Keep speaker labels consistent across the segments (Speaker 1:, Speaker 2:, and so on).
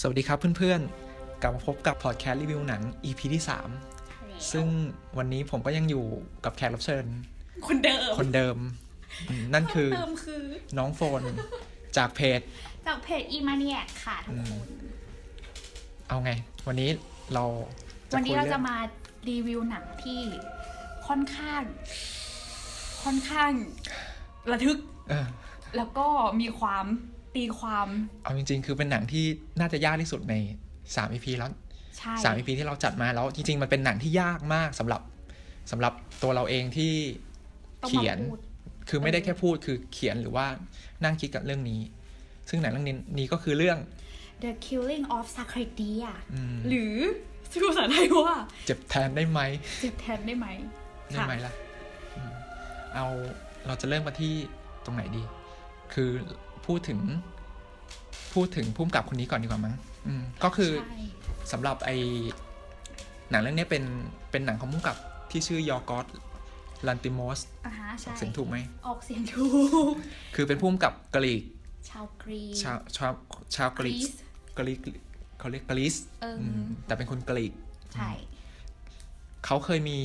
Speaker 1: สวัสดีครับเพื่อนๆ กลับมาพบกับพอดแคสต์รีวิวหนัง EP ที่ 3 ซึ่งวันนี้ผมก็ยังอยู่กับแขกรับเชิญ
Speaker 2: คนเดิม
Speaker 1: คนเดิมอืมนั่นคือ
Speaker 2: เติมคือ
Speaker 1: น้องโฟน จากเพจ
Speaker 2: จากเพจอีมาเนียค่ะทุกคน
Speaker 1: เอาไง วันนี้เราจะ
Speaker 2: วัน
Speaker 1: คุ
Speaker 2: นี้
Speaker 1: ย
Speaker 2: เรา
Speaker 1: เรื่
Speaker 2: จะ
Speaker 1: อง
Speaker 2: มารีวิวหนังที่ค่อนข้าง ค่อนข้าง ระทึก
Speaker 1: เออ
Speaker 2: แล้วก็มีความตีความ
Speaker 1: เอาจริง ๆ คือเป็นหนังที่น่าจะยากที่สุดใน 3 EP แล้ว
Speaker 2: ใช่
Speaker 1: 3 EP ที่เราจัดมาแล้วจริง ๆ มันเป็นหนังที่ยากมากสำหรับสำหรับตัวเราเองที่
Speaker 2: ต้องมา
Speaker 1: เขียน
Speaker 2: พูด
Speaker 1: คือไม่ได้
Speaker 2: เออ
Speaker 1: แค่พูดคือเขียนหรือว่านั่งคิดกับเรื่องนี้ ซึ่งหนังเรื่องนี้นี้ก็คือเรื่อง
Speaker 2: The Killing of Sacredia
Speaker 1: อืม
Speaker 2: หรือชื่อภาษาไทยว่า
Speaker 1: เจ็บแทนได้ไหม
Speaker 2: เจ็บแทนได้ไหม
Speaker 1: ได้
Speaker 2: ค่ะ
Speaker 1: ไหมล่ะอืมเอาเราจะเริ่มมาที่ตรงไหนดี คือพูดถึง พูดถึงพุ่มกับคนนี้ก่อนดีกว่ามั้งอืมก็คือ
Speaker 2: ใช่
Speaker 1: สำหรับไอหนังเรื่องนี้เป็นเป็นหนังของพุ่มกับที่ชื่อยอร์กอสลันติมอส
Speaker 2: อ่าฮะใช่
Speaker 1: เสียงถูกไหม
Speaker 2: ออกเสียงถูก
Speaker 1: คือเป็นพุ่มกับกรีก
Speaker 2: ชาวกรี
Speaker 1: ชาวชาวชาวกรีก
Speaker 2: ซ
Speaker 1: กรีกเขาเรียกกรีซ
Speaker 2: เออ
Speaker 1: อืม
Speaker 2: อ
Speaker 1: แต่เป็นคนกรีก
Speaker 2: ใช่
Speaker 1: เขาเคยมี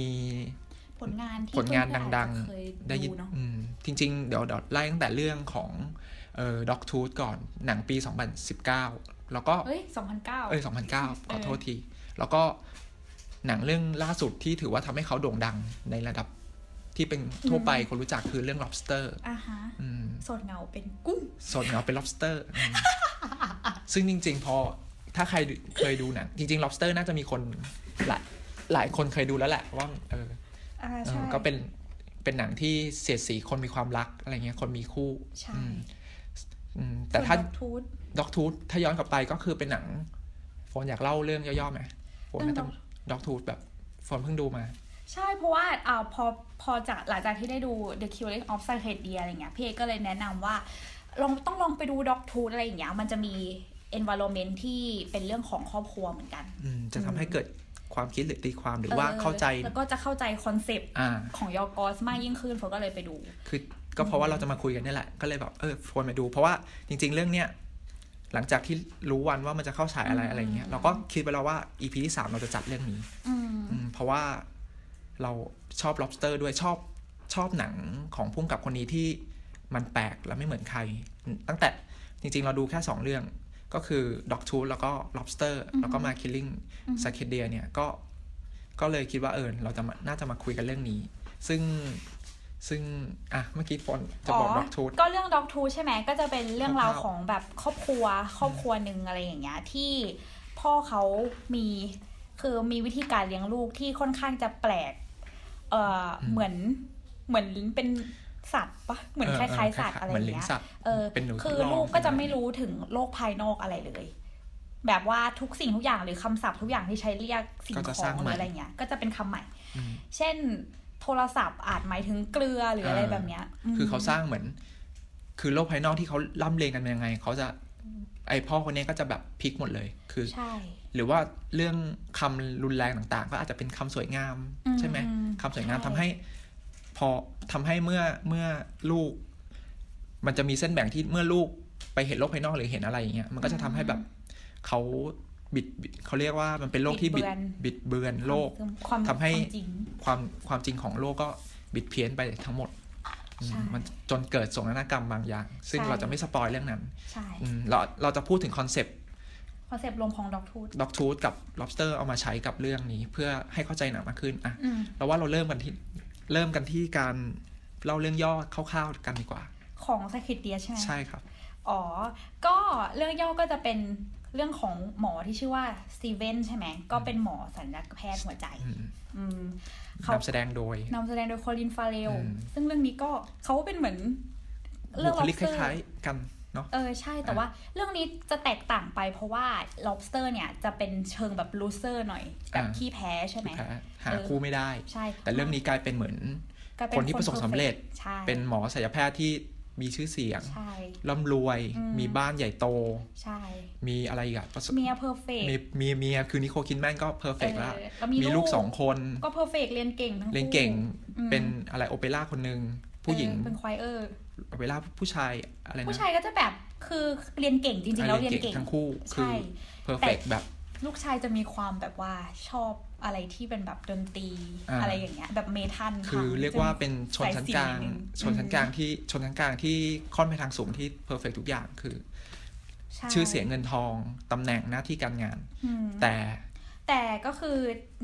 Speaker 2: ผลงานที่
Speaker 1: ผลงาน
Speaker 2: เพื่อ
Speaker 1: ดั
Speaker 2: ๆ
Speaker 1: ง
Speaker 2: อา
Speaker 1: ๆ
Speaker 2: จจะเคย
Speaker 1: ได้ยิน
Speaker 2: ดูเนาะ
Speaker 1: อืมจริง ๆ เดี๋ยวเดี๋ยวไล่ตั้งแต่เรื่องของเอ่อด็อกทูธก่อนหนังปี 2019 แล้วก็
Speaker 2: เฮ้ย 2009
Speaker 1: เอ้ย 2009 ขอโทษที แล้วก็หนังเรื่องล่าสุดที่ถือว่าทำให้เขาโด่งดังในระดับที่เป็นทั่วไปคนรู้จักคือเรื่อง lobster
Speaker 2: อ่าฮะ
Speaker 1: อืม
Speaker 2: สดเหงาเป็นกุ้ง
Speaker 1: สดเงาเป็น lobster อืมซึ่งจริง ๆ พอถ้าใครดูเคยดูหนังจริง ๆ lobster น่าจะมีคนหลายหลายคนเคยดูแล้วแหละว่าเออ
Speaker 2: อ่า
Speaker 1: เอ
Speaker 2: ใช่
Speaker 1: อก็เป็นเป็นหนังที่เสียดสีคนมีความรักอะไรเงี้ยคนมีคู่
Speaker 2: ใช่
Speaker 1: อืมอืมแต่ถ้า
Speaker 2: ส่วนดอกทูต
Speaker 1: ด็อกทูธถ้าย้อนกลับไปก็คือเป็นหนังโฟนอยากเล่าเรื่องย่อๆไหมโฟนไม่ต้องด็อกทูธแบบโฟนเพิ่งดูมา
Speaker 2: ใช่เพราะว่าอ่าพอพอจากหลังจากที่ได้ดู The Killing of s a c r e d e a อะไรเงี้ยพี่เอกก็เลยแนะนำว่า ลองต้องลองไปดูด็อกทูตอะไรอย่างเงี้ยมันจะมี environment ที่เป็นเรื่องของครอบครัวเหมือนกัน
Speaker 1: อืมจะทำให้เกิดความคิดหรือตีความหรือว่า
Speaker 2: ออ
Speaker 1: เข้าใจ
Speaker 2: แล้วก็จะเข้าใจคอนเซปต์
Speaker 1: อ่า
Speaker 2: ของยอกอสมากยิ่งขึ้นผมก็เลยไปดู
Speaker 1: คือก็เพราะว่าเราจะมาคุยกันเนี่ยแหละ ก็เลยแบบเออชวนมาดู เพราะว่าจริง ๆ เรื่องเนี้ยหลังจากที่รู้วันว่ามันจะเข้าฉายอะไร
Speaker 2: อืม
Speaker 1: อะไรเงี้ยเราก็คิดไปแล้วว่า EP ที่สามเราจะจัดเรื่องนี้
Speaker 2: อืม
Speaker 1: อืมเพราะว่าเราชอบ lobster ด้วยชอบชอบหนังของพุ่มกับคนนี้ที่มันแปลกและไม่เหมือนใครอืมตั้งแต่จริง ๆ เราดูแค่ 2 เรื่องก็คือ Dog t o o t แล้วก็ lobster แล้วก็มา killing ซาเคเดียเนี่ยก็ก็เลยคิดว่าเออเราจะมาน่าจะมาคุยกันเรื่องนี้ ซึ่งซึ่งอ่ะเมื่อกี้ฟอนจะบอกด็อกทูต
Speaker 2: ก็เรื่องด็อกทูใช่ไหมก็จะเป็นเรื่องราว
Speaker 1: คร่าวๆ
Speaker 2: ของแบบครอบครัวครอบครัวหนึ่งอะไรอย่างเงี้ยที่พ่อเขามีคือมีวิธีการเลี้ยงลูกที่ค่อนข้างจะแปลก เอออเหมือนเหมือนเป็นสัตว์ปะเหมือนคล้ายๆสัตว์อะไร
Speaker 1: เหมือน
Speaker 2: อย่าง
Speaker 1: เลี้ยง
Speaker 2: เงี้ย
Speaker 1: สัตว์
Speaker 2: เออ
Speaker 1: เป็นหนูท
Speaker 2: คื
Speaker 1: ด
Speaker 2: อ
Speaker 1: ลง
Speaker 2: ลูกก็จะไม่รู้ถึงโลกภายนอกอะไรเลย แบบว่าทุกสิ่งทุกอย่างหรือคำศัพท์ทุกอย่างที่ใช้เรียกสิ่งของหรืออะไรเงี้ย ก็จะเป็นคำใหม่
Speaker 1: อืม
Speaker 2: เช่น โทรศัพท์อาจหมายถึงเกลือหรืออะไรแบบเนี้ยม
Speaker 1: คือเขาสร้างเหมือน คือโลกภายนอกที่เขาล่ำเรียนกันเป็นยังไง เขาจะไอพ่อคนนี้ก็จะแบบพลิกหมดเลย คือ
Speaker 2: ใช่
Speaker 1: หรือว่าเรื่องคำรุนแรงต่างๆ ก็อาจจะเป็นคำสวยงาม
Speaker 2: อืม
Speaker 1: ใช่ไหม
Speaker 2: อืม
Speaker 1: คำสวยงาม
Speaker 2: ใช่
Speaker 1: ทำให้ พอทำให้เมื่อเมื่อลูก มันจะมีเส้นแบ่งที่เมื่อลูกไปเห็นโลกภายนอกหรือเห็นอะไรอย่างเงี้ยมันก็จะทำให้แบบเขาบิดบิดเขาเรียกว่ามันเป็นโลกที่บิดบิดเบือนโลก
Speaker 2: ความ
Speaker 1: ทำให้
Speaker 2: ความจริง
Speaker 1: ความความจริงของโลกก็บิดเพี้ยนไปทั้งหมดอืม
Speaker 2: ใช่
Speaker 1: มันจนเกิดสงนากรรมบางอย่าง ซึ่ง
Speaker 2: ใช่
Speaker 1: เราจะไม่สปอยเรื่องนั้น
Speaker 2: ใช่
Speaker 1: อืมเราเราจะพูดถึงคอนเซป
Speaker 2: คอนเซปต์รวมของด็อกทูต
Speaker 1: ด็อกทูธกับ lobster เอามาใช้กับเรื่องนี้เพื่อให้เข้าใจหนังมากขึ้นอ่ะเราว่าเราเริ่มกันที่เริ่มกันที่การเล่าเรื่องย่อคร่าวๆกันดีกว่า
Speaker 2: ของสคิดเดียใช่ไหม
Speaker 1: ใช่ครับ
Speaker 2: อ๋อ ก็เรื่องย่อก็จะเป็นเรื่องของหมอที่ชื่อว่าสตีเวนใช่ไหม ก็เป็นหมอสัญญแพทย์หัวใจ
Speaker 1: อืม
Speaker 2: อืมเขา
Speaker 1: นำแสดงโดย
Speaker 2: นำแสดงโดยโคลินฟาเรล
Speaker 1: อืม
Speaker 2: ซึ่งเรื่องนี้ก็เขาก็เป็นเหมือน
Speaker 1: บุคลิกคล้ายๆกันเนาะ
Speaker 2: เออใช่แต่
Speaker 1: อ่ะ
Speaker 2: ว่าเรื่องนี้จะแตกต่างไปเพราะว่า lobster เนี่ยจะเป็นเชิงแบบ loser หน่อยแบบขี้แพ้ใช่ไหม
Speaker 1: หาหา
Speaker 2: เออ
Speaker 1: คู่ไม่ได้
Speaker 2: ใช่
Speaker 1: แต่เรื่องนี้กลายเป็นเหมือน
Speaker 2: ก็เป็
Speaker 1: คนที่ประสบสำเร็จ
Speaker 2: ใช่
Speaker 1: เป็นหมอศัลยแพทย์ที่มีชื่อเสียง
Speaker 2: ใช่
Speaker 1: ร่ำรวย
Speaker 2: อืม
Speaker 1: มีบ้านใหญ่โต
Speaker 2: ใช่
Speaker 1: มีอะไรอีกอะประสบ
Speaker 2: เมียเพอร์เฟก
Speaker 1: มีมีเมียคือนิโคลคินแมนก็เพอร์เฟกแล้ว
Speaker 2: แล้ว
Speaker 1: มี
Speaker 2: มี
Speaker 1: ลูกสองคน
Speaker 2: ก็เพอร์เฟกเรียนเก่งทั้งคู่
Speaker 1: เล่นเก่ง
Speaker 2: อืม
Speaker 1: เป็นอะไรโอเปร่าคนหนึ่ง ผู้หญิง
Speaker 2: เออเป็นควายเออร์
Speaker 1: เวลาผู้ชายอะไรนะ
Speaker 2: ผู้ชายก็จะแบบคือเรียนเก่งจริงๆแล้วเรียนเก่ง
Speaker 1: ทั้งคู่คื
Speaker 2: ใช่
Speaker 1: อ เพอร์เฟกแบบ
Speaker 2: ลูกชายจะมีความแบบว่าชอบอะไรที่เป็นแบบดนตรี
Speaker 1: อ่า
Speaker 2: อะไรอย่างเงี้ย แบบเมทัล
Speaker 1: คือ
Speaker 2: พัง
Speaker 1: เรียกว่า
Speaker 2: จะ
Speaker 1: เป็นชนชั้นกลาง
Speaker 2: สายสินนิดนึง
Speaker 1: ชนชั้นกลางที่ชนชั้นกลางที่ค่อนไปทางสูงที่เพอร์เฟกทุกอย่างคือ
Speaker 2: ใช่
Speaker 1: ชื่อเสียงเงินทองตำแหน่งหน้าที่การงาน
Speaker 2: อืม
Speaker 1: แต่
Speaker 2: แต่ก็คือ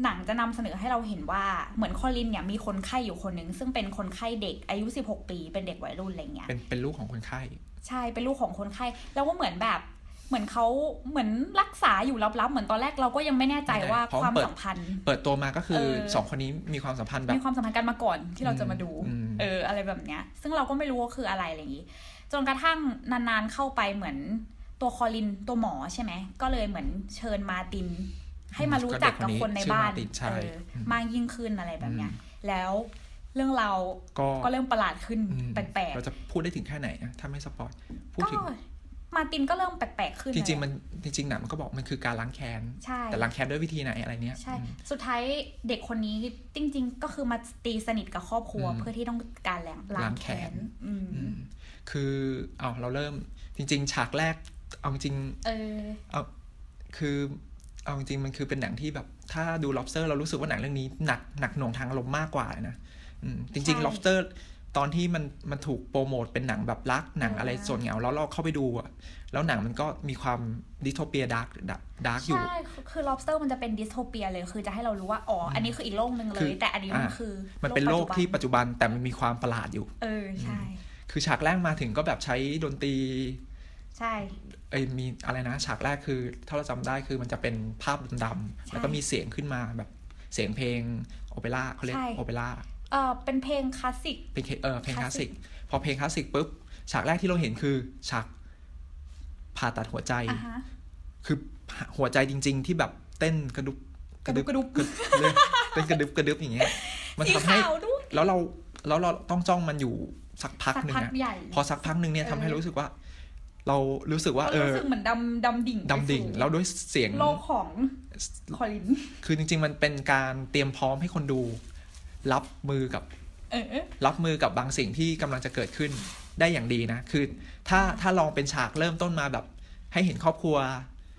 Speaker 2: หนังจะนำเสนอให้เราเห็นว่าเหมือนคอลินเนี่ยมีคนไข้อยู่คนหนึ่งซึ่งเป็นคนไข้เด็กอายุ 16 ปีเป็นเด็กวัยรุ่นอะไรเงี้ย
Speaker 1: เป็นเป็นลูกของคนไข้
Speaker 2: ใช่เป็นลูกของคนไข้แล้วก็เหมือนแบบเหมือนเขาเหมือนรักษาอยู่ลับๆ เหมือนตอนแรกเราก็ยังไม่แน่ใจ
Speaker 1: ไม่แน่
Speaker 2: ว่า
Speaker 1: เพราะ
Speaker 2: ความ
Speaker 1: เปิด
Speaker 2: สัมพันธ์
Speaker 1: เปิดตัวมาก็คือ
Speaker 2: เออ
Speaker 1: สองคนนี้มีความสัมพันธ์แบ
Speaker 2: มี
Speaker 1: บ
Speaker 2: ความสัมพันธ์กันมาก่อนที่เราจะมาดู
Speaker 1: อืม
Speaker 2: เออ อะไรแบบเนี้ย ซึ่งเราก็ไม่รู้ว่าคืออะไรอะไรอย่างนี้ จนกระทั่งนานๆเข้าไปเหมือนตัวคอลินตัวหมอใช่ไหม ก็เลยเหมือนเชิญมาร์ติน ให้มารู้จักกับคนในบ้าน
Speaker 1: ชื่อมาร์ตินใช่
Speaker 2: เอออ
Speaker 1: ม
Speaker 2: มากยิ่งขึ้นอะไรแบบเนี้ย แล้วเรื่องเรา
Speaker 1: ก็
Speaker 2: ก็เริ่มประหลาดขึ้น
Speaker 1: อืม
Speaker 2: แปลก
Speaker 1: เราจะพูดได้ถึงแค่ไหนนะถ้าไม่สปอยพูด
Speaker 2: ๆก็
Speaker 1: ถึง
Speaker 2: มาร์ตินก็เริ่มแปลกๆขึ้น
Speaker 1: จริง ๆ
Speaker 2: อะไร
Speaker 1: มันจริงๆหนังมันก็บอกมันคือการล้างแค้น
Speaker 2: ใช่
Speaker 1: แต่ล้างแค้นด้วยวิธีไหนอะไรเนี้ย
Speaker 2: ใช่
Speaker 1: อืม
Speaker 2: สุดท้ายเด็กคนนี้จริง ๆ ก็คือมาตีสนิทกับครอบครัว
Speaker 1: อืม
Speaker 2: เพื่อที่ต้องการแรงล้า
Speaker 1: ล้าง ง
Speaker 2: แข
Speaker 1: แข
Speaker 2: น
Speaker 1: น
Speaker 2: อืม
Speaker 1: อืมคือเอาเราเริ่มจริง ๆ ฉากแรกเอาจริง
Speaker 2: เออ
Speaker 1: คือเอาจริงๆมันคือเป็นหนังที่แบบ ถ้าดู lobster เรารู้สึกว่าหนังเรื่องนี้หนักหนักหน่วงทางอารมณ์มากกว่านะอืมจริง
Speaker 2: ใช่
Speaker 1: ๆ lobster ตอนที่มันมันถูกโปรโมทเป็นหนังแบบรักหนัง
Speaker 2: อ่า
Speaker 1: อะไรส่วนเหงาแล้วเราเข้าไปดูอะแล้วหนังมันก็มีความดิโทเปียดาร์กดาร์กอยู่
Speaker 2: ใช่ คือ lobster มันจะเป็นดิสโทเปียเลย คือจะให้เรารู้ว่า อ๋อ อันนี้คืออีกโลกหนึ่งเล
Speaker 1: คื
Speaker 2: ย
Speaker 1: อ
Speaker 2: แต่อันนี้มัน
Speaker 1: อ่า
Speaker 2: คือ
Speaker 1: มันเป็นโลกที่
Speaker 2: ปัจจุบั
Speaker 1: ปัจจุบันแต่มันมีความประหลาดอยู่
Speaker 2: นเออ ใช่
Speaker 1: คือฉากแรกมาถึงก็แบบใช้ดนตรี
Speaker 2: ใช่
Speaker 1: เอ้ยมีอะไรนะฉากแรกคือถ้าเราจำได้คือมันจะเป็นภาพดำๆแล้วก็มีเสียงขึ้นมาแบบเสียงเพลงโอเปร่าเขาเรียก
Speaker 2: ใช่
Speaker 1: โอเปร่า
Speaker 2: เออเป็นเพลงคลาสสิก
Speaker 1: เป็นเคเออเพลงคลาสสิก
Speaker 2: คลาสสิ
Speaker 1: พอเพลงคลาสสิกปุ๊บ ฉากแรกที่เราเห็นคือฉากผ่าตัดหัวใจ
Speaker 2: อ่ะฮะ
Speaker 1: คือหัวใจจริง ๆ ที่แบบเต้นกระดุบ
Speaker 2: กระดุบกระดุบ
Speaker 1: เลยเต้นกระดุบกระดุบอย่างเงี้ย มัน
Speaker 2: สี
Speaker 1: ทำให้
Speaker 2: ขาวด้วย
Speaker 1: แล้วเราแล้วเราต้องจ้องมันอยู่สักพัก
Speaker 2: สัก
Speaker 1: หนึ่ง
Speaker 2: พัก
Speaker 1: อะ
Speaker 2: ใหญ่
Speaker 1: พอสักพักหนึ่งเนี่ย
Speaker 2: เออ
Speaker 1: ทำให้รู้สึกว่า เรารู้สึกว่า เอ
Speaker 2: ก็
Speaker 1: อ
Speaker 2: รู้สึกเหมือนดำดำดิ่ง
Speaker 1: ดำดิ่ง
Speaker 2: ไปสู่
Speaker 1: แล้วด้วยเสียง
Speaker 2: โลกของคอลิน
Speaker 1: คือจริง ๆ มันเป็นการเตรียมพร้อมให้คนดู รับมือกับ
Speaker 2: เออ
Speaker 1: รับมือกับบางสิ่งที่กำลังจะเกิดขึ้นได้อย่างดีนะ คือถ้าถ้าลองเป็นฉากเริ่มต้นมาแบบ ให้เห็นครอบครัว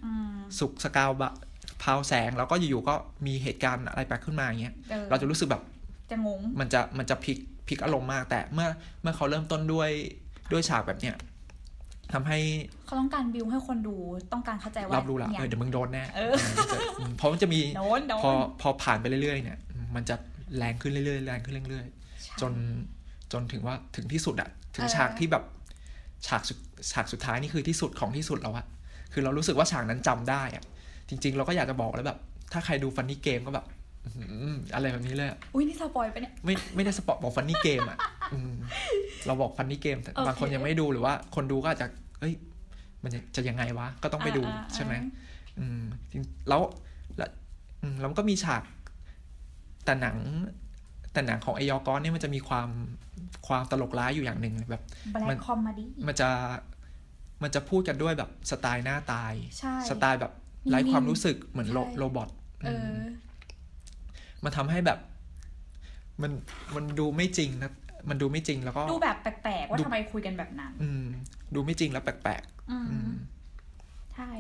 Speaker 2: อืม
Speaker 1: สุขสกาวบะพราวแสง แล้วก็อยู่ๆก็มีเหตุการณ์อะไรแปลกขึ้นมาอย่างเงี้ย
Speaker 2: เออ
Speaker 1: เราจะรู้สึกแบบ
Speaker 2: จะงง
Speaker 1: มันจะมันจะพลิกพลิกอารมณ์มาก แต่เมื่อเมื่อเขาเริ่มต้นด้วยด้วยฉากแบบเนี้ยทำให้
Speaker 2: เขาต้องการบิวให้คนดู ต้องการเข้าใจว่า
Speaker 1: รับรู้ละ
Speaker 2: เนี่
Speaker 1: เออย เดี๋ยวมึงโดนแน่
Speaker 2: เอ อ
Speaker 1: เออเพราะมันจะมี
Speaker 2: โดนโดน
Speaker 1: พอพอผ่านไปเรื่อยๆเนี่ย มันจะแรงขึ้นเรื่อยๆแรงขึ้นเรื่อยๆ
Speaker 2: ใช่
Speaker 1: จนจนถึงว่าถึงที่สุดอะถึง
Speaker 2: เออ
Speaker 1: ฉากที่แบบฉากสุดฉากสุดท้ายนี่คือที่สุดของที่สุดแล้วอะคือเรารู้สึกว่าฉากนั้นจำได้อะจริง ๆ เราก็อยากจะบอกแล้วแบบ ถ้าใครดูฟันนี่เกมก็แบบอื้อหืออะไรแบบนี้เลยอะ
Speaker 2: อุ้ยนี่สปอยไปะเนี่ย
Speaker 1: ไม่ไม่ได้สปอร์ตบอกฟันนี่เกมอะอืมเราบอกฟันนี่เกมแต่
Speaker 2: โอเค
Speaker 1: บางคนยังไม่ดูหรือว่าคนดูก็อาจจะเอ้ย มันจะจะยังไงวะ ก็ต้องไปดู
Speaker 2: อ่าอ่า
Speaker 1: ใช่ไหม
Speaker 2: อ่า
Speaker 1: อืมจริงแล้วแล้วอืมแล้วมันก็มีฉาก แต่หนัง แต่หนังของไอยอกอนเนี่ยมันจะมีความความตลกร้ายอยู่อย่างหนึ่งแบบ
Speaker 2: แบล็
Speaker 1: มั
Speaker 2: คน คอมมาดี้
Speaker 1: มันจะมันจะพูดกันด้วยแบบสไตล์หน้าตาย
Speaker 2: ใช่
Speaker 1: สไตล์แบบไร้ความรู้สึกเหมือนโร
Speaker 2: ใช่
Speaker 1: โรบอท
Speaker 2: เอ
Speaker 1: ม
Speaker 2: อ
Speaker 1: มันทำให้แบบ มันมันดูไม่จริงนะมันดูไม่จริงแล้วก็
Speaker 2: ดูแบบแปลกๆ ว่า
Speaker 1: ดู
Speaker 2: ทำไมคุยกันแบบนั้น
Speaker 1: อืม ดูไม่จริงแล้วแปลก
Speaker 2: อื
Speaker 1: ๆอื
Speaker 2: ม
Speaker 1: ม
Speaker 2: ใช่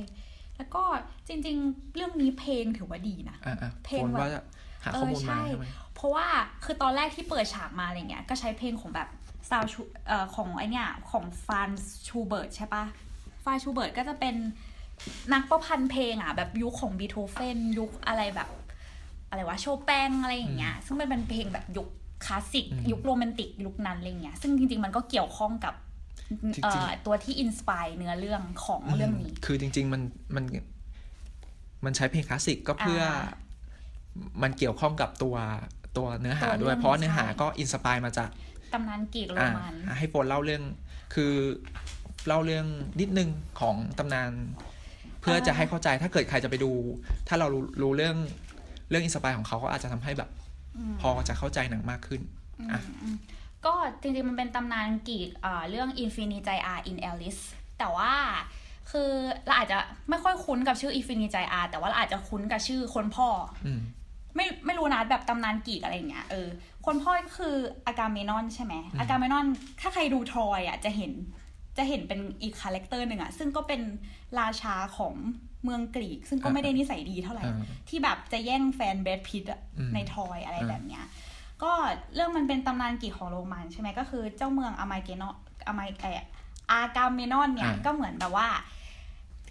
Speaker 2: แล้วก็จริงๆ เรื่องนี้เพลงถือว่าดีนะ
Speaker 1: อ่าอ่า
Speaker 2: เพลง
Speaker 1: คน
Speaker 2: แบบ
Speaker 1: ว่าจะหาข้อมูล
Speaker 2: เออใช่
Speaker 1: มาใช่ไหม
Speaker 2: เพราะว่าคือตอนแรกที่เปิดฉากมาอะไรเงี้ย ก็ใช้เพลงของแบบซาวชูเอ่อของไอเนี่ยของฟานชูเบิร์ตใช่ปะฟานชูเบิร์ตก็จะเป็นนักประพันธ์เพลงอ่ะ แบบยุคของบีโธเฟนยุคอะไรแบบ อะไรวะโชแปงอะไรอย่างเงี้ย ซึ่งมันเป็นเพลงแบบยุคคลาสสิก ยุคโรแมนติกยุคนั้นอะไรเงี้ย ซึ่งจริงๆมันก็เกี่ยวข้องกับ
Speaker 1: จริง
Speaker 2: เอ่
Speaker 1: ๆ
Speaker 2: อตัวที่อินสปายเนื้อเรื่องของเรื่องนี้
Speaker 1: มคือจริง ๆ มันมันมันใช้เพลงคลาสสิกก็เพื่ออ
Speaker 2: าม
Speaker 1: มันเกี่ยวข้องกับตัวตัวเนื้อหา
Speaker 2: ตัวเรื่อง
Speaker 1: ด้วย เพราะเนื้อหา
Speaker 2: ใช่
Speaker 1: ก็อินสปายมาจาก
Speaker 2: ตำนานกรีกโร
Speaker 1: อ่า
Speaker 2: มัน
Speaker 1: ให้โฟนเล่าเรื่องคือเล่าเรื่องนิดนึงของตำนาน เพื่อจะให้เข้าใจถ้าเกิดใครจะไปดู ถ้าเรารู้รู้เรื่องเรื่องอินสปายของเขาก็อาจจะทำให้แบบ
Speaker 2: อืม
Speaker 1: พอจะเข้าใจหนังมากขึ้น อ่ะ
Speaker 2: อืมอืมก็จริงๆ มันเป็นตำนานกรีกเอ่อเรื่อง Infinity R in Alice แต่ว่าคือเราอาจจะไม่ค่อยคุ้นกับชื่อ Infinity R แต่ว่าเราอาจจะคุ้นกับชื่อคนพ่อ
Speaker 1: อืม
Speaker 2: ไม่ไม่รู้นะแบบตำนานกรีกอะไรอย่างเงี้ยเออคนพ่อก็คืออากาเมนอนใช่ไหมอากาเมนอนถ้าใครดูทรอยอ่ะจะเห็นจะเห็นเป็นอีกคาแรคเตอร์หนึ่งอ่ะซึ่งก็เป็นราชาของเมืองกรีก ซึ่งก็ไม่ได้นิสัยดีเท่าไหร่
Speaker 1: อ่า
Speaker 2: ที่แบบจะแย่งแฟนแบรดพิตต์อะ
Speaker 1: อืม
Speaker 2: ในทอยอะไร
Speaker 1: อ่า
Speaker 2: แบบเนี้ย ก็เรื่องมันเป็นตำนานกรีกของโรมันใช่ไหมก็คือเจ้าเมืองอามาเกนออามาเอออากาเมนอนเนี่ย
Speaker 1: อ่า
Speaker 2: ก็เหมือนแบบว่า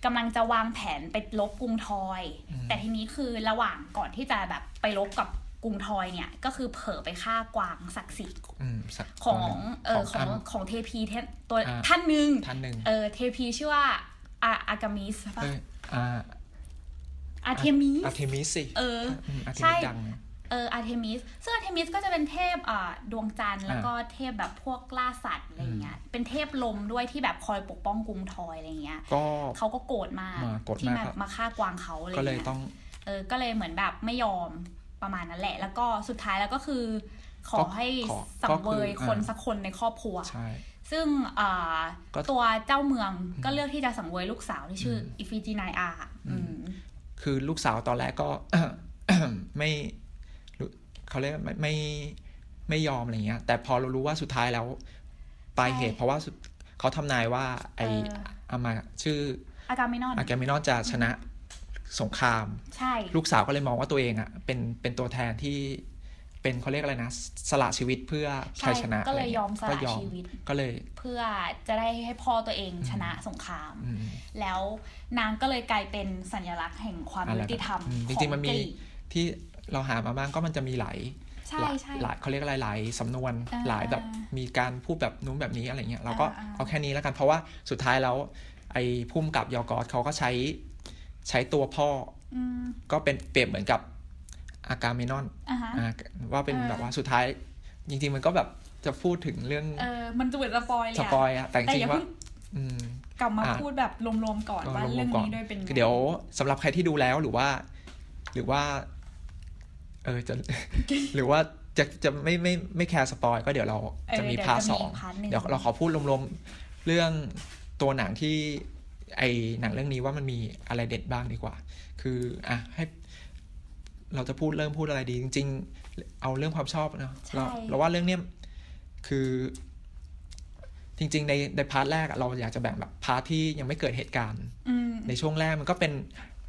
Speaker 2: กำลังจะวางแผนไปลบกรุงทอย
Speaker 1: อืม
Speaker 2: แต่ทีนี้คือระหว่างก่อนที่จะแบบไปลบกับกรุงทอยเนี่ย ก็คือเผลอไปฆ่ากวางศักดิ์สิทธิ์
Speaker 1: อืมสัก
Speaker 2: ของ
Speaker 1: ตัวหนึ่
Speaker 2: เออของ
Speaker 1: ถ้
Speaker 2: ของเทพีเทนตัว
Speaker 1: อ่า
Speaker 2: ท่านหนึ่ง
Speaker 1: ำท่านหนึ่ง
Speaker 2: เออเทพีชื่อว่าอาอากามิสป่ะ
Speaker 1: เอ้ยอา
Speaker 2: อาเทมิส
Speaker 1: อาร์เทมิสสิ
Speaker 2: เออ
Speaker 1: มอาร์เท
Speaker 2: ใช่
Speaker 1: มิสดังนะ
Speaker 2: เอออาร์เทมิสซึ่งอาร์เทมิสก็จะเป็นเทพอ่าดวงจันทร์
Speaker 1: อ่า
Speaker 2: แล้วก็เทพแบบพวกล่าสัตว์อะไรเงี้ยเป็นเทพลมด้วยที่แบบคอยปกป้องกรุงทอยอะไรเงี้ย
Speaker 1: ก็
Speaker 2: เขาก็โกรธมาก
Speaker 1: อ่าโกรธมาก
Speaker 2: ที่มา
Speaker 1: ครับ
Speaker 2: มาฆ่ากวางเขาอะไร
Speaker 1: ก็เลย
Speaker 2: เงี้ย
Speaker 1: ต้อง
Speaker 2: เออก็เลยเหมือนแบบไม่ยอมประมาณนั้นแหละ แล้วก็สุดท้ายแล้วก็คือ ขอ
Speaker 1: ก็
Speaker 2: ให้
Speaker 1: ขอ
Speaker 2: สั
Speaker 1: ก็
Speaker 2: ง
Speaker 1: คือ
Speaker 2: เวยคน
Speaker 1: อ่า
Speaker 2: สักคนในครอบครัว
Speaker 1: ใช่
Speaker 2: ซึ่งอ่า
Speaker 1: ก็
Speaker 2: ตัวเจ้าเมือง
Speaker 1: อืม
Speaker 2: ก็เลือกที่จะสังเวยลูกสาวที่ชื่ออ
Speaker 1: ม
Speaker 2: อิฟิจินายอา
Speaker 1: อืม
Speaker 2: อืม
Speaker 1: คือลูกสาวตอนแรกก็ ไม่รู้เขาเรียกไม่ไม่ไม่ยอมอะไรเงี้ย แต่พอเรารู้ว่าสุดท้ายแล้วปลายเหตุ
Speaker 2: ใช่
Speaker 1: เพราะว่าสุดเขาทำนายว่า ไอ
Speaker 2: เออ
Speaker 1: อามาชื่อ
Speaker 2: อากาเมนอน
Speaker 1: อาแกมินอนจะชนะสงคราม
Speaker 2: ใช่
Speaker 1: ลูกสาวก็เลยมองว่าตัวเองอ่ะเป็นเป็นตัวแทนที่เป็นเขาเรียกอะไรนะ สละชีวิตเพื่อ
Speaker 2: ใช่
Speaker 1: ชัยชนะ
Speaker 2: ก็เลยยอมส
Speaker 1: ก็
Speaker 2: ละชีวิต
Speaker 1: ก็เลย
Speaker 2: เพื่อจะได้ให้พ่อตัวเองชนะสงคราม
Speaker 1: อืม
Speaker 2: แล้วนางก็เลยกลายเป็นสัญลักษณ์แห่งความ
Speaker 1: อะไร
Speaker 2: ยุติธรรม
Speaker 1: อืม
Speaker 2: ข
Speaker 1: จ
Speaker 2: อง
Speaker 1: ริงๆมันมี
Speaker 2: กรีก
Speaker 1: ที่เราหามาบ้างก็มันจะมีหลาย
Speaker 2: ใช่
Speaker 1: หลาย
Speaker 2: ใช่
Speaker 1: หลายเขาเรียกอะไรหลายสำนวน
Speaker 2: อ่า
Speaker 1: หลายแบบมีการพูดแบบนู้นแบบนี้อะไรเงี้ยเราก็
Speaker 2: อ่าอ่า
Speaker 1: เอาแค่นี้แล้วกัน เพราะว่าสุดท้ายแล้ว ไอ้พุ่มกับยอกอสเขาก็ใช้ใช้ตัวพ่อ
Speaker 2: อืม
Speaker 1: ก็เป็นเปรียบเหมือนกับอากาเมนอน
Speaker 2: อ่ะฮะ
Speaker 1: อ่าว่าเป็น
Speaker 2: เออ
Speaker 1: แบบว่าสุดท้าย จริง ๆ มันก็แบบจะพูดถึงเรื่อง
Speaker 2: เออมันจะเป็นสปอยเลย
Speaker 1: ส
Speaker 2: อะ
Speaker 1: ปอยอะแต่จ
Speaker 2: แต่
Speaker 1: ริ
Speaker 2: อย่า
Speaker 1: ๆ
Speaker 2: ง
Speaker 1: ว่า
Speaker 2: เพิ่ง
Speaker 1: อืม
Speaker 2: กลับมา
Speaker 1: อ่ะ
Speaker 2: พูดแบบรวมๆก่อน
Speaker 1: ก็
Speaker 2: ว่าร
Speaker 1: วมๆ
Speaker 2: เรื่อง
Speaker 1: ก่อน
Speaker 2: นี้ด้วยเป็นไง
Speaker 1: เดี๋ยวสำหรับใครที่ดูแล้วหรือว่า หรือว่า เออจะ หรือว่าจะจะไม่ไม่ไม่แคร์สปอยก็เดี๋ยวเรา
Speaker 2: เออ
Speaker 1: จะมี
Speaker 2: เดี๋ยว
Speaker 1: พาร์ทสอง
Speaker 2: พาร์ทหนึ่ง
Speaker 1: เดี๋ยวเราขอพูดรวมๆ เรื่องตัวหนังที่ไอหนังเรื่องนี้ว่ามันมีอะไรเด็ดบ้างดีกว่า คืออ่ะให้ เราจะพูดเริ่มพูดอะไรดี จริง ๆ เอาเรื่องความชอบเนอะเราเราว่าเรื่องเนี้ยคือ จริง ๆ ในในพาร์ทแรกอะเราอยากจะแบ่งแบบพาร์ทที่ยังไม่เกิดเหตุการณ์
Speaker 2: อืม
Speaker 1: ในช่วงแรกมันก็เป็น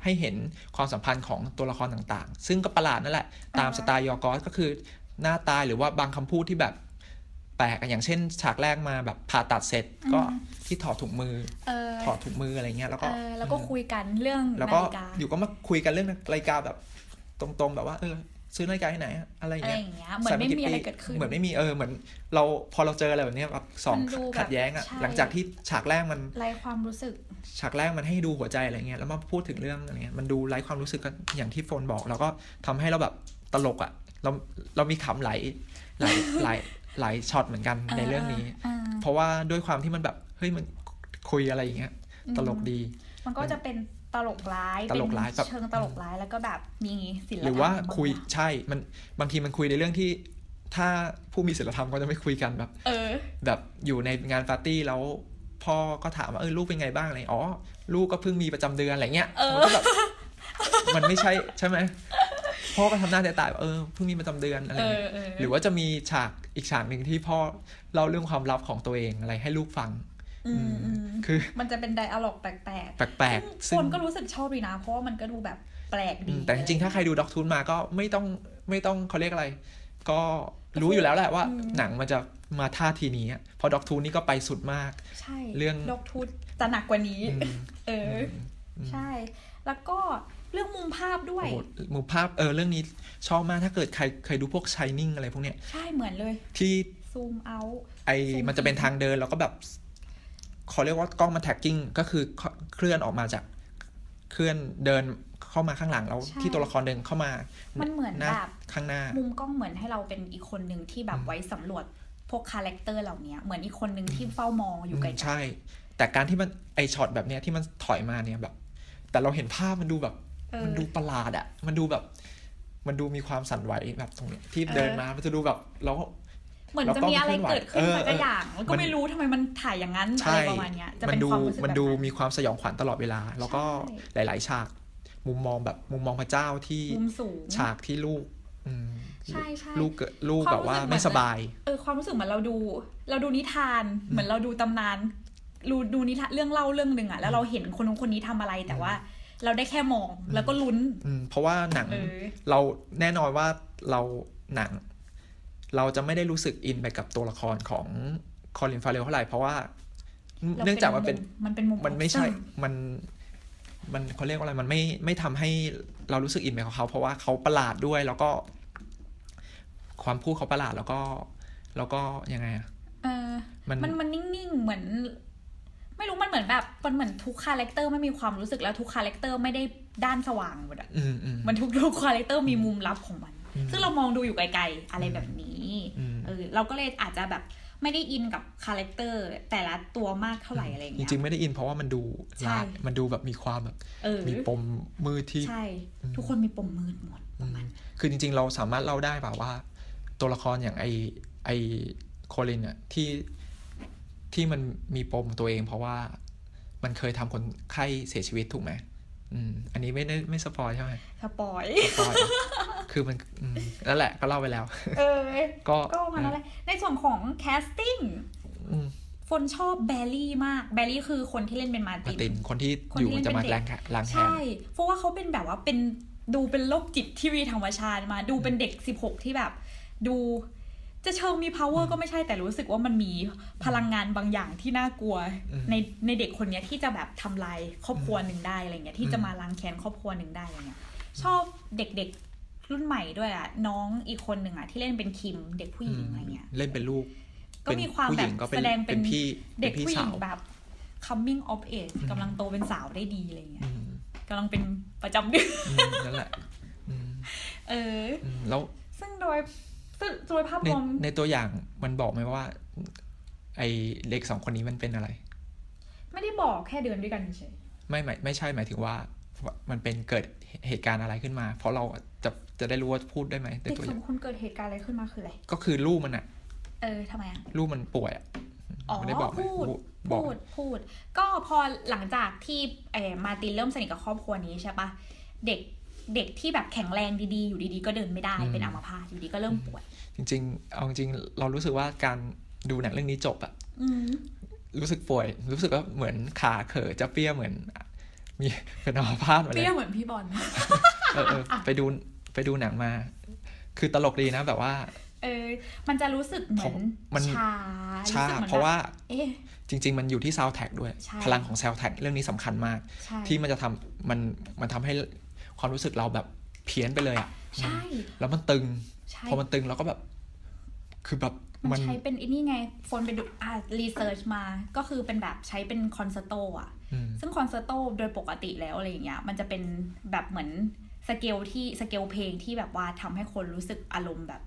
Speaker 1: ให้เห็นความสัมพันธ์ของตัวละครต่างๆ ซึ่งก็ประหลาดนั่นแหละ ตาม
Speaker 2: อ่าฮะ
Speaker 1: สไตล์ยอร์กอสก็คือหน้าตายหรือว่าบางคำพูดที่แบบแปลกอะอย่างเช่น ฉากแรกมาแบบผ่าตัดเสร็จก็ที่ถอดถุงมือ
Speaker 2: เออ
Speaker 1: ถอดถุงมืออะไรเงี้ยแล้ว
Speaker 2: เอ
Speaker 1: ก็
Speaker 2: อแล้วก็คุยกันเรื่อง
Speaker 1: แล้ว
Speaker 2: นา
Speaker 1: ก็
Speaker 2: ฬิกา
Speaker 1: อยู่ก็มาคุยกันเรื่องรายการแบบตรงๆ แบบว่า เออ ซื้อรายการที่ไหนอะอะไร
Speaker 2: อะไร
Speaker 1: เงี้
Speaker 2: อย ย่างเงี้ยเหมือนไม่มีอะไรเกิดขึ้น
Speaker 1: เหมือนไม่มีเออเหมือน เราพอเราเจออะไรแบบเนี้ยแบบสอง
Speaker 2: มันดูแบบ
Speaker 1: ขัดแย้งอะ
Speaker 2: ใช่
Speaker 1: หลังจากที่ฉากแรกมัน
Speaker 2: ไรความรู้สึก
Speaker 1: ฉากแรกมันให้ดูหัวใจอะไรเงี้ย แล้วมาพูดถึงเรื่องอะไรเงี้ย มันดูไร้ความรู้สึกกันอย่างที่โฟนบอก แล้วก็ทำให้เราแบบตลกอะ่ะ เราเรามีขำไหลายหลาย หลายหลายช็อตเหมือนกันในเรื่องนี้
Speaker 2: อ่า
Speaker 1: เพราะว่าด้วยความที่มันแบบ เฮ้ยมันคุยอะไรอย่างเงี้ย
Speaker 2: อืม
Speaker 1: ตลกดี
Speaker 2: มันก็จะเป็นตลกร้าย
Speaker 1: ตลกร้าย
Speaker 2: เป็น
Speaker 1: แบบ
Speaker 2: เชิงตลกร้ายแล้วก็แบบมีศิลปะ
Speaker 1: หรือว่า
Speaker 2: บ
Speaker 1: คุย
Speaker 2: งาง
Speaker 1: ใช่ มันบางทีมันคุยในเรื่องที่ ถ้าผู้มีศีลธรรมก็จะไม่คุยกันแบบ
Speaker 2: เออ
Speaker 1: แบบอยู่ในงานปาร์ตี้แล้วพ่อก็ถามว่าเออลูกเป็นไงบ้างอะไรอ๋อลูกก็เพิ่งมีประจำเดือนอะไรเงี้ย
Speaker 2: เออ
Speaker 1: มันก็แบบ มันไม่ใช่ใช่ไหมพ่อก็ทำหน้าตายๆแบบเออเพิ่งมีประจำเดือนอะไร
Speaker 2: เออ
Speaker 1: เงี้ย
Speaker 2: เออ
Speaker 1: หรือว่าจะมีฉากอีกฉากหนึ่งที่พ่อเล่าเรื่องความลับของตัวเองอะไรให้ลูกฟัง
Speaker 2: อืมอืม
Speaker 1: คือ
Speaker 2: มันจะเป็นไดอะล็อกแปลก
Speaker 1: แปลก
Speaker 2: ๆ
Speaker 1: ๆซึ่
Speaker 2: ซึ่ง
Speaker 1: ง
Speaker 2: คนก็รู้สึกชอบดีนะ เพราะว่ามันก็ดูแบบแปลก
Speaker 1: อื
Speaker 2: ดี
Speaker 1: มแต่จริงๆ ถ้าใครดูด็อกทูนมาก็ไม่ต้องไม่ต้องเขาเรียกอะไร ก็รู้อยู่แล้วแหละว่า หนังมันจะมาท่าทีนี้อะเพอด็อกทูนนี่ก็ไปสุดมาก
Speaker 2: ใช่
Speaker 1: เรื่อง
Speaker 2: ดอกทูตจะหนักกว่านี้
Speaker 1: อืม
Speaker 2: เอออ
Speaker 1: อืม
Speaker 2: ใช่ แล้วก็เรื่องมุมภาพด้วย
Speaker 1: โอ้โหมุมภาพเออเรื่องนี้ชอบมากถ้าเกิดใครเคยดูพวกชายนิ่งอะไรพวกเนี้ย
Speaker 2: ใช่เหมือนเลย
Speaker 1: ที่
Speaker 2: ซูมเอา
Speaker 1: ไอ
Speaker 2: จริงๆ
Speaker 1: มันจะเป็นทางเดินแล้วก็แบบเขาเรียกว่ากล้องมันแท็กกิ้งก็คือเคลื่อนออกมาจาก เคลื่อนเดินเข้ามาข้างหลังแล้วที่ตัวละครเดินเข้ามา
Speaker 2: มันเหมือน
Speaker 1: หน้า
Speaker 2: แบบ
Speaker 1: ข้างหน้า
Speaker 2: มุมกล้องเหมือนให้เราเป็นอีกคนหนึ่งที่แบบไว้สำรวจพวกคาแรคเตอร์เหล่านี้เหมือนอีกคนหนึ่งที่เฝ้ามองอยู่ไกล
Speaker 1: ใช่ แต่การที่มันไอช็อตแบบเนี้ยที่มันถอยมาเนี่ยแบบ แต่เราเห็นภาพมันดูแบบ
Speaker 2: ๆเอ
Speaker 1: มั
Speaker 2: อ
Speaker 1: นดูประหลาดอะมันดูแบบ มันดูมีความสั่นไหวแบบตรงเนี้ยที่เดิน
Speaker 2: เออ
Speaker 1: มามันจะดูแบบแล้ว
Speaker 2: เหมือนจะมีอะไรเกิดขึ้นสักอย่างแล้วก็ไม่รู้ทำไมมันถ่ายอย่างนั้นอะไรประมาณเนี้ยจะ
Speaker 1: มั
Speaker 2: เป็น
Speaker 1: ดู
Speaker 2: ความรู้สึก
Speaker 1: มัน
Speaker 2: แบบ
Speaker 1: ดู
Speaker 2: นั้น
Speaker 1: มีความสยองขวัญตลอดเวลา แล้วก็หลาย ๆ ฉาก มุมมองแบบมุมมองพระเจ้าที่
Speaker 2: มุมสูง
Speaker 1: ฉากที่ลูกอืม
Speaker 2: ใช่ใช่
Speaker 1: ลูกเกิดลูกแบบว่า
Speaker 2: ความรู้สึกเหมือน
Speaker 1: ไม่สบาย
Speaker 2: เออความรู้สึกเหมือนเราดู เราดูนิทาน เหมือนเราดูตำนานรูดูนิทานเรื่องเล่าเรื่องหนึ่งอะแล้วเราเห็นคนนู้นคนนี้ทำอะไรแต่ว่า เราได้แค่มองแล้วก็ลุ้น
Speaker 1: อืมเพราะว่าหนัง
Speaker 2: เออ
Speaker 1: เราแน่นอนว่าเราหนัง เราจะไม่ได้รู้สึกอินไปกับตัวละครของคอลินฟาเรลเท่าไหร่เพราะว่า
Speaker 2: ร
Speaker 1: เนื่องจากมันเป็น
Speaker 2: มันเป็นมุม
Speaker 1: มันไม่ใช่
Speaker 2: ของ
Speaker 1: มัน มันเขาเรียกว่าอะไร มันไม่ ไม่ทำให้เรารู้สึกอินไปกับเขา เพราะว่าเขาประหลาดด้วย แล้วก็ ความพูดเขาประหลาด แล้วก็ แล้วก็ยังไงอะ
Speaker 2: เออ
Speaker 1: มัน
Speaker 2: มันมันนิ่งๆ เหมือน ไม่รู้มันเหมือนแบบมันเหมือนทุกคาแรคเตอร์ไม่มีความรู้สึกแล้วทุกคาแรคเตอร์ไม่ได้ด้านสว่างหมดอะ
Speaker 1: อืมอืม
Speaker 2: มันทุกทุกคาแรคเตอร์มีมุมลับของมัน
Speaker 1: อืม
Speaker 2: ซึ่งเรามองดูอยู่ไกลๆ อะไรแบบนี้
Speaker 1: อืม
Speaker 2: เออเราก็เลยอาจจะแบบไม่ได้อินกับคาแรคเตอร์แต่ละตัวมากเท่าไหร่อะไรอย่าง
Speaker 1: จ
Speaker 2: เงี้ย
Speaker 1: ริงๆ ไม่ได้อิน เพราะว่ามันดู
Speaker 2: ใช่
Speaker 1: ลายมันดูแบบมีความแบบ
Speaker 2: เออ
Speaker 1: มีปมมืดที่
Speaker 2: ใช่
Speaker 1: อืม
Speaker 2: ทุกคนมีปมมืดหมดป
Speaker 1: อื
Speaker 2: ระ
Speaker 1: ม
Speaker 2: มาณ
Speaker 1: คือจริง ๆ เราสามารถเล่าได้แบบว่า ตัวละครอย่างไอไอโคลินเนี่ยที่ที่มันมีปมตัวเอง เพราะว่ามันเคยทำคนไข้เสียชีวิตถูกไหมอืม อันนี้ไม่ได้ไม่สปอยใช่ไหม
Speaker 2: สปอย
Speaker 1: สปอย คือมันอืมนั่นแหละก็เล่าไปแล้ว
Speaker 2: เออ
Speaker 1: ก็
Speaker 2: ก็ประมาณนั้นแหละในส่วนของแคสติ้ง
Speaker 1: อืม
Speaker 2: ฝนชอบแบลลี่มากแบลลี่คือคนที่เล่นเป็นมาร์
Speaker 1: มา
Speaker 2: ติน
Speaker 1: ตินคนที่
Speaker 2: คน
Speaker 1: อ
Speaker 2: ที่
Speaker 1: ยู่
Speaker 2: เล่น
Speaker 1: จะมา
Speaker 2: เป็นเด็ก
Speaker 1: ล้างแค้นล้างแค้
Speaker 2: ใช่
Speaker 1: น
Speaker 2: เพราะว่าเขาเป็นแบบว่าเป็นดูเป็นโรคจิตที่มีธรรมชาติมา ดูเป็นเด็ก 16 ที่แบบ ดู จะเชิงมี power ก็ไม่ใช่แต่รู้สึกว่ามันมีพลังงานบางอย่างที่น่ากลัว
Speaker 1: อืม
Speaker 2: ในในเด็กคนเนี้ยที่จะแบบทำลายครอบครัวหนึ่งได้อะไรเงี้ยที่จะ
Speaker 1: อืม
Speaker 2: มาล้างแค้นครอบครัวหนึ่งได้อะไรเงี้ยชอบเด็กๆรุ่นใหม่ด้วยอ่ะน้องอีกคนหนึ่งอ่ะที่เล่นเป็นคิมเด็กผู้หญิงอะไรเงี้ย
Speaker 1: เล่นเป็นลูก
Speaker 2: ก็มีความ
Speaker 1: เป็นผู้หญิง
Speaker 2: แบบ
Speaker 1: ก็เป็น
Speaker 2: แสดงเป็
Speaker 1: เป็นนพี่
Speaker 2: เด็ก
Speaker 1: ป็นพี่
Speaker 2: ผู้หญิ
Speaker 1: สาง ว
Speaker 2: แบบ coming of age กำลังโตเป็นสาวได้ดีอะไรเงี้
Speaker 1: อื
Speaker 2: ย
Speaker 1: ม
Speaker 2: กำลังเป็นประจำเดือน
Speaker 1: อืมนั่นแหละอืม
Speaker 2: เออ
Speaker 1: อืมแล้ว
Speaker 2: ซึ่งโดยซึ่งโดยภาพ
Speaker 1: ใน
Speaker 2: รวม
Speaker 1: ในตัวอย่างมันบอกไหมว่า ไอเด็กสองคนนี้มันเป็นอะไร
Speaker 2: ไม่ได้บอกแค่เดินด้วยกันเฉย
Speaker 1: ไม่หมายไม่ใช่หมายถึงว่าว่ามันเป็นเกิดเหตุการณ์อะไรขึ้นมา เพราะเราจะจะได้รู้ว่าพูดได้ไหมใน
Speaker 2: เด็ก
Speaker 1: ตัวอ
Speaker 2: สอย่าง งคนเกิดเหตุการณ์อะไรขึ้นมาคืออะไร
Speaker 1: ก็คือลูกมันอะ
Speaker 2: เออทำไมอ่ะ
Speaker 1: ลูกมันป่วยอะ
Speaker 2: อ๋อ
Speaker 1: ไม่ได้บอกไหม
Speaker 2: พูด
Speaker 1: บอ
Speaker 2: พู
Speaker 1: ก
Speaker 2: ด พูด ก็พอหลังจากที่เออมาร์ตินเริ่มสนิทกับครอบครัวนี้ใช่ปะเด็กเด็กที่แบบแข็งแรงดีๆ อยู่ดีๆ ก็เดินไม่ได้
Speaker 1: อืม
Speaker 2: เป็นอัมพาตอยู่ดีก็เริ่มป่วย
Speaker 1: จริง ๆ เอาจริงๆเรารู้สึกว่าการดูหนังเรื่องนี้จบอะ
Speaker 2: อืม
Speaker 1: รู้สึกป่วย รู้สึกว่าเหมือนขาเขอจะเปรี้ยเหมือน มี เป็นอัมพาตหมด
Speaker 2: เป
Speaker 1: เล
Speaker 2: รี้
Speaker 1: ย
Speaker 2: ยวเหมือนพี่บอล
Speaker 1: เออเออไปดูไปดูหนังมา คือตลกดีนะแบบว่า
Speaker 2: เออ มันจะรู้สึกเหมือน
Speaker 1: ผมมัน
Speaker 2: ชา
Speaker 1: ชา
Speaker 2: สึกหมือน
Speaker 1: เพราะว่า
Speaker 2: เอ๊ะ
Speaker 1: จริง ๆ มันอยู่ที่ซาวแท็กด้วย
Speaker 2: ใช่
Speaker 1: พลังของซาวแท็กเรื่องนี้สำคัญมาก
Speaker 2: ใช่
Speaker 1: ที่มันจะทำมันมันทำให้ความรู้สึกเราแบบเพี้ยนไปเลยอะ
Speaker 2: ใช่
Speaker 1: แล้วมันตึง
Speaker 2: ใช่
Speaker 1: พอมันตึงเราก็แบบ คือแบบ
Speaker 2: มั
Speaker 1: มัน น
Speaker 2: ใช้เป็นไอันนี้ไงโฟนไปดูอ่ารีเสิร์ชมา ก็คือเป็นแบบใช้เป็นคอนเสิร์ตโตอ่ะ
Speaker 1: อืม
Speaker 2: ซึ่งคอนเสิร์ตโตโดยปกติแล้วอะไรอย่างเงี้ย มันจะเป็นแบบเหมือนสเกลที่สเกลเพลงที่แบบว่าทำให้คนรู้สึกอารมณ์แบบ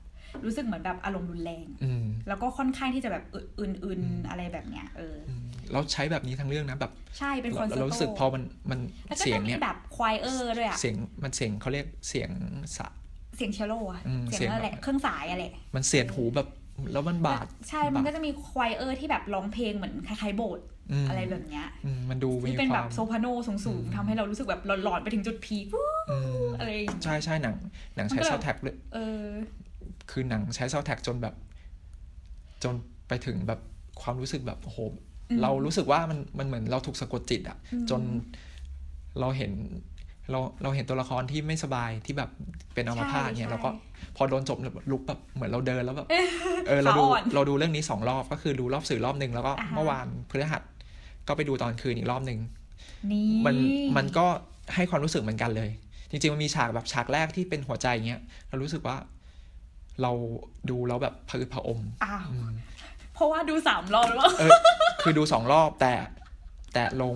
Speaker 2: รู้สึกเหมือนแบบอารมณ์รุนแรง
Speaker 1: อืม
Speaker 2: แล้วก็ค่อนข้างที่จะแบบอื่น
Speaker 1: อืม
Speaker 2: ๆอะไรแบบเนี้ย เออ
Speaker 1: อืมเราใช้แบบนี้ทั้งเรื่องนะแบบ
Speaker 2: ใช่เป็นค
Speaker 1: เรา
Speaker 2: อนเสิร์
Speaker 1: เรา
Speaker 2: ต
Speaker 1: รู้สึกพ
Speaker 2: โต
Speaker 1: อมันมัน
Speaker 2: แล้วก็
Speaker 1: เสีย
Speaker 2: จะ
Speaker 1: ง
Speaker 2: มี
Speaker 1: เนี่ย
Speaker 2: แบบควายเออร์ด้วยอ่ะ
Speaker 1: เสียงมันเสียงเขาเรียกเสียงสะ
Speaker 2: เสียงเชลโลอ่ะ
Speaker 1: อืม
Speaker 2: เสียง
Speaker 1: เสียง
Speaker 2: อะไร
Speaker 1: แบบ
Speaker 2: เครื่องสายอะไร
Speaker 1: มันเสียดหูแบบแล้วมันบาด
Speaker 2: ใช่ มัน
Speaker 1: บาด
Speaker 2: ก็จะมีควายเออร์ที่แบบร้องเพลงเหมือนคล้ายๆโบสถ์
Speaker 1: ม
Speaker 2: อะไรแบบเนี้ย
Speaker 1: อืมมันดูมี
Speaker 2: ที่เป็น
Speaker 1: ค
Speaker 2: แบ
Speaker 1: วาม
Speaker 2: บโซพาโนสูง
Speaker 1: อืม
Speaker 2: ๆทำให้เรารู้สึกแบบหลอนๆไปถึงจุดพีควู้
Speaker 1: อืม
Speaker 2: อะไรอย่างเงี้ย
Speaker 1: ใช่ใช่หนังหนัง
Speaker 2: มัน
Speaker 1: ใช้
Speaker 2: ก็เลย
Speaker 1: ซาวแท็กด้วย
Speaker 2: เออ
Speaker 1: คือหนังใช้ซาวแท็กจนแบบ จนไปถึงแบบความรู้สึกแบบโอ้โห
Speaker 2: อืม
Speaker 1: เรารู้สึกว่ามันมันเหมือนเราถูกสะกดจิตอะ
Speaker 2: อืม
Speaker 1: จนเราเห็น เราเราเห็นตัวละครที่ไม่สบายที่แบบเป็นอัมพาต
Speaker 2: ใช่
Speaker 1: เนี่ย
Speaker 2: ใช่
Speaker 1: เราก็พอโดนจบลุกแบบเหมือนเราเดินแล้ว แบบเออเราดู
Speaker 2: ขาอ่อน
Speaker 1: เราดูเรื่องนี้สองรอบก็คือดูรอบสื่อรอบหนึ่งแล้วก็
Speaker 2: อ่าฮะ
Speaker 1: เมื่อวานพฤหัสก็ไปดูตอนคืนอีกรอบหนึ่ง
Speaker 2: นี่
Speaker 1: มันมันก็ให้ความรู้สึกเหมือนกันเลย จริงๆมันมีฉากแบบฉากแรกที่เป็นหัวใจเงี้ยเรารู้สึกว่า เราดูแล้วแบบผะอืดผะอม
Speaker 2: อ้าวเพราะว่าดูสามรอบแล้ว
Speaker 1: เออคือดูสองรอบแต่แต่ลง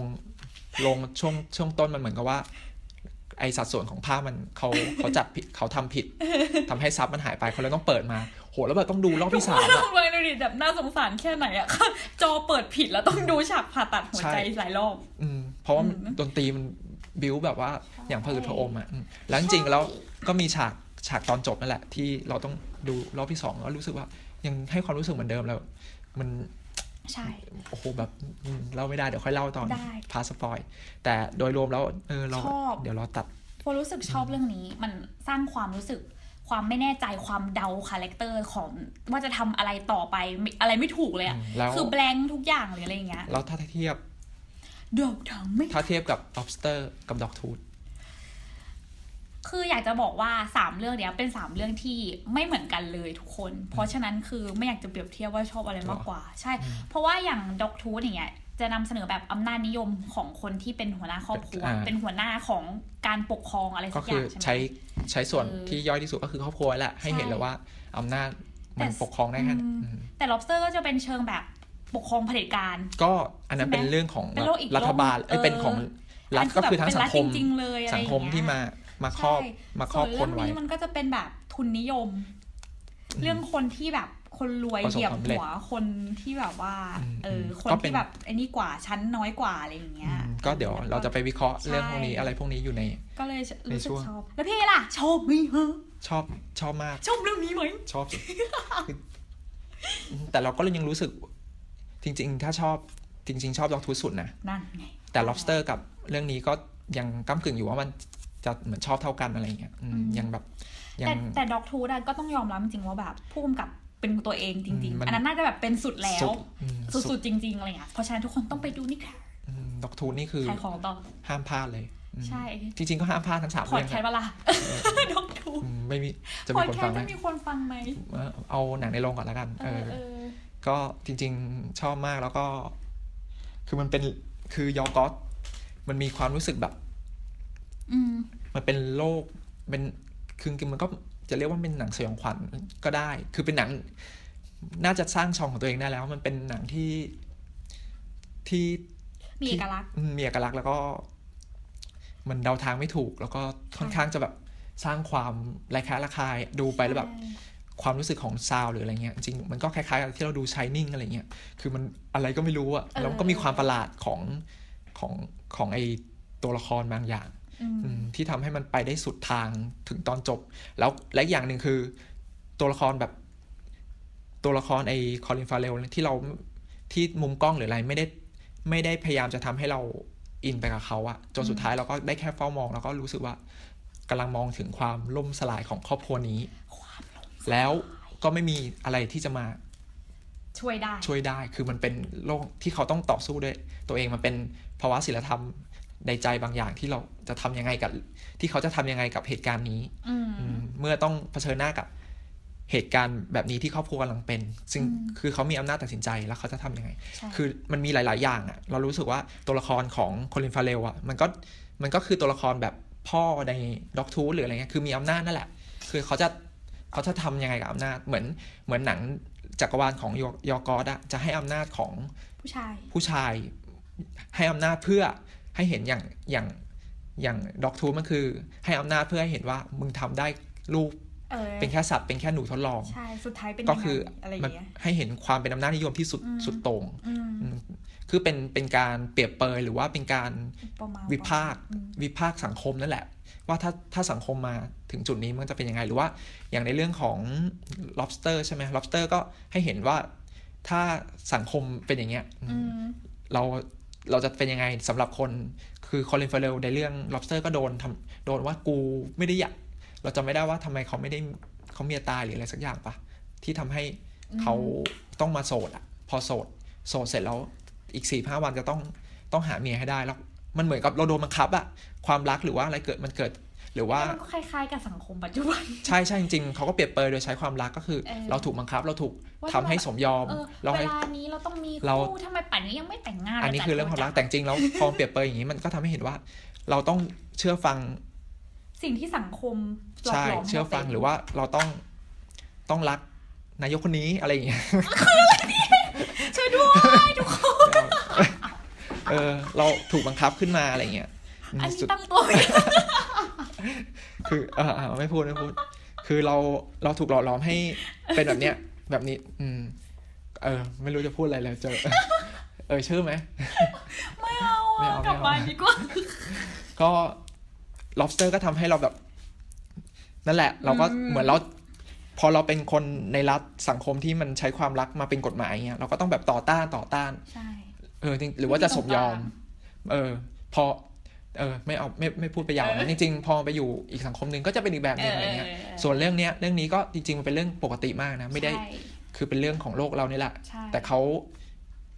Speaker 1: ลงช่วงช่วงต้นมันเหมือนกับว่า ไอสัดส่วนของภาพมันเขาเขาจัดผิดเขาทำผิดทำให้ซับมันหายไปเขาเลยต้องเปิดมา โหแล้วแบบต้องดูรอบที่ สามอะ
Speaker 2: ทำไมดูดิแบบน่าสงสารแค่ไหนอะ จอเปิดผิดแล้วต้องดูฉากผ่าตัดหัวใจ
Speaker 1: ใช่
Speaker 2: หลายรอบ
Speaker 1: อืมเพราะว่ามัน
Speaker 2: อืม
Speaker 1: ดนตรีมันบิวแบบว่าอย่างพระอืดพระอมอ่ะอืมแล้วจริง
Speaker 2: ใช่
Speaker 1: ๆแล้วก็มีฉากฉากตอนจบนั่นแหละ ที่เราต้องดูรอบที่สองแล้วรู้สึกว่ายังให้ความรู้สึกเหมือนเดิมแล้ว มัน
Speaker 2: ใช่
Speaker 1: โอ้โหแบบอืมเล่าไม่ได้เดี๋ยวค่อยเล่าตอน
Speaker 2: ได้
Speaker 1: พาสปอย แต่โดยรวมแล้วเออเรา
Speaker 2: ชอบ
Speaker 1: เดี๋ยวเราตัด
Speaker 2: พอรู้สึกชอบเรื่องนี้ มันสร้างความรู้สึกความไม่แน่ใจความเดาคาแรคเตอร์ของว่าจะทำอะไรต่อไปไม่อะไรไม่ถูกเลยอะ
Speaker 1: แล้ว
Speaker 2: คือแบงค์ทุกอย่างหรืออะไรอย่างเงี้ย
Speaker 1: แล้วถ้าเทียบ
Speaker 2: เดอกทางไม่
Speaker 1: ถ้าเทียบกับ lobster กับ dog tooth
Speaker 2: คืออยากจะบอกว่าสามเรื่องเนี้ยเป็นสามเรื่องที่ไม่เหมือนกันเลยทุกคน เพราะฉะนั้นคือไม่อยากจะเปรียบเทียบว่าชอบอะไรมากกว่า ใช่ เพราะว่าอย่างด็อกทูตอย่างเงี้ยจะนำเสนอแบบอำนาจนิยมของคนที่เป็นหัวหน้าครอบครัว
Speaker 1: อ่า
Speaker 2: เป็นหัวหน้าของการปกครองอะไร
Speaker 1: ก็
Speaker 2: สักอ
Speaker 1: คื
Speaker 2: ย่า
Speaker 1: อง
Speaker 2: ใช่ไหม
Speaker 1: ใช้ใช้ส่วน
Speaker 2: เออ
Speaker 1: ที่ย่อยที่สุดก็คือครอบครัวแหละให้เห็น
Speaker 2: ใช่
Speaker 1: เลยว่าอำนาจมัน
Speaker 2: แต่
Speaker 1: ปกครองได้แค่ไหน
Speaker 2: อืม
Speaker 1: อืม
Speaker 2: แต่ล็อบสเตอร์ก็จะเป็นเชิงแบบปกครองเผด็จการ
Speaker 1: ก็อันนั้น
Speaker 2: ใช่ไหม
Speaker 1: เป็นเรื่องของ
Speaker 2: เป็นโลกอีก
Speaker 1: รัฐบาล
Speaker 2: โลก
Speaker 1: เอ้ยเป็นของ
Speaker 2: เอ
Speaker 1: รัฐก็คือ
Speaker 2: อั
Speaker 1: ทั้
Speaker 2: น
Speaker 1: ง
Speaker 2: นี้
Speaker 1: สั
Speaker 2: แบบ
Speaker 1: งค
Speaker 2: เป็น
Speaker 1: ม
Speaker 2: รัฐจริงๆเลยอะไร
Speaker 1: สั
Speaker 2: อง ย่าง
Speaker 1: คม
Speaker 2: เงี้ย
Speaker 1: ที่มามาครอบ
Speaker 2: ใช่
Speaker 1: มาคร
Speaker 2: ส่
Speaker 1: อ
Speaker 2: ว
Speaker 1: บค
Speaker 2: นเรื่
Speaker 1: น
Speaker 2: อง
Speaker 1: ไว้
Speaker 2: นี้มันก็จะเป็นแบบทุนนิยม เรื่องคนที่แบบคนรวย
Speaker 1: ประสบ
Speaker 2: เหยียบ
Speaker 1: ความสำเร็จ
Speaker 2: หัวคนที่แบบว่า
Speaker 1: อืม
Speaker 2: เอออ
Speaker 1: ม
Speaker 2: คน
Speaker 1: ก็เป็น
Speaker 2: ที่แบบไอ้นี่กว่าชั้นน้อยกว่าอะไรอย่างเงี้ย
Speaker 1: อืมก็เดี๋ยวเราจะไปวิเคราะห์เรื่องพวกนี้
Speaker 2: ใช่
Speaker 1: อะไรพวกนี้อยู่ใน
Speaker 2: ก็เลยรู้
Speaker 1: ใน
Speaker 2: สึ
Speaker 1: ช่
Speaker 2: ก
Speaker 1: วง
Speaker 2: ชอบ แล้วพี่ล่ะ ชอบไหมฮะ
Speaker 1: ชอบชอบมาก
Speaker 2: ชอบเรื่องนี้ไหม
Speaker 1: ช อบสิ แต่เราก็ยังรู้สึก จริง ๆ ถ้าชอบจริง ๆ ชอบล็อกทูสุดนะ
Speaker 2: นั่นไง
Speaker 1: แต่ lobster กับเรื่องนี้ก็ยังก้ากึ่งอยู่ว่ามันจะเหมือนชอบเท่ากันอะไรอย่างเงี้ยอืมยังแบบยัง
Speaker 2: แต่แต่ด็อกทูดก็ต้องยอมรับจริงๆว่าแบบพุ่มกับเป็นตัวเองจริง
Speaker 1: อืมมั
Speaker 2: ๆ
Speaker 1: น
Speaker 2: อันนั้นน่าจะแบบเป็นสุดแล้ว
Speaker 1: สุดอืม
Speaker 2: สุดๆจริงๆอะไรอย่างเงี้ยเพราะฉะนั้นทุกคนต้องไปดูนี่ค่ะ
Speaker 1: ด็อกทูนี่คือ
Speaker 2: ขายของต่อ
Speaker 1: ห้ามพลาดเลยอืม
Speaker 2: ใช่
Speaker 1: จริง ๆ ก็ห้ามพลาดทั้งสาม
Speaker 2: พอ
Speaker 1: เรื่
Speaker 2: ด
Speaker 1: อง
Speaker 2: แค
Speaker 1: นะ
Speaker 2: สต์เวลา ด็อกทู
Speaker 1: อืมไม่มีจะ
Speaker 2: พ
Speaker 1: มี
Speaker 2: อด
Speaker 1: คน
Speaker 2: แค
Speaker 1: ฟั
Speaker 2: ส
Speaker 1: ง
Speaker 2: ต์
Speaker 1: ไหม
Speaker 2: จะมีคนฟังไหม
Speaker 1: เออเอาหนังในโรงก่อนแล้วกัน
Speaker 2: เอ
Speaker 1: เอ
Speaker 2: อ
Speaker 1: อ
Speaker 2: เออ
Speaker 1: ก็จริงๆชอบมากแล้วก็ คือมันเป็นคือยอกอสมันมีความรู้สึกแบบ
Speaker 2: อืม
Speaker 1: มันเป็นโลกเป็นคือจริงๆมันก็จะเรียกว่าเป็นหนังสยองขวัญก็ได้ คือเป็นหนัง น่าจะสร้างช่องของตัวเองได้แล้ว มันเป็นหนังที่ที่
Speaker 2: มีเอกลักษณ์
Speaker 1: อืมมีเอกลักษณ์แล้วก็ มันเดาทางไม่ถูก แล้วก็ค่อนข้างจะแบบสร้างความระแคะระคายดูไปแล้วแบบ ความรู้สึกของซาวด์หรืออะไรเงี้ยจริงๆมันก็คล้ายๆกับที่เราดูชายนิ่งอะไรเงี้ยคือมันอะไรก็ไม่รู้อะแล้วมันก็มีความประหลาดของของของไอตัวละครบางอย่าง
Speaker 2: อืม
Speaker 1: อืมที่ทำให้มันไปได้สุดทางถึงตอนจบ แล้วและอีกอย่างหนึ่งคือ ตัวละครแบบ ตัวละครไอ้คอลินฟาเรลที่เราที่มุมกล้องหรืออะไรไม่ได้ไม่ได้พยายามจะทำให้เราอินไปกับเขาอะจนสุดท้ายเราก็ได้แค่เฝ้ามอง แล้วก็รู้สึกว่ากำลังมองถึงความล่มสลายของครอบครัวนี้
Speaker 2: ความหลง
Speaker 1: แล้วก็ไม่มีอะไรที่จะมา
Speaker 2: ช่วยได้
Speaker 1: ช่วยได้ คือมันเป็นโลกที่เขาต้องต่อสู้ด้วย ตัวเองมันเป็นภาวะศิลธรรมในใจบางอย่างที่เราจะทำยังไงกับ ที่เขาจะทำยังไงกับเหตุการณ์นี้
Speaker 2: อืม
Speaker 1: อืมเมื่อต้องเผชิญหน้ากับเหตุการณ์แบบนี้ที่ครอบครัวกำลังเป็น ซึ่ง
Speaker 2: อืม
Speaker 1: คือเขามีอำนาจตัดสินใจแล้วเขาจะทำยังไง
Speaker 2: ใช่
Speaker 1: คือมันมีหลาย ๆ อย่างอะเรารู้สึกว่าตัวละครของค o ลินฟาเรลอะมันก็มันก็คือตัวละครแบบพ่อในด็อกทูหรืออะไรเงี้ยคือมีอำนาจนั่นแหละ คือเขาจะเขาจะทำยังไงกับอำนาจเหมือนเหมือนหนังจักรวาลของยอยอกอดอะจะให้อำนาจของ
Speaker 2: ผู้ชาย
Speaker 1: ผู้ชายให้อำนาจเพื่อให้เห็นอย่างอย่างอย่างด็อกทูมันคือ ให้อำนาจเพื่อให้เห็นว่ามึงทำได้ลูก
Speaker 2: เออ
Speaker 1: เป็นแค่สัตว์เป็นแค่หนูทดลอง
Speaker 2: ใช่ สุดท้ายเป็น
Speaker 1: ก็คือ
Speaker 2: ยังไงอะไรอ
Speaker 1: มัน
Speaker 2: ย่างเงี้ย
Speaker 1: ให้เห็นความเป็นอำนาจนิยมที่สุด
Speaker 2: อืม
Speaker 1: สุดโต่ง
Speaker 2: อืม
Speaker 1: อืมคือเป็นเป็นการเปรียบเปรยหรือว่าเป็นการ
Speaker 2: ประมาณ
Speaker 1: วิพากษ์
Speaker 2: อืม
Speaker 1: วิพากษ์สังคมนั่นแหละ ว่าถ้าถ้าสังคมมาถึงจุดนี้มันจะเป็นยังไง หรือว่าอย่างในเรื่องของ lobster ใช่ไหม lobster ก็ให้เห็นว่าถ้าสังคมเป็นอย่างเงี้ยอืม
Speaker 2: อืม
Speaker 1: เราเราจะเป็นยังไงสำหรับคนคือคอลินฟาเรลในเรื่อง lobster ก็โดนทำโดนว่ากูไม่ได้อยากเราจำไม่ได้ว่าทำไมเขาไม่ได้เขาเมียตายหรืออะไรสักอย่างปะที่ทำให้เขาต้องมาโสดอะพอโสดโสดเสร็จแล้วอีกสี่ห้าวันจะต้องต้องหาเมียให้ได้แล้วมันเหมือนกับเราโดนบังคับอะความรักหรือว่าอะไรเกิดมันเกิด หรือว่า
Speaker 2: มันก็คล้ายๆกับสังคมปัจจุบัน
Speaker 1: ใช่ใช่จริงๆเขาก็เปรียบเปรยโดยใช้ความรักก็คือ
Speaker 2: เออ
Speaker 1: เราถูกบังคับเราถูก
Speaker 2: ว่า
Speaker 1: ทำให้
Speaker 2: ทำไม
Speaker 1: สมยอม
Speaker 2: เออ
Speaker 1: เรา
Speaker 2: เว
Speaker 1: ให้
Speaker 2: ลานี้เราต้องมี
Speaker 1: เรา
Speaker 2: คู่ทำไมป่านนี้ยังไม่แต่งงาน
Speaker 1: อันนี้คือเรื่องความรักแต่จริงๆแล้วพอเปรียบเปรยอย่างนี้มันก็ทำให้เห็นว่า เราต้องเชื่อฟัง
Speaker 2: สิ่งที่สังคมหลอก
Speaker 1: ใช่
Speaker 2: หลอน
Speaker 1: เชื่อฟังหรือว่าเราต้องต้องรักนายกคนนี้อะไรอย่างเงี้ย
Speaker 2: ช่วย ด้วยทุกคน
Speaker 1: เออเราถูกบังคับขึ้นมาอะไรอย่างเงี้ยอืม
Speaker 2: อันนี้
Speaker 1: สุด
Speaker 2: ตั้งตัวไม่ได้
Speaker 1: คือ เออเออไม่พูดไม่พูด คือเราเราถูกหล่อหลอมให้เป็นแบบเนี้ยแบบนี้ อืม เออ ไม่รู้จะพูดอะไรแล้วเจอ เออชื่อไหม
Speaker 2: ไม่เอา
Speaker 1: ไม่
Speaker 2: อะ
Speaker 1: เอาไม่เอา
Speaker 2: กลับบ้านดีกว่า
Speaker 1: ก็ lobster ก็ทำให้เราแบบ นั่นแหละ เราก็
Speaker 2: อืม
Speaker 1: เหมือนเรา พอเราเป็นคนในรัฐสังคมที่มันใช้ความรักมาเป็นกฎหมายเงี้ยเราก็ต้องแบบต่อต้านต่อต้าน
Speaker 2: ใช่
Speaker 1: เออจริงหรือว่าจะสมยอม เออ พอ เออไม่เอาไม่ไม่พูดไปยาวนะจริงๆ พอไปอยู่อีกสังคมหนึ่งก็จะเป็นอีกแบบหนึ่งอะไรเงี้ย ส่วนเรื่องเนี้ยเรื่องนี้ก็จริงๆมันเป็นเรื่องปกติมากนะไม่ได้
Speaker 2: ใช่
Speaker 1: คือเป็นเรื่องของโลกเรานี่แหละ
Speaker 2: ใช่
Speaker 1: แต่เขา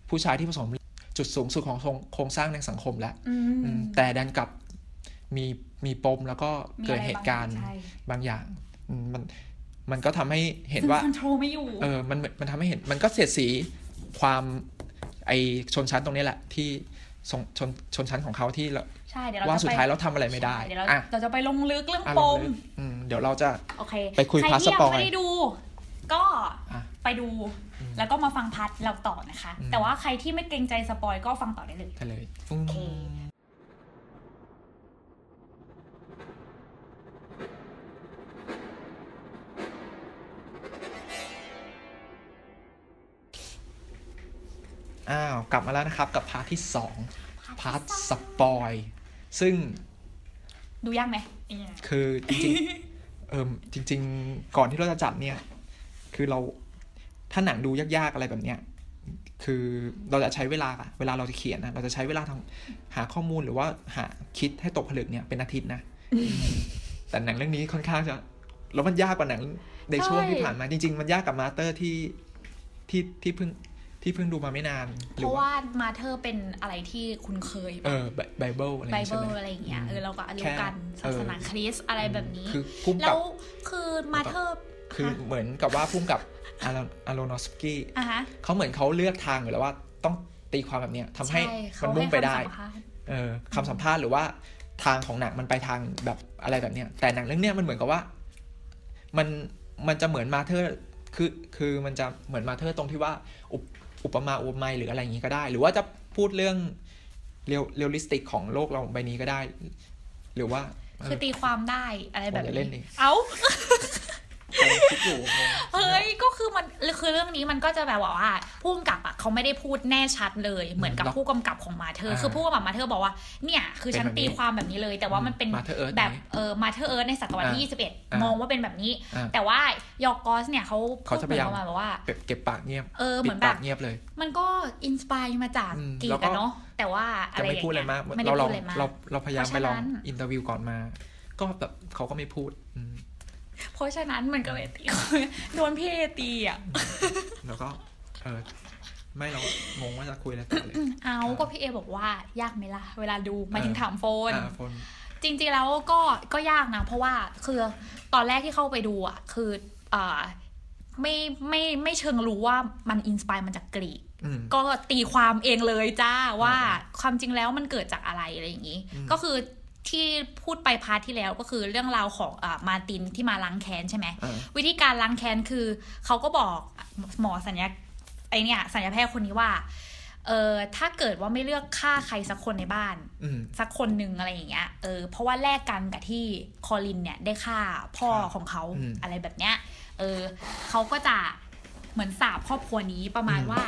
Speaker 1: ผู้ชายที่ผสมจุดสูงสุดของโครงสร้างในสังคมแล้ว
Speaker 2: อืม
Speaker 1: อืมแต่ดันกลับมีมีปมแล้วก็
Speaker 2: มี
Speaker 1: เกิ
Speaker 2: อะ
Speaker 1: ด
Speaker 2: ไบง
Speaker 1: เหตุการณ์
Speaker 2: ใช่
Speaker 1: บางอย่างอืมมันมันก็ทำให้เห็น
Speaker 2: ซึ่ง
Speaker 1: ว่า
Speaker 2: คอนโทรลไม่อยู่
Speaker 1: เออ มัน มันทำให้เห็น มันก็เสียดสีความไอชนชั้นตรงนี้แหละ ที่ชนชนชนชั้นของเขาที่เรา
Speaker 2: ใช่เดี๋ยวเรา
Speaker 1: ว่า
Speaker 2: จะ
Speaker 1: สุด
Speaker 2: ไป
Speaker 1: ท้ายเราทำอะไรไม่ได้
Speaker 2: ใช่เดี๋ยวเรา
Speaker 1: อ่ะ
Speaker 2: เราจะไปลงลึกเรื่อง
Speaker 1: อ่ะ
Speaker 2: ป
Speaker 1: ลง
Speaker 2: ม
Speaker 1: เลยอืมเดี๋ยวเราจะ
Speaker 2: โอเค
Speaker 1: ไปคุย
Speaker 2: ใร
Speaker 1: พาร์ท
Speaker 2: ที่
Speaker 1: สป
Speaker 2: ยั
Speaker 1: อย
Speaker 2: งไม่ได้ดู ก็
Speaker 1: อ่ะ
Speaker 2: ไปดู
Speaker 1: อืม
Speaker 2: แล้วก็มาฟังพาร์ทเราต่อนะคะ
Speaker 1: อืม
Speaker 2: แต่ว่าใครที่ไม่เกรงใจสปอยก็ฟังต่อได้เลย
Speaker 1: ได้เลยอืม
Speaker 2: โอเค
Speaker 1: อ้าว กลับมาแล้วนะครับ กับพาร์ทที่สองพาร์ทสปอยซึ่ง
Speaker 2: ดูยากไหมเนี่ย
Speaker 1: คือจริง ๆ เออจริง ๆ ก่อนที่เราจะจัดเนี่ย คือเราถ้าหนังดูยากๆ อะไรแบบเนี้ย คือเราจะใช้เวลาเวลาเราจะเขียนนะเราจะใช้เวลาทำหาข้อมูลหรือว่าหาคิดให้ตกผลึกเนี่ยเป็นอาทิตย์ นะแต่หนังเรื่องนี้ค่อนข้างจะแล้วมันยากกว่าหนังในช่วงที่ผ่านมาจริง ๆ มันยากกับมาสเตอร์ที่ที่ที่เพิ่งที่เพิ่งดูมาไม่นานห
Speaker 2: เพ
Speaker 1: รือ
Speaker 2: ราะ
Speaker 1: ว่า
Speaker 2: ว่ามาเธอเป็นอะไรที่คุณเคย
Speaker 1: เออไบเบิลอะไรอ
Speaker 2: ไบ
Speaker 1: ย่างงี้
Speaker 2: เบิ
Speaker 1: ใช่ไหม
Speaker 2: ลอะไรอย่างเงี้ย
Speaker 1: อืม
Speaker 2: เออเราก็รู้
Speaker 1: แค่
Speaker 2: กันศาสนา
Speaker 1: เออ
Speaker 2: คริสต์อะไรแบบนี้
Speaker 1: คือพุ่ม
Speaker 2: แล้
Speaker 1: กับ
Speaker 2: วคือมาเธอ
Speaker 1: คือเหมือนกับว่าพุ่มกับอารอนอารอนอฟสกี้
Speaker 2: อ่ะฮะ
Speaker 1: เขาเหมือนเขาเลือกทางอยู่แล้วว่าต้องตีความแบบเนี้ยทำให้
Speaker 2: ช่
Speaker 1: มั
Speaker 2: เขา
Speaker 1: นมุ่งไปได้
Speaker 2: ให้คำสัมภาษณ์
Speaker 1: เออคำสัมภาษณ์หรือว่าทางของหนังมันไปทางแบบอะไรแบบเนี้ยแต่หนังเรื่องเนี้ยมันเหมือนกับว่า มันมันจะเหมือนมาเธอร์คือคือมันจะเหมือนมาเธอร์ตรงที่ว่าอุปอุปมาอุปไมยหรืออะไรอย่างนี้ก็ได้ หรือว่าจะพูดเรื่องเรียลเรียลลิสติกของโลกเราใบนี้ก็ได้ หรือว่าเอ
Speaker 2: คือ
Speaker 1: อ
Speaker 2: ตีความได้อะไรแบบ
Speaker 1: ผมจะเล่นดิ
Speaker 2: นี้เอ้า
Speaker 1: คิดอยู่งง
Speaker 2: เฮ้ย ก็คือมันคือเรื่องนี้มันก็จะแบบว่าผู้กำกับอะเขาไม่ได้พูดแน่ชัดเลยเหมือนกับ
Speaker 1: อืม
Speaker 2: ผู้กำกับของมาเธอ
Speaker 1: อ่า
Speaker 2: คือผู้กำกับมาเธอบอกว่าเนี่ยคือฉัน
Speaker 1: เป็นแบบนี้
Speaker 2: ตีความแบบนี้เลย แต่ว่ามันเป็น
Speaker 1: มาเธอร์เอิร์ธ
Speaker 2: แบบ
Speaker 1: ไหม
Speaker 2: เออมาเธอเอิร์ธในศตวรรษที่
Speaker 1: อ่า
Speaker 2: 21 มองว่าเป็นแบบนี้
Speaker 1: อ่า
Speaker 2: แต่ว่ายอร์กอสเนี่ยเขา
Speaker 1: เขาจะพยายาม
Speaker 2: พูดเหมือนประมาณแบบว่า
Speaker 1: เก็บเก็บปากเงียบ
Speaker 2: เออเห
Speaker 1: ปิ
Speaker 2: มื
Speaker 1: ด
Speaker 2: อนแบ
Speaker 1: ปา
Speaker 2: บ
Speaker 1: กเงียบเลย
Speaker 2: มันก็อินสปายมาจาก
Speaker 1: อืม
Speaker 2: กรี
Speaker 1: แล้ว
Speaker 2: ก
Speaker 1: ก็
Speaker 2: อะเนาะแต่ว่าอะ
Speaker 1: จะ
Speaker 2: ไรอ
Speaker 1: ไม่
Speaker 2: ย่าง
Speaker 1: พูดอะไร
Speaker 2: เงี้ย
Speaker 1: มาก
Speaker 2: ไม่ได้
Speaker 1: เราลอ
Speaker 2: พูด
Speaker 1: ง
Speaker 2: อะไรมาก
Speaker 1: เราเราพยายามไปลอง
Speaker 2: เพราะฉะนั้น
Speaker 1: อินเตอร์วิวก่อนมา ก็แบบเขาก็ไม่พูดอืม
Speaker 2: เพราะฉะนั้นมันก็เลยตี โดนพี่เอตีอ่ะ
Speaker 1: แล้วก็เออไม่เรางงว่าจะคุยอะไรต่อเลย
Speaker 2: เอาก็พี่เอบอกว่ายากไหมล่ะเวลาดูหมายถึง
Speaker 1: เออ
Speaker 2: ถามโฟน
Speaker 1: อ่าคน
Speaker 2: จริงๆแล้วก็ก็ยากนะ เพราะว่าคือตอนแรกที่เข้าไปดูอ่ะคือเอ่อไม่ไม่ไม่เชิงรู้ว่ามันอินสปายมันจากกรีก
Speaker 1: อืม
Speaker 2: ก็ตีความเองเลยจ้าว่าความจริงแล้วมันเกิดจากอะไรอะไรอย่างนี้
Speaker 1: อืม
Speaker 2: ก็คือที่พูดไปพาร์ทที่แล้วก็คือเรื่องราวของอ่ามาร์ตินที่มาล้างแค้นใช่ไหม
Speaker 1: อ่า
Speaker 2: วิธีการล้างแค้นคือเขาก็บอกหมอสัญญาไอเนี่ยสัญญาแพทย์คนนี้ว่าเออถ้าเกิดว่าไม่เลือกฆ่าใครสักคนในบ้าน
Speaker 1: อืม
Speaker 2: สักคนหนึ่งอะไรอย่างเงี้ย เออ เพราะว่าแลกกันกับที่คอลินเนี่ยได้ฆ่าพ่อ
Speaker 1: ครับ
Speaker 2: ของเขา
Speaker 1: อืม
Speaker 2: อะไรแบบเนี้ย เออเขาก็จะเหมือนสาบครอบครัวนี้ประมาณ
Speaker 1: อืม
Speaker 2: ว่า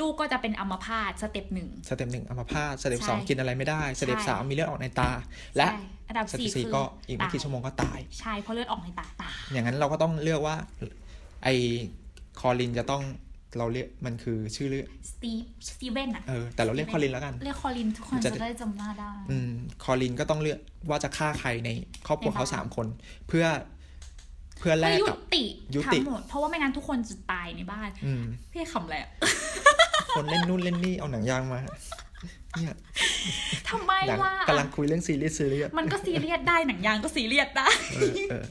Speaker 2: ลูกก็จะเป็นอัมพาตสเต็ปหนึ่ง
Speaker 1: สเต็ปหนึ่งอัมพาตสเต็ป
Speaker 2: ใช่
Speaker 1: สองกินอะไรไม่ได้ สเต็ป
Speaker 2: ใช่
Speaker 1: สามมีเลือดออกในตา และ
Speaker 2: ใช่อันดับ
Speaker 1: สเต็
Speaker 2: สี่
Speaker 1: ปสี่
Speaker 2: คือ
Speaker 1: ก็อีกไม่กี่
Speaker 2: ตาย
Speaker 1: ชั่วโมงก็ตาย
Speaker 2: ใช่เพราะเลือดออกในตาตาย
Speaker 1: อย่างนั้นเราก็ต้องเลือกว่า ไอคอลินจะต้องเราเรียกมันคือชื่อเรื่อง
Speaker 2: สตีฟสตีเวนอะ
Speaker 1: เออ แต่เราเรียกคอลินแล้วกัน
Speaker 2: เรียกคอลินทุกคน
Speaker 1: จะ
Speaker 2: จะได้จำหน้าได้
Speaker 1: อืมคอลินก็ต้องเลือกว่าจะฆ่าใครในครอบครัวเขา
Speaker 2: ในบ้าน
Speaker 1: สามคน เพื่อเพื่อแล
Speaker 2: เพื่อกยุ
Speaker 1: กับ
Speaker 2: ติ
Speaker 1: ยุติ
Speaker 2: ทั้งหมดเพราะว่าไม่งั้นทุกคนจะตายในบ้าน
Speaker 1: อืม
Speaker 2: พี่ขำแหละ
Speaker 1: คนเล่นนู่นเล่นนี่เอาหนังยางมาเนี่ย
Speaker 2: ทำไม
Speaker 1: หนัง
Speaker 2: ล่ะ
Speaker 1: กำลังคุยเรื่องซีรีส์ซีรีส์อะ
Speaker 2: มันก็ซีเรียสได้หนังยางก็ซีเรียสได้
Speaker 1: เออเออ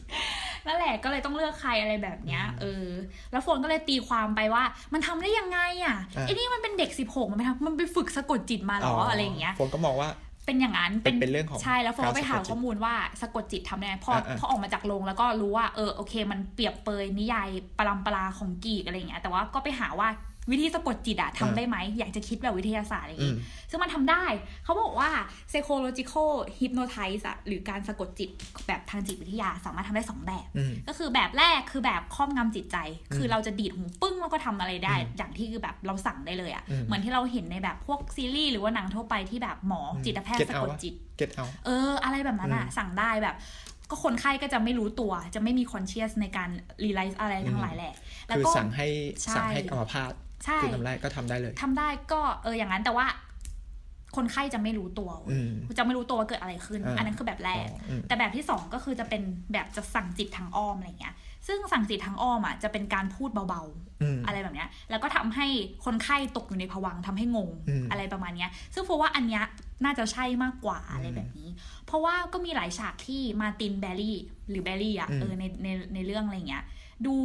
Speaker 2: นั่นแหละก็เลยต้องเลือกใครอะไรแบบเนี้ย
Speaker 1: อืม
Speaker 2: เออ แล้วโฟนก็เลยตีความไปว่า มันทำได้ยังไงอ่ะ
Speaker 1: อ่ะ
Speaker 2: ไอ้นี่มันเป็นเด็ก 16 มันไปทำมันไปฝึกสะกดจิตมาเหรออะไรอย่างเงี้ย
Speaker 1: ผมก็มองว่า
Speaker 2: เป็นอย่างนั้น
Speaker 1: เป็นเป็นเรื่องของ
Speaker 2: ใช่แล้วโฟนก็ไปหา
Speaker 1: การสะกดจิต
Speaker 2: ข้อมูลว่าสะกดจิตทำได้ไงพออา
Speaker 1: อ่า
Speaker 2: พอออกมาจากโรงแล้วก็รู้ว่าเออโอเค มันเปรียบเปยนิยายปรัมปราของกรีกอะไรอย่างเงี้ยแต่ว่าก็ไปหาว่าวิธีสะกดจิตอะทำได้ไหมอยากจะคิดแบบวิทยาศาสตร์อะไรอย่าง
Speaker 1: อืม
Speaker 2: งี้ซึ่งมันทำได้ เขาบอกว่า psychological hypnotize อะหรือการสะกดจิตแบบทางจิตวิทยาสามารถทำได้สองแบบ
Speaker 1: อืม
Speaker 2: ก็คือแบบแรกคือแบบครอบงำจิตใจ
Speaker 1: อืม
Speaker 2: คือเราจะดีดหูปึ้งแล้วก็ทำอะไรได้
Speaker 1: อืม
Speaker 2: อย่างที่คือแบบเราสั่งได้เลยอะ่ะ
Speaker 1: อืม
Speaker 2: เหมือนที่เราเห็นในแบบพวกซีรีส์หรือว่าหนังทั่วไปที่แบบหมอ
Speaker 1: อืม
Speaker 2: จิตแพทย์
Speaker 1: Get
Speaker 2: สะ
Speaker 1: Out
Speaker 2: กด
Speaker 1: อะ
Speaker 2: จิต
Speaker 1: เก็ตเอา
Speaker 2: เออ อะไรแบบนั้นอะ่ะ
Speaker 1: อืม
Speaker 2: สั่งได้แบบ ก็คนไข้ก็จะไม่รู้ตัว จะไม่มีคอนเชียสในการรีไลซ์อะไรทั้
Speaker 1: อื
Speaker 2: ง
Speaker 1: ม
Speaker 2: หลายแหละ แล้ว
Speaker 1: คือ
Speaker 2: ก็
Speaker 1: สั่งให้
Speaker 2: ใช่
Speaker 1: สั่งให้อัมพาต
Speaker 2: ใช่
Speaker 1: คือทำแรกก็ทำได้เลย
Speaker 2: ทำได้ก็เอออย่างนั้นแต่ว่า คนไข้จะไม่รู้ตัวเว้ย
Speaker 1: อืม
Speaker 2: จะไม่รู้ตัวว่าเกิดอะไรขึ้น
Speaker 1: อ่า
Speaker 2: อันนั้นคือแบบแร
Speaker 1: อ๋อก อืม
Speaker 2: แต่แบบที่สองก็คือจะเป็นแบบจะสั่งจิตทางอ้อมอะไรเงี้ย ซึ่งสั่งจิตทางอ้อมอ่ะจะเป็นการพูดเบา
Speaker 1: อืม
Speaker 2: ๆ อะไรแบบเนี้ย แล้วก็ทำให้คนไข้ตกอยู่ในภวังค์ทำให้งง
Speaker 1: อืม
Speaker 2: อะไรประมาณเนี้ย ซึ่งเพราะว่าอันเนี้ยน่าจะใช่มากกว่าอะไร
Speaker 1: อืม
Speaker 2: แบบนี้ เพราะว่าก็มีหลายฉากที่มาร์ตินแบร์รี่หรือแบร์รี่อ่ะ
Speaker 1: อืม
Speaker 2: เออในในในเรื่องอะไรเงี้ย ดู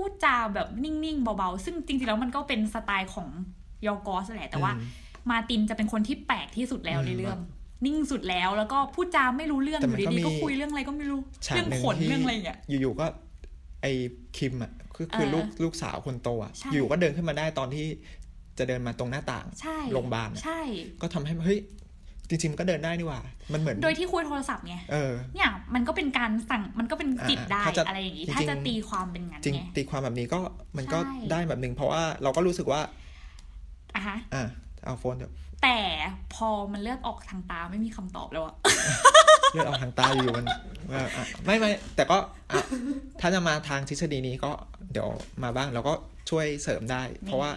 Speaker 2: พูดจาแบบนิ่งๆเบาๆ ซึ่งจริงๆแล้วมันก็เป็นสไตล์ของยอร์กอสแหละแต่ว่า
Speaker 1: อืม
Speaker 2: มาร์ตินจะเป็นคนที่แปลกที่สุดแล้ว
Speaker 1: อืม
Speaker 2: ในเรื่อง นิ่งสุดแล้วแล้วก็พูดจาไม่รู้เรื่อง
Speaker 1: แต่
Speaker 2: อ
Speaker 1: มัน
Speaker 2: ยู่
Speaker 1: ก็
Speaker 2: ดีๆก็
Speaker 1: มี
Speaker 2: คุยเรื่องอะไรก็ไม่รู้
Speaker 1: ฉาก
Speaker 2: เรื่อง
Speaker 1: หนึ่ง
Speaker 2: ขน
Speaker 1: ที่
Speaker 2: เรื่องอะไรอย่างเงี้ย
Speaker 1: อยู่ๆก็ไอคิมอ่ะคือคือ
Speaker 2: เออ
Speaker 1: ลูกลูกสาวคนโตอ่ะ
Speaker 2: ใช่
Speaker 1: อยู่ๆก็เดินขึ้นมาได้ตอนที่จะเดินมาตรงหน้าต่าง
Speaker 2: ใช่
Speaker 1: โรงพยาบาลอะ
Speaker 2: ใช่
Speaker 1: ก็ทำให้เฮ้ยจริงๆมันก็เดินได้นี่หว่า มันเหมือน
Speaker 2: โดยที่คุยโทรศัพท์ไง
Speaker 1: เออ
Speaker 2: เนี่ยมันก็เป็นการสั่งมันก็เป็นจิต
Speaker 1: อ่า
Speaker 2: ได้
Speaker 1: ถ้าจะ
Speaker 2: อะไรอย่างงี้
Speaker 1: จริงๆ
Speaker 2: ถ้าจะตีความเป็นงั้น
Speaker 1: จริง
Speaker 2: ไง
Speaker 1: ตีความแบบนี้ก็มันก็
Speaker 2: ใช่
Speaker 1: ได้แบบหนึ่งเพราะว่าเราก็รู้สึกว่า
Speaker 2: อ่ะฮะ
Speaker 1: อ่ะเอาโฟนเดี๋ยว
Speaker 2: แต่พอมันเลือดออกทางตาไม่มีคำตอบแล้วอะ
Speaker 1: เลือดออกทางตาอยู่มันว่าอ่ะไม่ไม่แต่ก็อ่ะถ้าจะมาทางทฤษฎีนี้ก็เดี๋ยวมาบ้างเราก็ช่วยเสริมได้ เพราะว่า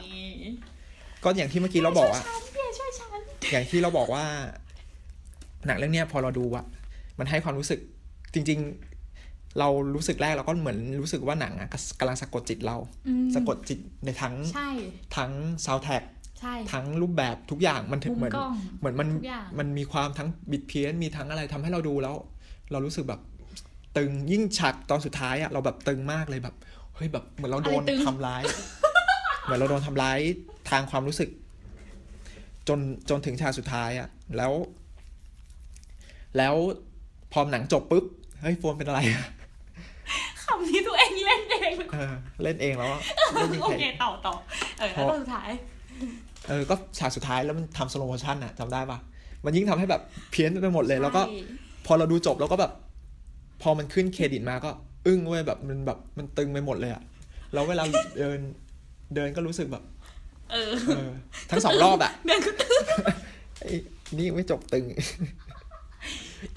Speaker 1: ก็อย่างที่เมื่อกี้เราบอกอะ
Speaker 2: ช่วยฉันเนี่ยช่วยฉัน
Speaker 1: อย่างที่เราบอกว่า หนังเรื่องเนี้ยพอเราดูอะมันให้ความรู้สึกจริง ๆ เรารู้สึกแรกเราก็เหมือนรู้สึกว่าหนังอะกำลังสะกดจิตเรา
Speaker 2: อืม
Speaker 1: สะกดจิตในทั้ง
Speaker 2: ใช่
Speaker 1: ทั้งซาวแท็ก
Speaker 2: ใช่
Speaker 1: ทั้งรูปแบบทุกอย่างมันถึง
Speaker 2: มุม
Speaker 1: เหมือน
Speaker 2: กล้อง
Speaker 1: เหมือนมัน
Speaker 2: ทุกอย่าง
Speaker 1: มันมีความทั้งบิดเพี้ยนมีทั้งอะไรทำให้เราดูแล้ว เรารู้สึกแบบตึงยิ่งฉากตอนสุดท้ายอะเราแบบตึงมากเลยแบบเฮ้ยแบบเหมือนเราโดนทำร้าย เหมือนเราโดนทำร้ายทางความรู้สึก จนจนถึงฉากสุดท้ายอะแล้ว แล้วพอหนังจบปุ๊บเฮ้ยโฟนเป็นอะไรอะ
Speaker 2: คำที่ตัวเองเล่นเอง
Speaker 1: เออเล่นเองแล้วอะไม่มี
Speaker 2: โอ
Speaker 1: ใคร
Speaker 2: เคต่อต่อเออแล้วตอนสุดท้าย
Speaker 1: เออ ก็ฉากสุดท้ายแล้วมันทำสโลโมชันอะจำได้ปะมันยิ่งทำให้แบบเพี้ยนไปหมดเลย แล้วก็
Speaker 2: ใช่
Speaker 1: พอเราดูจบแล้วก็แบบ พอมันขึ้นเครดิตมาก็ อึ้งเว้ยแบบมันแบบมันตึงไปหมดเลยอะแล้วเวลา เดินเดินก็รู้สึกแบบ
Speaker 2: เออ
Speaker 1: เออ ทั้งสองรอบอะ
Speaker 2: เดือนก็ตึง
Speaker 1: ไอ้นี่ยังไม่จบตึง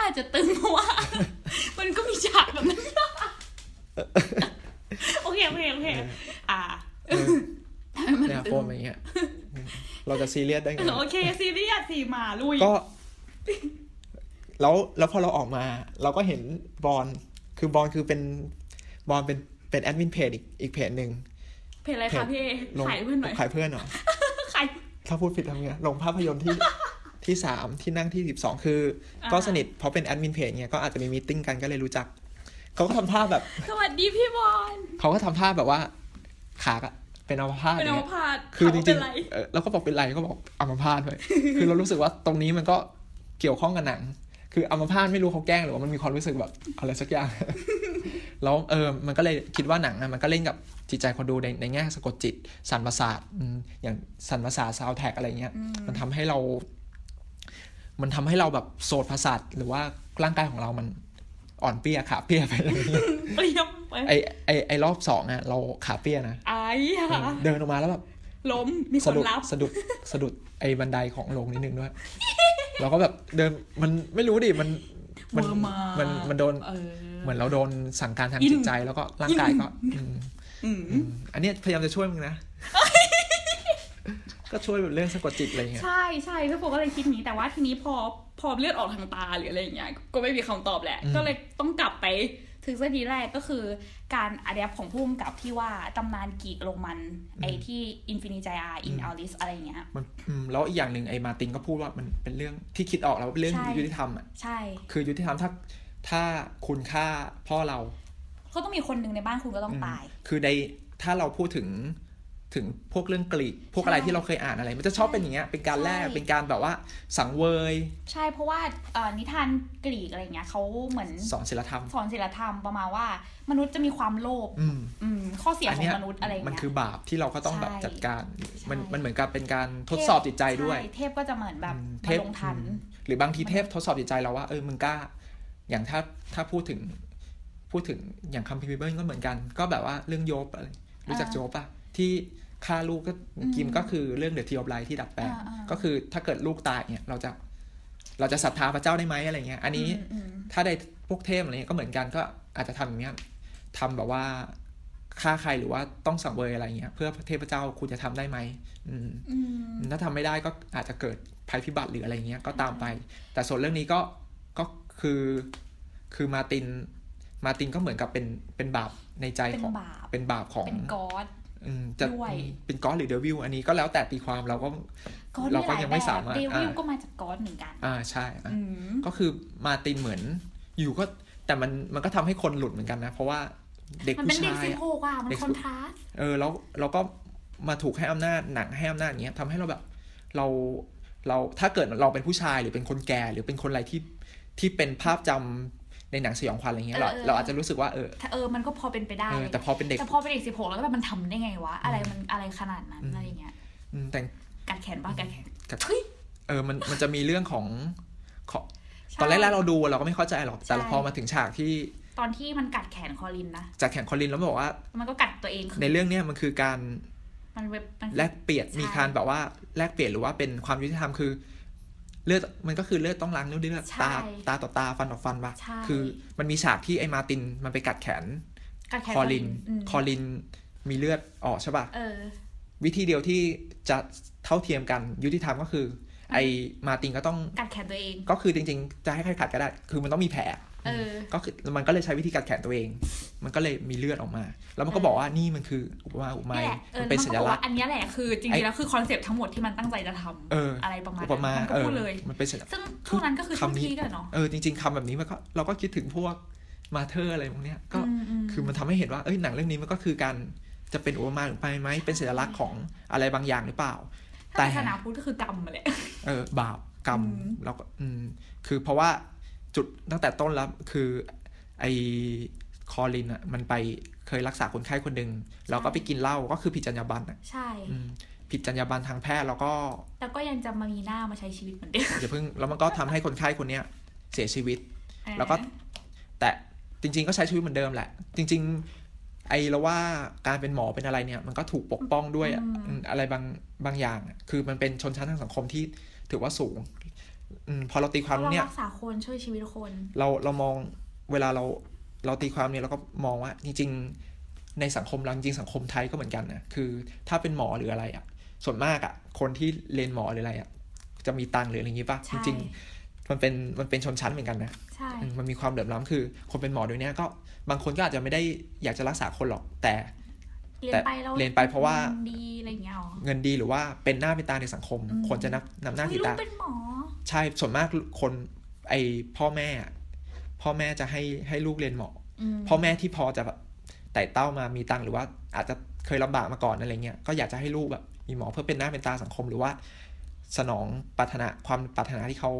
Speaker 2: อาจจะตึงเพราะว่า มันก็มีฉากแบบนั้น โอเคโอเคโอเค
Speaker 1: เออ
Speaker 2: อ่า
Speaker 1: เออเนี่ยโฟมอย่างเงี้ยเออเราจะซีเรียสได้ไง
Speaker 2: โอเคซีรีส์สีหมาลุย
Speaker 1: ก็ แล้วแล้วพอเราออกมา เราก็เห็นบอลคือบอลคือเป็นบอลเป็นเป็นแอดมินเพจอีกอีกเพจหนึ่ง
Speaker 2: เพจอะไรคะพี่เอ
Speaker 1: ลง
Speaker 2: ขายเพื่อนหน่อย
Speaker 1: ขายเพื่อนเหรอ
Speaker 2: ขาย
Speaker 1: ถ้าพูดผิดทำไงลงภาพยนตร์ที่ ที่สามที่นั่งที่สิบสองคือ
Speaker 2: อ่า
Speaker 1: ก็สนิทเพราะเป็นแอดมินเพจเงี้ยก็อาจจะมีมีตติ้งกันก็เลยรู้จัก เขาก็ทำท่าแบบ
Speaker 2: สวัสดีพี่บอล
Speaker 1: เขาก็ทำท่าแบบว่า ขาก็เป็นอัมพาต
Speaker 2: เป็นอัม
Speaker 1: เนี่ย
Speaker 2: พาต
Speaker 1: คือจริ
Speaker 2: ถามว่าเป็
Speaker 1: ง
Speaker 2: นอะไร
Speaker 1: ๆเออเราก็บอกเป็นไรก็บอกอัมพาต ไป คือเรารู้สึกว่าตรงนี้มันก็เกี่ยวข้องกับหนัง คืออัมพาตไม่รู้เขาแกล้งหรือว่ามันมีความรู้สึกแบบอะไรสักอย่าง แล้วเออมันก็เลยคิดว่าหนังอะมันก็เล่นกับจิตใจคนดูในในแง่สะกดจิตสันประสาทอืมอย่างสันประสาทซาวแท็กอะไรเงี้ย
Speaker 2: อืม
Speaker 1: มันทำให้เรา มันทำให้เราแบบโสดประสาทหรือว่าร่างกายของเรามันอ่อนเปี้ยขาเปี้ย ไปเลย
Speaker 2: เปรี้ยมไป
Speaker 1: ไอไอไอรอบสองอะเราขาเปี้ยนะ
Speaker 2: ไอ้ค่ะ
Speaker 1: เดินออกมาแล้วแบบ
Speaker 2: ล้มมีค
Speaker 1: สะ
Speaker 2: น
Speaker 1: ดุด
Speaker 2: รับ
Speaker 1: สะ ดุดสะดุดไอบันไดของโรงนิดนึงด้วยเราก็แบบเดินมันไม่รู้ดิมันมั
Speaker 2: เวอร์มามัน
Speaker 1: มันโดน
Speaker 2: เออ
Speaker 1: เหมือนเราโดนสั่งการทาง
Speaker 2: อิน
Speaker 1: จิตใจแล้วก็ร่างกายก็อืม
Speaker 2: อืม
Speaker 1: อืมอันเนี้ยพยายามจะช่วยมึ งนะ ก็ช่วยแบบเรื่องสะกดจิตอะไรอย่างเงี้ย
Speaker 2: ใช่ใช่พี่โฟก็เลยคิดอย่างนี้แต่ว่าทีนี้พอพอเลือดออกทางตาหรืออะไรอย่างเงี้ยก็ไม่มีคำตอบแหละ
Speaker 1: อืม
Speaker 2: ก็เลยต้องกลับไปทฤษฎีแรกก็คือ การอะแดปของพุ่มกับที่ว่าตำนานกรีกโรมัน ไอที่อินฟินิจอาอินอัลลิสอะไรอย่างเงี้ย
Speaker 1: มันอืมแล้วอีกอย่างหนึ่งไอ้มาร์ตินก็พูดว่ามันเป็นเรื่องที่คิดออกแล้วว่าเป็นเรื่อง
Speaker 2: ใช่
Speaker 1: ยุติธรรมอ่ะ
Speaker 2: ใช่
Speaker 1: คือยุติธรรมถ้าถ้าคุณฆ่าพ่อเรา
Speaker 2: ก็ต้องมีคนหนึ่งในบ้านคุณก็ต้อง
Speaker 1: ม
Speaker 2: ตาย
Speaker 1: คือในถ้าเราพูดถึงถึงพวกเรื่องกรีกพวกอะไร
Speaker 2: ใช่
Speaker 1: ที่เราเคยอ่านอะไร มันจะชอบเป็นอย่างเงี้ยเป็นการแลก
Speaker 2: ใช่
Speaker 1: เป็นการแบบว่าสังเวย
Speaker 2: ใช่เพราะว่าเอ่อนิทานกรีกอะไรอย่างเงี้ยเขาเหมือน
Speaker 1: สอนศิลธรรม
Speaker 2: สอนศีลธรรมประมาณว่ามนุษย์จะมีความโลภ
Speaker 1: อืม
Speaker 2: อืมข้อเสีย
Speaker 1: อัน
Speaker 2: ขอ
Speaker 1: เนี้
Speaker 2: ง
Speaker 1: ย
Speaker 2: มนุษย์อะไรอย่าง
Speaker 1: มัน
Speaker 2: เงี้ย
Speaker 1: คือบาปที่เราก็ต้องแบบ
Speaker 2: ใช่
Speaker 1: จัดการ มัน
Speaker 2: ใช่
Speaker 1: มันเหมือนกับเป็นการทดสอบจิตใจด้วย
Speaker 2: ช่เทพก็จะเหมือนแบบ
Speaker 1: อืม
Speaker 2: มาลงทัน
Speaker 1: อืมหรือบางทีเทพทดสอบจิตใจเราว่าเออมึงกล้า อย่างถ้าถ้าพูดถึง พูดถึงอย่างคัมภีร์ไบเบิลก็เหมือนกัน ก็แบบว่าเรื่องโยบอะไรรู้จัก
Speaker 2: อ่า
Speaker 1: โยบป่ะที่ฆ่าลูกก็
Speaker 2: อืม
Speaker 1: กิมก็คือเรื่องเดือดทีออฟไลที่ดัดแปลง
Speaker 2: อ่าอ่า
Speaker 1: ก็คือถ้าเกิดลูกตายเนี่ยเราจะเราจะศรัทธาพระเจ้าได้ไหมอะไรเงี้ย อันนี้
Speaker 2: มอืม
Speaker 1: ถ้าได้พวกเทพอะไรเงี้ยก็เหมือนกันก็อาจจะทำอย่างเงี้ยทำแบบว่าฆ่าใครหรือว่าต้องสังเวยอะไรเงี้ยเพื่อเทพเจ้าคุณจะทำได้ไหมอืม
Speaker 2: อืม
Speaker 1: ถ้าทำไม่ได้ก็อาจจะเกิด ภัยพิบัติหรืออะไรเงี้ยก็ตามไป แต่ส่วนเรื่องนี้ก็ก็คือคือมาร์ติน มาร์ตินก็เหมือนกับเป็นเป็นบาปในใจ
Speaker 2: เป็น
Speaker 1: ของ
Speaker 2: บาป
Speaker 1: เป็นบาปของ
Speaker 2: เป็นกอด
Speaker 1: อืมจะ
Speaker 2: ด้วย
Speaker 1: เป็นก้อนหรือเดวิลอันนี้ก็แล้วแต่ตีความเราก็
Speaker 2: กอด
Speaker 1: เรา
Speaker 2: มีห
Speaker 1: ก็
Speaker 2: ลาย
Speaker 1: ยัง
Speaker 2: แบ
Speaker 1: ไม่สา
Speaker 2: บ
Speaker 1: มารถ
Speaker 2: เดวิล
Speaker 1: อ่า
Speaker 2: ก็มาจากกอดเหมือนกัน
Speaker 1: อ่าใช่อ่ะ
Speaker 2: อืม
Speaker 1: ก็คือมาร์ตินเหมือนอยู่ก็แต่มันมันก็ทำให้คนหลุดเหมือนกันนะ เพราะว่าเด็ก
Speaker 2: มัน
Speaker 1: ผู้
Speaker 2: เป็นเด็ก
Speaker 1: ชาย
Speaker 2: สิบ
Speaker 1: อะ
Speaker 2: หกอ่ะมัน
Speaker 1: เด็ก
Speaker 2: คอนทราสต์
Speaker 1: เออแล้วเราก็มาถูกให้อำนาจหนังให้อำนาจอย่างเงี้ยทำให้เราแบบเราเราถ้าเกิดเราเป็นผู้ชายหรือเป็นคนแก่หรือเป็นคนอะไรที่ที่เป็นภาพจำในหนังสยองขวัญอะไรเงี้ยเรา
Speaker 2: เออเออ
Speaker 1: เราอาจจะรู้สึกว่าเออ
Speaker 2: เออมันก็พอเป็นไปได้
Speaker 1: เออแต่พอเป็นเด็ก
Speaker 2: แต่พอเป็นเด็กสิบหกแล้วก็แบบมันทำได้ไงวะ อะไรมันอะไรขนาดนั้น
Speaker 1: อืม
Speaker 2: อะไรอย่างเงี้ย
Speaker 1: อืมแต่ง
Speaker 2: กัดแขนบ้ากัดแขน
Speaker 1: เออมันมันจะมีเรื่องของของ
Speaker 2: ใช่
Speaker 1: ตอนแรกๆเราดูเราก็ไม่เข้าใจหรอกแต่
Speaker 2: ใช่
Speaker 1: พอมาถึงฉากที่
Speaker 2: ตอนที่มันกัดแขนคอลินนะ
Speaker 1: จากแข่งคอลินแล้วบอกว่า
Speaker 2: มันก็กัดตัวเองคือ
Speaker 1: ในเรื่องเนี้ยมันคือการ
Speaker 2: มันเว็บมัน
Speaker 1: แลกเปลี่ยน
Speaker 2: ใช่
Speaker 1: มีการแบบว่าแลกเปลี่ยนหรือว่าเป็นความยุติธรรมคือ เลือดมันก็คือเลือดต้องล้างนิ้วเลือดตาตาต่อตาฟันต่อฟันปะ
Speaker 2: ใช่
Speaker 1: คือมันมีฉากที่ไอ้มาร์ตินมันไปกัดแขน
Speaker 2: กัดแขน
Speaker 1: คอลิน
Speaker 2: ม
Speaker 1: คอลินมีเลือดออกใช่ปะ
Speaker 2: เออ
Speaker 1: วิธีเดียวที่จะเท่าเทียมกันยุติธรรมก็คือ ไอ้มาร์ตินก็ต้อง
Speaker 2: กัดแขนตัวเอง
Speaker 1: ก็คือจริง ๆ จะให้ใครขัดก็ได้ คือมันต้องมีแผล
Speaker 2: เออ
Speaker 1: ก็คือมันก็เลยใช้วิธีกัดแขนตัวเอง มันก็เลยมีเลือดออกมา แล้วมันก็บอกว่านี่มันคืออุปมาอุปไม
Speaker 2: นี่
Speaker 1: ย
Speaker 2: แหละเอ
Speaker 1: มั
Speaker 2: อน
Speaker 1: เป็น
Speaker 2: มัน
Speaker 1: สั
Speaker 2: ก็
Speaker 1: ญ
Speaker 2: บอก
Speaker 1: ลักษ
Speaker 2: ว่า
Speaker 1: ณ์
Speaker 2: อันเนี้ยแหละคือจ
Speaker 1: ไอ้
Speaker 2: ริงๆแล้วคือคอนเซปต์ทั้งหมดที่มันตั้งใจจะทำ
Speaker 1: เออ
Speaker 2: อะไรประมาณ
Speaker 1: อุป
Speaker 2: นั้น
Speaker 1: มา
Speaker 2: มันก็
Speaker 1: เออ
Speaker 2: พูดเลย
Speaker 1: มันเป็นสัญลักษณ์
Speaker 2: ซึ่งช่วงนั้นก็คือช่วง
Speaker 1: คำนี้
Speaker 2: พีกันเนาะ
Speaker 1: เออจริงๆคำแบบนี้มันก็เราก็คิดถึงพวกมาเธออะไรพวกเนี้ยก็
Speaker 2: อืม
Speaker 1: คือมันทำให้เห็นว่าเอ้ยหนังเรื่องนี้มันก็คือการจะเป็นอุปมาหรือไปไหมเป็นสัญลักษณ์ของอะไรบางอย่างหรือเปล่า แต่
Speaker 2: ถ้าศาสนาพุทธก็คือกรรมมาแหละ
Speaker 1: เออบาปกรรม
Speaker 2: อืม
Speaker 1: เราก็อืมคือเพราะว่าจุดตั้งแต่ต้นแล้วคือไอคอลินอ่ะมันไปเคยรักษาคนไข้คนหนึ่งแล้วก็ไปกินเหล้าก็คือผิดจรรยาบรรณอ่ะ
Speaker 2: ใช่
Speaker 1: อืมผิดจรรยาบรรณทางแพทย์แล้วก็
Speaker 2: แต่ก็ยังจะมามีหน้ามาใช้ชีวิตเหมือนเดิม
Speaker 1: อย่าเพิ่งแล้วมันก็ทำให้คนไข้คนเนี้ยเสียชีวิต แล้วก็ แต่จริง ๆ ก็ใช้ชีวิตเหมือนเดิมแหละ จริง ๆ ไอ้เราว่าการเป็นหมอเป็นอะไรเนี่ย มันก็ถูกปกป้องด้วยอะอืมอะไรบางบางอย่างอะคือมันเป็นชนชั้นทางสังคมที่ถือว่าสูงอมพอเราตีค
Speaker 2: เพ
Speaker 1: วาม
Speaker 2: ราะเรา
Speaker 1: เนี่ย
Speaker 2: รักษาคนช่วยชีวิตคน
Speaker 1: เราเรามองเวลาเราเราตีความเนี่ยเราก็มองว่าจริง ๆ ในสังคมเราจริงๆสังคมไทยก็เหมือนกันนะคือถ้าเป็นหมอหรืออะไรอะส่วนมากอะคนที่เรียนหมอหรืออะไรอะจะมีตังค์หรืออะไรอย่างงี้ป่ะจ
Speaker 2: ใช่
Speaker 1: ริงๆมันเป็นมันเป็นชนชั้นเหมือนกันนะ
Speaker 2: ใช่
Speaker 1: อืมมันมีความเหลื่อมล้ำคือคนเป็นหมอโดยเนี้ยก็บางคนก็อาจจะไม่ได้อยากจะรักษาคนหรอก แต่
Speaker 2: เรียน
Speaker 1: แต่
Speaker 2: ไปเรา
Speaker 1: เรียนไปเพราะว่า
Speaker 2: ดีอะไรอย่างเงี้ยหรอ
Speaker 1: เงินดีหรือว่าเป็นหน้าเป็นตาในสังคม
Speaker 2: อืม
Speaker 1: ควรจะนับนำหน้า
Speaker 2: อุ๊
Speaker 1: ถือ
Speaker 2: ยลู
Speaker 1: ตาก
Speaker 2: เป็นหมอ
Speaker 1: ใช่ส่วนมากคนไอพ่อแม่อะพ่อแม่จะให้ให้ลูกเรียนหมอ
Speaker 2: อืม
Speaker 1: พ่อแม่ที่พอจะแบบไต่เต้ามามีตังค์หรือว่าอาจจะเคยลำบากมาก่อนอะไรเงี้ยก็อยากจะให้ลูกแบบมีหมอเพื่อเป็นหน้าเป็นตาสังคมหรือว่า สนองปรารถนาความปรารถนาที่เขา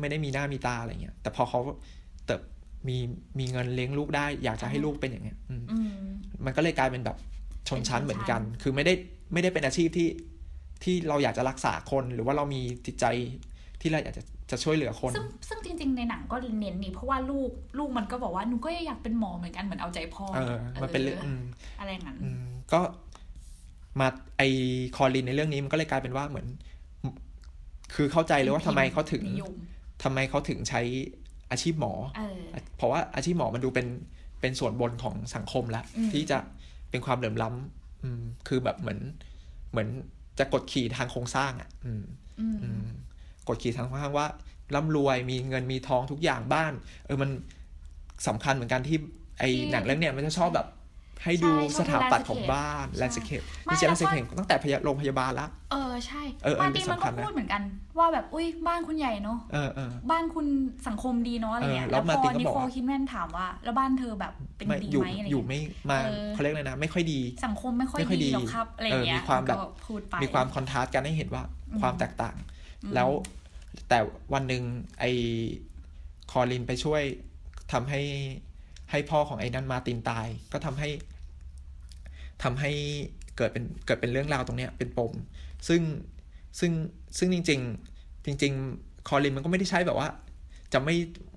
Speaker 1: ไม่ได้มีหน้ามีตาอะไรเงี้ยแต่พอเขาเติบมีมีเงินเลี้ยงลูกได้ อยากจะให้ลูกเป็นอย่างเงี้ยอืม
Speaker 2: อืม
Speaker 1: มันก็เลยกลายเป็นแบบชนชั้น
Speaker 2: เป็นชนชั้น
Speaker 1: เหมือนกัน คือไม่ได้ไม่ได้เป็นอาชีพที่ที่เราอยากจะรักษาคนหรือว่าเรามีจิตใจที่เราอยากจะจะช่วยเหลือคน
Speaker 2: ซึ่งซึ่งจริง ๆ ในหนังก็เน้นนี่เพราะว่าลูกลูกมันก็บอกว่าหนูก็อยากเป็นหมอเหมือนกันเหมือนเอาใจพ่อ
Speaker 1: เออ มันเป็นเรื่องอืม
Speaker 2: อะไรอย่างนั้น
Speaker 1: อืมก็มาไอคอลินในเรื่องนี้มันก็เลยกลายเป็นว่าเหมือน คือเข้าใจเลยว่าทำไมเขาถึง
Speaker 2: นิยม
Speaker 1: ทำไมเขาถึงใช้อาชีพหมอ
Speaker 2: เออ
Speaker 1: เพราะว่าอาชีพหมอมันดูเป็นเป็นส่วนบนของสังคมแล้ว
Speaker 2: อืม
Speaker 1: ที่จะเป็นความเหลื่อมล้ำอืมคือแบบเหมือนเหมือนจะกดขี่ทางโครงสร้างอ่ะ อืม
Speaker 2: อืม
Speaker 1: อืมกดขี่ทางค่อนข้างว่าร่ำรวยมีเงินมีทองทุกอย่างบ้าน เออมันสำคัญเหมือนกันที่ไอ
Speaker 2: ที่
Speaker 1: หนังเรื่องเนี้ยมันจะชอบแบบ ให้ดู
Speaker 2: ใช่ช
Speaker 1: ส
Speaker 2: อบดู
Speaker 1: ถาปัตย์ของบ้านแลน
Speaker 2: landscape
Speaker 1: ด์สเคป
Speaker 2: ไม่
Speaker 1: นี่จะ
Speaker 2: แล้
Speaker 1: แล
Speaker 2: วน
Speaker 1: ด์สเค
Speaker 2: ก็
Speaker 1: ปตั้งแต่พยาโรงพยาบาลละ
Speaker 2: เออใช่
Speaker 1: เอออัน
Speaker 2: มา
Speaker 1: นี้
Speaker 2: ร์ตินมัน
Speaker 1: สำคัญ
Speaker 2: ก็
Speaker 1: นะ
Speaker 2: พูดเหมือนกัน ว่าแบบอุ้ยบ้านคุณใหญ่เนาะ
Speaker 1: เออเออ
Speaker 2: บ้านคุณสังคมดีเนาะอะไรเงี้ย
Speaker 1: เออแล้ว
Speaker 2: พ
Speaker 1: มาร์ติ
Speaker 2: อน
Speaker 1: ก็
Speaker 2: นิ
Speaker 1: บอก
Speaker 2: โคล
Speaker 1: ว่า
Speaker 2: คิดแมนถามว่า แล้วบ้านเธอแบบเป็น
Speaker 1: ไม่
Speaker 2: ดี
Speaker 1: อยู่
Speaker 2: ไหมอะไร
Speaker 1: อยู่
Speaker 2: เงี้ย
Speaker 1: ไม่มา
Speaker 2: เออ
Speaker 1: เขาเรียกอะไรนะ ไม่ค่อยดี
Speaker 2: สังคมไม่ค่อย
Speaker 1: ไม่ค่อยดี
Speaker 2: ดีหรอกครับอะไรเงี้
Speaker 1: เออ
Speaker 2: ย
Speaker 1: มีความแบบ
Speaker 2: นก็พูดไป
Speaker 1: มีความคอนทราสต์กันให้เห็นว่า
Speaker 2: อืม
Speaker 1: ความแตกต่าง
Speaker 2: อืม
Speaker 1: แล้วแต่วันหนึ่งไอคอลินไปช่วยทำให้ให้พ่อของไอ้นันมาร์ตินตาย ก็ทำให้ทำให้เกิดเป็นเกิดเป็นเรื่องราวตรงเนี้ยเป็นปม ซึ่งซึ่งซึ่งจริง ๆ จริง ๆ คอลินมันก็ไม่ได้ใช้แบบว่า จะไม่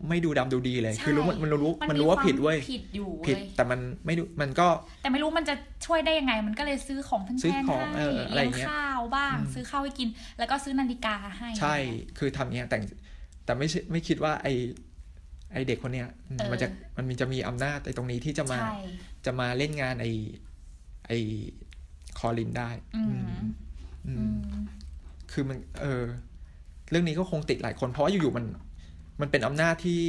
Speaker 1: ไม่ดูดำดูดีเลย คือรู้ว่ามันรู้มันรู้ว่าผิดเว้ย
Speaker 2: ผิดอยู่
Speaker 1: ผิด
Speaker 2: เว้ย
Speaker 1: แต่มันไม่ดูมันก็
Speaker 2: แต่ไม่รู้มันจะช่วยได้ยังไง มันก็เลยซื้อของแพงๆ
Speaker 1: ซื้อของ
Speaker 2: ให้
Speaker 1: เอออะไร
Speaker 2: เลี้ยง
Speaker 1: เงี้ย
Speaker 2: ข้าวบ้าง
Speaker 1: อืม
Speaker 2: ซื้อข้าวให้กิน แล้วก็ซื้อนาฬิกาให้
Speaker 1: ใช่ คือทำเนี้ยแต่งแต่ไม่ใช่ไม่คิดว่าไอไอเด็กคนเนี้ยอืม
Speaker 2: เออ
Speaker 1: มันจะมันมีจะมีอำนาจไอตรงนี้ที่จะมา
Speaker 2: ใช่
Speaker 1: จะมาเล่นงานไอไอคอลินได้
Speaker 2: อืม
Speaker 1: อืม
Speaker 2: อืม
Speaker 1: คือมัน เออ เรื่องนี้ก็คงติดหลายคน เพราะว่าอยู่ๆมัน มันเป็นอำนาจที่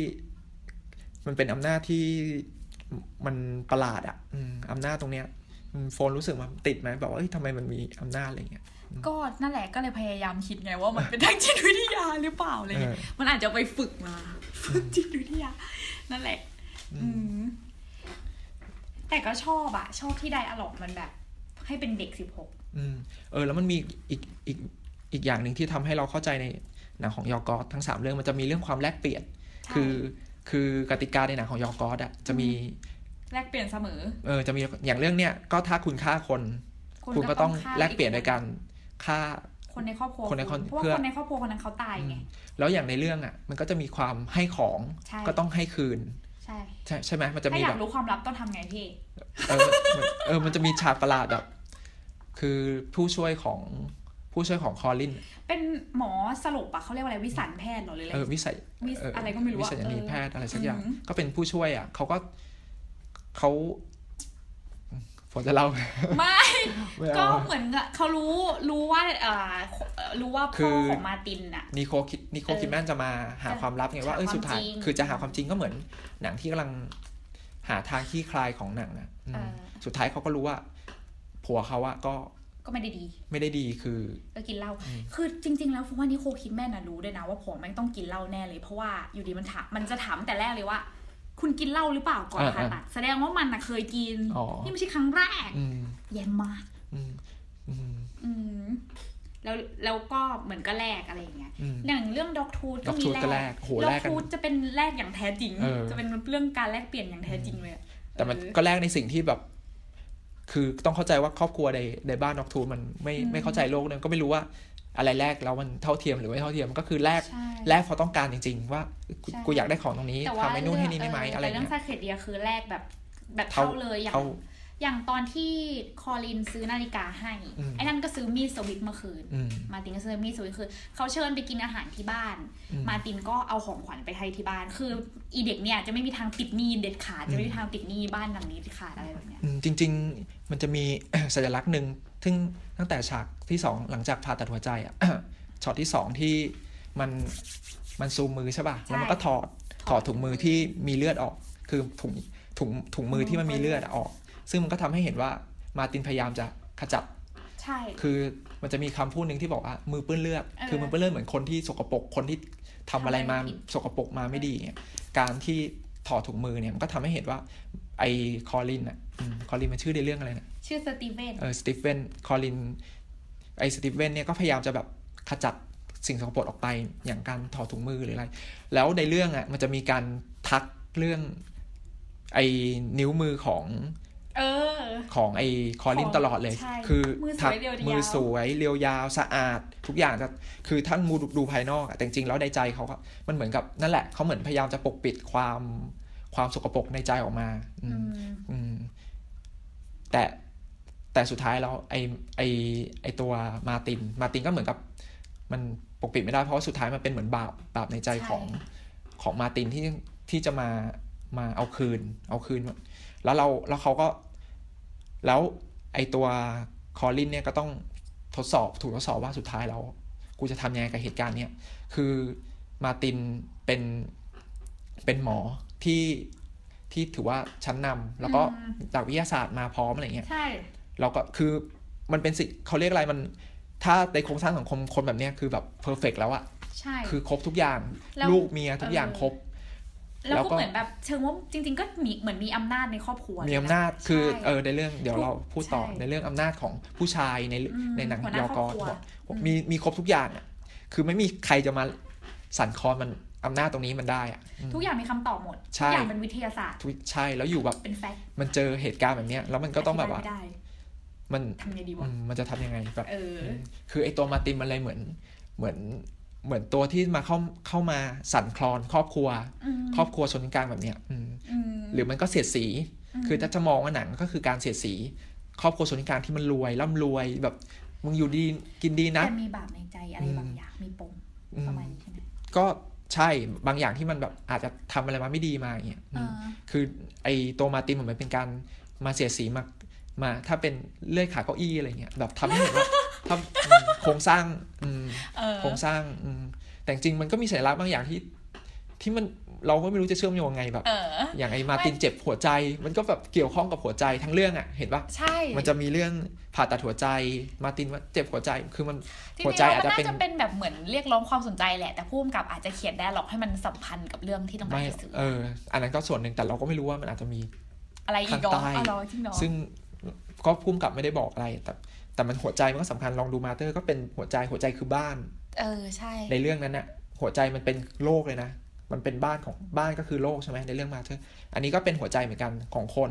Speaker 1: มันเป็นอำนาจที่มันประหลาดอะอืมอำนาจตรงเนี้ยอืมโฟนรู้สึกมันติดไหมแบบว่าเอ้ยทำไมมันมีอำนาจอะไรเงี้ย
Speaker 2: ก็นั่นแหละก็เลยพยายามคิดไงว่ามันเป็นทางจิตวิทยาหรือเปล่าอะไร
Speaker 1: เอ
Speaker 2: เงี้ย
Speaker 1: อ
Speaker 2: มันอาจจะไปฝึกมาฝึกจิตวิทยา นั่นแหละ อืม แต่ก็ชอบอะชอบที่ไดอะล็อกมันแบบ ให้เป็นเด็กสิบหก
Speaker 1: อืมเออแล้วมันมีอีกอีกอีกอย่างหนึ่งที่ทำให้เราเข้าใจในหนังของยอร์กอสทั้งสามเรื่องมันจะมีเรื่องความแลกเปลี่ยน คือ คือกติกาในหนังของยอร์กอสอ่ะจะมี
Speaker 2: แลกเปลี่ยนเสมอ
Speaker 1: เออจะมีอย่างเรื่องเนี้ยก็ถ้าคุณฆ่าคน คุณก็ต้องแลกเปลี่ยนด้วยการฆ่า
Speaker 2: คนในครอบครัว
Speaker 1: คนในครอบ
Speaker 2: ณเพราะว่า
Speaker 1: เพื่อ
Speaker 2: คนในครอบครัวคนนั้นเขาตายไง
Speaker 1: แล้วอย่างในเรื่องอ่ะมันก็จะมีความให้ของ
Speaker 2: ใช่
Speaker 1: ก็ต้องให้คืน
Speaker 2: ใช่
Speaker 1: ใช่ใช่ไหมมันจะ
Speaker 2: ถ้า
Speaker 1: มี
Speaker 2: อยา
Speaker 1: แบ
Speaker 2: ก
Speaker 1: บ
Speaker 2: รู้ความลับต้องทำไงพี่
Speaker 1: เออมันเออมันจะมีฉากประหลาดแบบคือผู้ช่วยของผู้ช่วยของคอลิน
Speaker 2: เป็นหมอสรุปอะเขาเรียกว่าอะไรวิสัญแพทย์เหรอหรืออะไร
Speaker 1: เออวิสัย
Speaker 2: วิส
Speaker 1: เ
Speaker 2: อะไรก็ไม่รู้
Speaker 1: วิ
Speaker 2: อะ
Speaker 1: สัญญี
Speaker 2: เออ
Speaker 1: แพทย์อะไรสักอย่าง
Speaker 2: อืม
Speaker 1: ก็เป็นผู้ช่วยอ่ะเขาก็เขาฝนจะเล่า
Speaker 2: ไม่
Speaker 1: ไม่
Speaker 2: ก็
Speaker 1: เอาอะ
Speaker 2: เหมือนกับเขารู้รู้ว่าเอ่อรู้ว่า
Speaker 1: คื
Speaker 2: พ่อ
Speaker 1: อ
Speaker 2: ของมาร์ตินอะ
Speaker 1: นิโคคิดนิโค
Speaker 2: เออ
Speaker 1: คิดแมนจะมาหา
Speaker 2: จะ
Speaker 1: ความลับไงว่าเออ
Speaker 2: หาความ
Speaker 1: สุดท้าย
Speaker 2: จริง
Speaker 1: คือจะหาความจริงก็เหมือนหนังที่กำลังหาทางที่คลายของหนังนะอืม
Speaker 2: เออ
Speaker 1: สุดท้ายเขาก็รู้ว่า ผัวเขาอะก็
Speaker 2: ก็ไม่ได้ดี
Speaker 1: ไม่ได้ดีคือ
Speaker 2: ก็กินเหล้า
Speaker 1: อืม
Speaker 2: คือจริง ๆ แล้วฟูว่านิโคคิดแม่น่ะรู้ด้วยนะว่าผัวแม่งต้องกินเหล้าแน่เลย เพราะว่าอยู่ดีมันถามมันจะถามแต่แรกเลยว่า คุณกินเหล้าหรือเปล่าก่อนผ่าตัดแสดงว่ามันน่ะเคยกิน
Speaker 1: อ๋อ
Speaker 2: นี่ไม่ใช่ครั้งแรก
Speaker 1: อืม
Speaker 2: แย่มาก
Speaker 1: อืมอืม
Speaker 2: อืม แล้วแล้วก็เหมือนก็แลกอะไรอย่างเงี้ย
Speaker 1: อืม
Speaker 2: อย่างเรื่องด็อกทูด
Speaker 1: ด็
Speaker 2: ก็
Speaker 1: อก
Speaker 2: มี
Speaker 1: ทูต
Speaker 2: แล
Speaker 1: ก็แล
Speaker 2: ก
Speaker 1: กโหแลกกัน
Speaker 2: ทูดจะเป็นแลกอย่างแท้จริง
Speaker 1: เออ
Speaker 2: จะเป็นเรื่องการแลกเปลี่ยนอย่างแท้จริงเลยอะ
Speaker 1: แต่มัน
Speaker 2: เออ
Speaker 1: ก็แลกในสิ่งที่แบบ คือต้องเข้าใจว่าครอบครัวในในบ้านนอกทูนมันไม่
Speaker 2: อืม
Speaker 1: ไม่เข้าใจโลกเนี่ยก็ไม่รู้ว่าอะไรแลกแล้วมันเท่าเทียมหรือไม่เท่าเทียมก็คือแลก
Speaker 2: ใช่
Speaker 1: แลกเพราะต้องการจริง ๆ ว่ากู
Speaker 2: ใช่
Speaker 1: กูอยากได้ของตรงนี้
Speaker 2: แต่ว่า
Speaker 1: ทำให้นู่นให้นี่
Speaker 2: เ
Speaker 1: ได้ไหมอะไร
Speaker 2: แต่เรื่อ
Speaker 1: เงี้
Speaker 2: ง
Speaker 1: ย
Speaker 2: ซาเคเดียคือแลกแบบแบบ
Speaker 1: เท่า
Speaker 2: เท่าเลยอย่าง
Speaker 1: เขา
Speaker 2: อย่างตอนที่คอลินซื้อนาฬิกาให้
Speaker 1: อืม
Speaker 2: ไอ้นั่นก็ซื้อมีดสวิตมาคืน
Speaker 1: อืม
Speaker 2: มาร์ตินก็ซื้อมีดสวิตคือเขาเชิญไปกินอาหารที่บ้าน
Speaker 1: อืม
Speaker 2: มาร์ตินก็เอาของขวัญไปให้ที่บ้าน คืออีเด็กเนี่ยจะไม่มีทางติดหนี้เด็ดขาด
Speaker 1: อืม
Speaker 2: จะไม่มีทางติดหนี้บ้านหลังนี้เด็ดขาดอะไรแบบเนี้ย
Speaker 1: อืมจริง ๆ มันจะมี สัญลักษณ์หนึ่งซึ่งตั้งแต่ฉากที่สองหลังจากผ่าตัดหัวใจอะ ช็อตที่สองที่มันมันซูมมือใช่ป่ะ
Speaker 2: ใช่
Speaker 1: แล้วมันก็ถอด
Speaker 2: ถ
Speaker 1: ถ
Speaker 2: อ
Speaker 1: อ
Speaker 2: ด
Speaker 1: ดถุงมือที่มีเลือดออก คือถุงถุงถุงมือ
Speaker 2: ถุงมือ
Speaker 1: ที่มันมีเลือดอะออก ซึ่งมันก็ทำให้เห็นว่ามาร์ตินพยายามจะขจัด
Speaker 2: ใช่
Speaker 1: คือมันจะมีคำพูดหนึ่งที่บอกว่ามือเปื้อนเลือด
Speaker 2: เออ
Speaker 1: คือมือเปื้อนเลือดเหมือนคนที่สกปรก คนที่ทำอะไรมา
Speaker 2: ทำอะไรผิด
Speaker 1: สกปรกมาไม่ดีเนี่ยการที่ถอดถุงมือเนี่ยมันก็ทำให้เห็นว่า ไอ้คอลินอ่ะอืมคอลินมันชื่อในเรื่องอะไรนะ
Speaker 2: ชื่อสตีเวน
Speaker 1: เออสตีเวนคอลินไอสตีเวนเนี่ยก็พยายามจะแบบขจัดสิ่งสกปรกออกไปอย่างการถอดถุงมือหรืออะไร แล้วในเรื่องอ่ะมันจะมีการทักเรื่องไอ้นิ้วมือของ
Speaker 2: เออ
Speaker 1: ของไอ้คอลิน
Speaker 2: ของ
Speaker 1: ตลอดเลย
Speaker 2: ใช่
Speaker 1: คือ
Speaker 2: มือสวย
Speaker 1: ทั
Speaker 2: เรียวๆ
Speaker 1: มือสวยเรียวยาวสะอาด ทุกอย่างจะคือทั้งมูดูดูภายนอกอะแต่จริงๆแล้วในใจเขาก็มันเหมือนกับนั่นแหละเขาเหมือนพยายามจะปกปิดความความสกปรกในใจออกมาอื
Speaker 2: อื
Speaker 1: ม
Speaker 2: ม
Speaker 1: อืมแต่แต่สุดท้ายแล้วไอไอไอตัวมาร์ติน มาร์ตินก็เหมือนกับ มันปกปิดไม่ได้เพราะว่าสุดท้ายมันเป็นเหมือนบาปบาปในใจ
Speaker 2: ใช่
Speaker 1: ของของมาร์ตินที่ที่จะมามาเอาคืน เอาคืน แล้วเราแล้วเขาก็ แล้วไอตัวคอลินเนี่ยก็ต้องทดสอบถูกทดสอบว่าสุดท้ายแล้ว กูจะทำยังไงกับเหตุการณ์เนี้ยคือมาร์ตินเป็นเป็นหมอที่ที่ถือว่าชั้นนำแล้วก็
Speaker 2: อืม
Speaker 1: จากวิทยาศาสตร์มาพร้อมอะไรเงี้ย
Speaker 2: ใช่
Speaker 1: เราก็คือมันเป็นสิงเขาเรียกอะไรมัน ถ้าในโครงสร้างสังคมคนแบบเนี้ยคือแบบเพอร์เฟกแล้วอะ
Speaker 2: ใช่
Speaker 1: คือครบทุกอย่าง
Speaker 2: แล้ว
Speaker 1: ลูกเมียทุกอย่าง
Speaker 2: เออ
Speaker 1: ครบ
Speaker 2: แล้ว
Speaker 1: แล้ว
Speaker 2: ก็
Speaker 1: ก็
Speaker 2: เหมือนแบบเชิงว่าจริง ๆ ก็มีเหมือนมีอำนาจในครอบครัว
Speaker 1: มี
Speaker 2: เลยะ
Speaker 1: อำนาจคือ
Speaker 2: ใช่
Speaker 1: เออในเรื่องเดี๋ยว
Speaker 2: ถูก
Speaker 1: เราพูดต่อ
Speaker 2: ใช่
Speaker 1: ในเรื่องอำนาจของผู้ชายใน
Speaker 2: อืม
Speaker 1: ในหนัง
Speaker 2: หัวหน้าย
Speaker 1: อ
Speaker 2: ค
Speaker 1: ก
Speaker 2: รอ
Speaker 1: อบ
Speaker 2: ครัวอืม
Speaker 1: มีมีครบทุกอย่างอะคือไม่มีใครจะมาสั่นคลอนมันอำนาจตรงนี้มันได้อะอืม
Speaker 2: ทุกอย่างมีคำตอบหมด
Speaker 1: ใช่
Speaker 2: ทุกอย่างเป็นวิทยาศาสตร์
Speaker 1: ทุกใช่แล้วอยู่แบบ
Speaker 2: เป็นแฟกต์
Speaker 1: มันเจอเหตุการณ์แบบเนี้ยแล้วมันก็ต้องแบบว่า
Speaker 2: ธิยไม่ได้
Speaker 1: มัน
Speaker 2: ทำไงดี
Speaker 1: อื
Speaker 2: วะ
Speaker 1: มมันจะทำยังไงแบบ
Speaker 2: เออ
Speaker 1: คือไอตัวมาร์ตินมันเลยเหมือนเหมือนเหมือนตัวที่มาเข้าเข้ามาสั่นคลอนครอบครัว
Speaker 2: ม
Speaker 1: ครอบครัวชนกลางแบบเนี้ยอืม
Speaker 2: ม
Speaker 1: หรือมันก็เสียดสี
Speaker 2: ม
Speaker 1: คือถ้าจะมองว่าหนังก็คือการเสียดสี ครอบครัวชนกลางที่มันรวยร่ำรวยแบบมึงอยู่ดีกินดีนะ
Speaker 2: แต่มีบาปในใจอะไร
Speaker 1: อืม
Speaker 2: บางอย่างมีปม
Speaker 1: อื
Speaker 2: ประ
Speaker 1: ม
Speaker 2: มาณนี้ใช่ไหม
Speaker 1: ก็ใช่บางอย่างที่มันแบบอาจจะทำอะไรมาไม่ดีมาอย่างเงี้ย
Speaker 2: เอ
Speaker 1: อืม
Speaker 2: อ
Speaker 1: คือไอตัวมาร์ตินเหมือนมันเป็นการมาเสียดสีมามา ถ้าเป็นเลื่อยขาเก้าอี้อะไรเงี้ยแบบทำให้เห็นว่า ถ้าอืมโครงสร้างอืม
Speaker 2: เออ
Speaker 1: โครงสร้างอืม แต่จริงๆมันก็มีสัญลักษณ์บางอย่างที่ ที่มันเราก็ไม่รู้จะเชื่อมโยงไงแบบ
Speaker 2: เออ
Speaker 1: อย่างไอ้มาร์ตินเจ็บหัวใจ มันก็แบบเกี่ยวข้องกับหัวใจทั้งเรื่องอะเห็นปะ
Speaker 2: ใช่
Speaker 1: มันจะมีเรื่องผ่าตัดหัวใจ มาร์ตินว่าเจ็บหัวใจคือมัน
Speaker 2: ริงๆ
Speaker 1: หัวใจอาจจะ
Speaker 2: แล้ว
Speaker 1: เป็
Speaker 2: มัน นน่าจะเป็นแบบเหมือนเรียกร้องความสนใจแหละ แต่ผู้กำกับอาจจะเขียนได้หรอกให้มันสัมพันธ์กับเรื่องที่ต้องกา
Speaker 1: ไม่
Speaker 2: รจะสื่อ
Speaker 1: เออ อันนั้นก็ส่วนหนึ่งแต่เราก็ไม่รู้ว่ามันอาจจะมี
Speaker 2: อะไรอีกเหรอ
Speaker 1: ข้างใต้
Speaker 2: อ๋อเหรอจริงเหรอ
Speaker 1: ซึ่งก็พุ่มกับไม่ได้บอกอะไร แต่ แต่มันหัวใจมันก็สำคัญลองดูมาเตอร์ก็เป็นหัวใจหัวใจคือบ้าน
Speaker 2: เออใช่
Speaker 1: ในเรื่องนั้นน่ะหัวใจมันเป็นโลกเลยนะ มันเป็นบ้านของบ้านก็คือโลกใช่ไหมในเรื่องมาเธออันนี้ก็เป็นหัวใจเหมือนกันของคน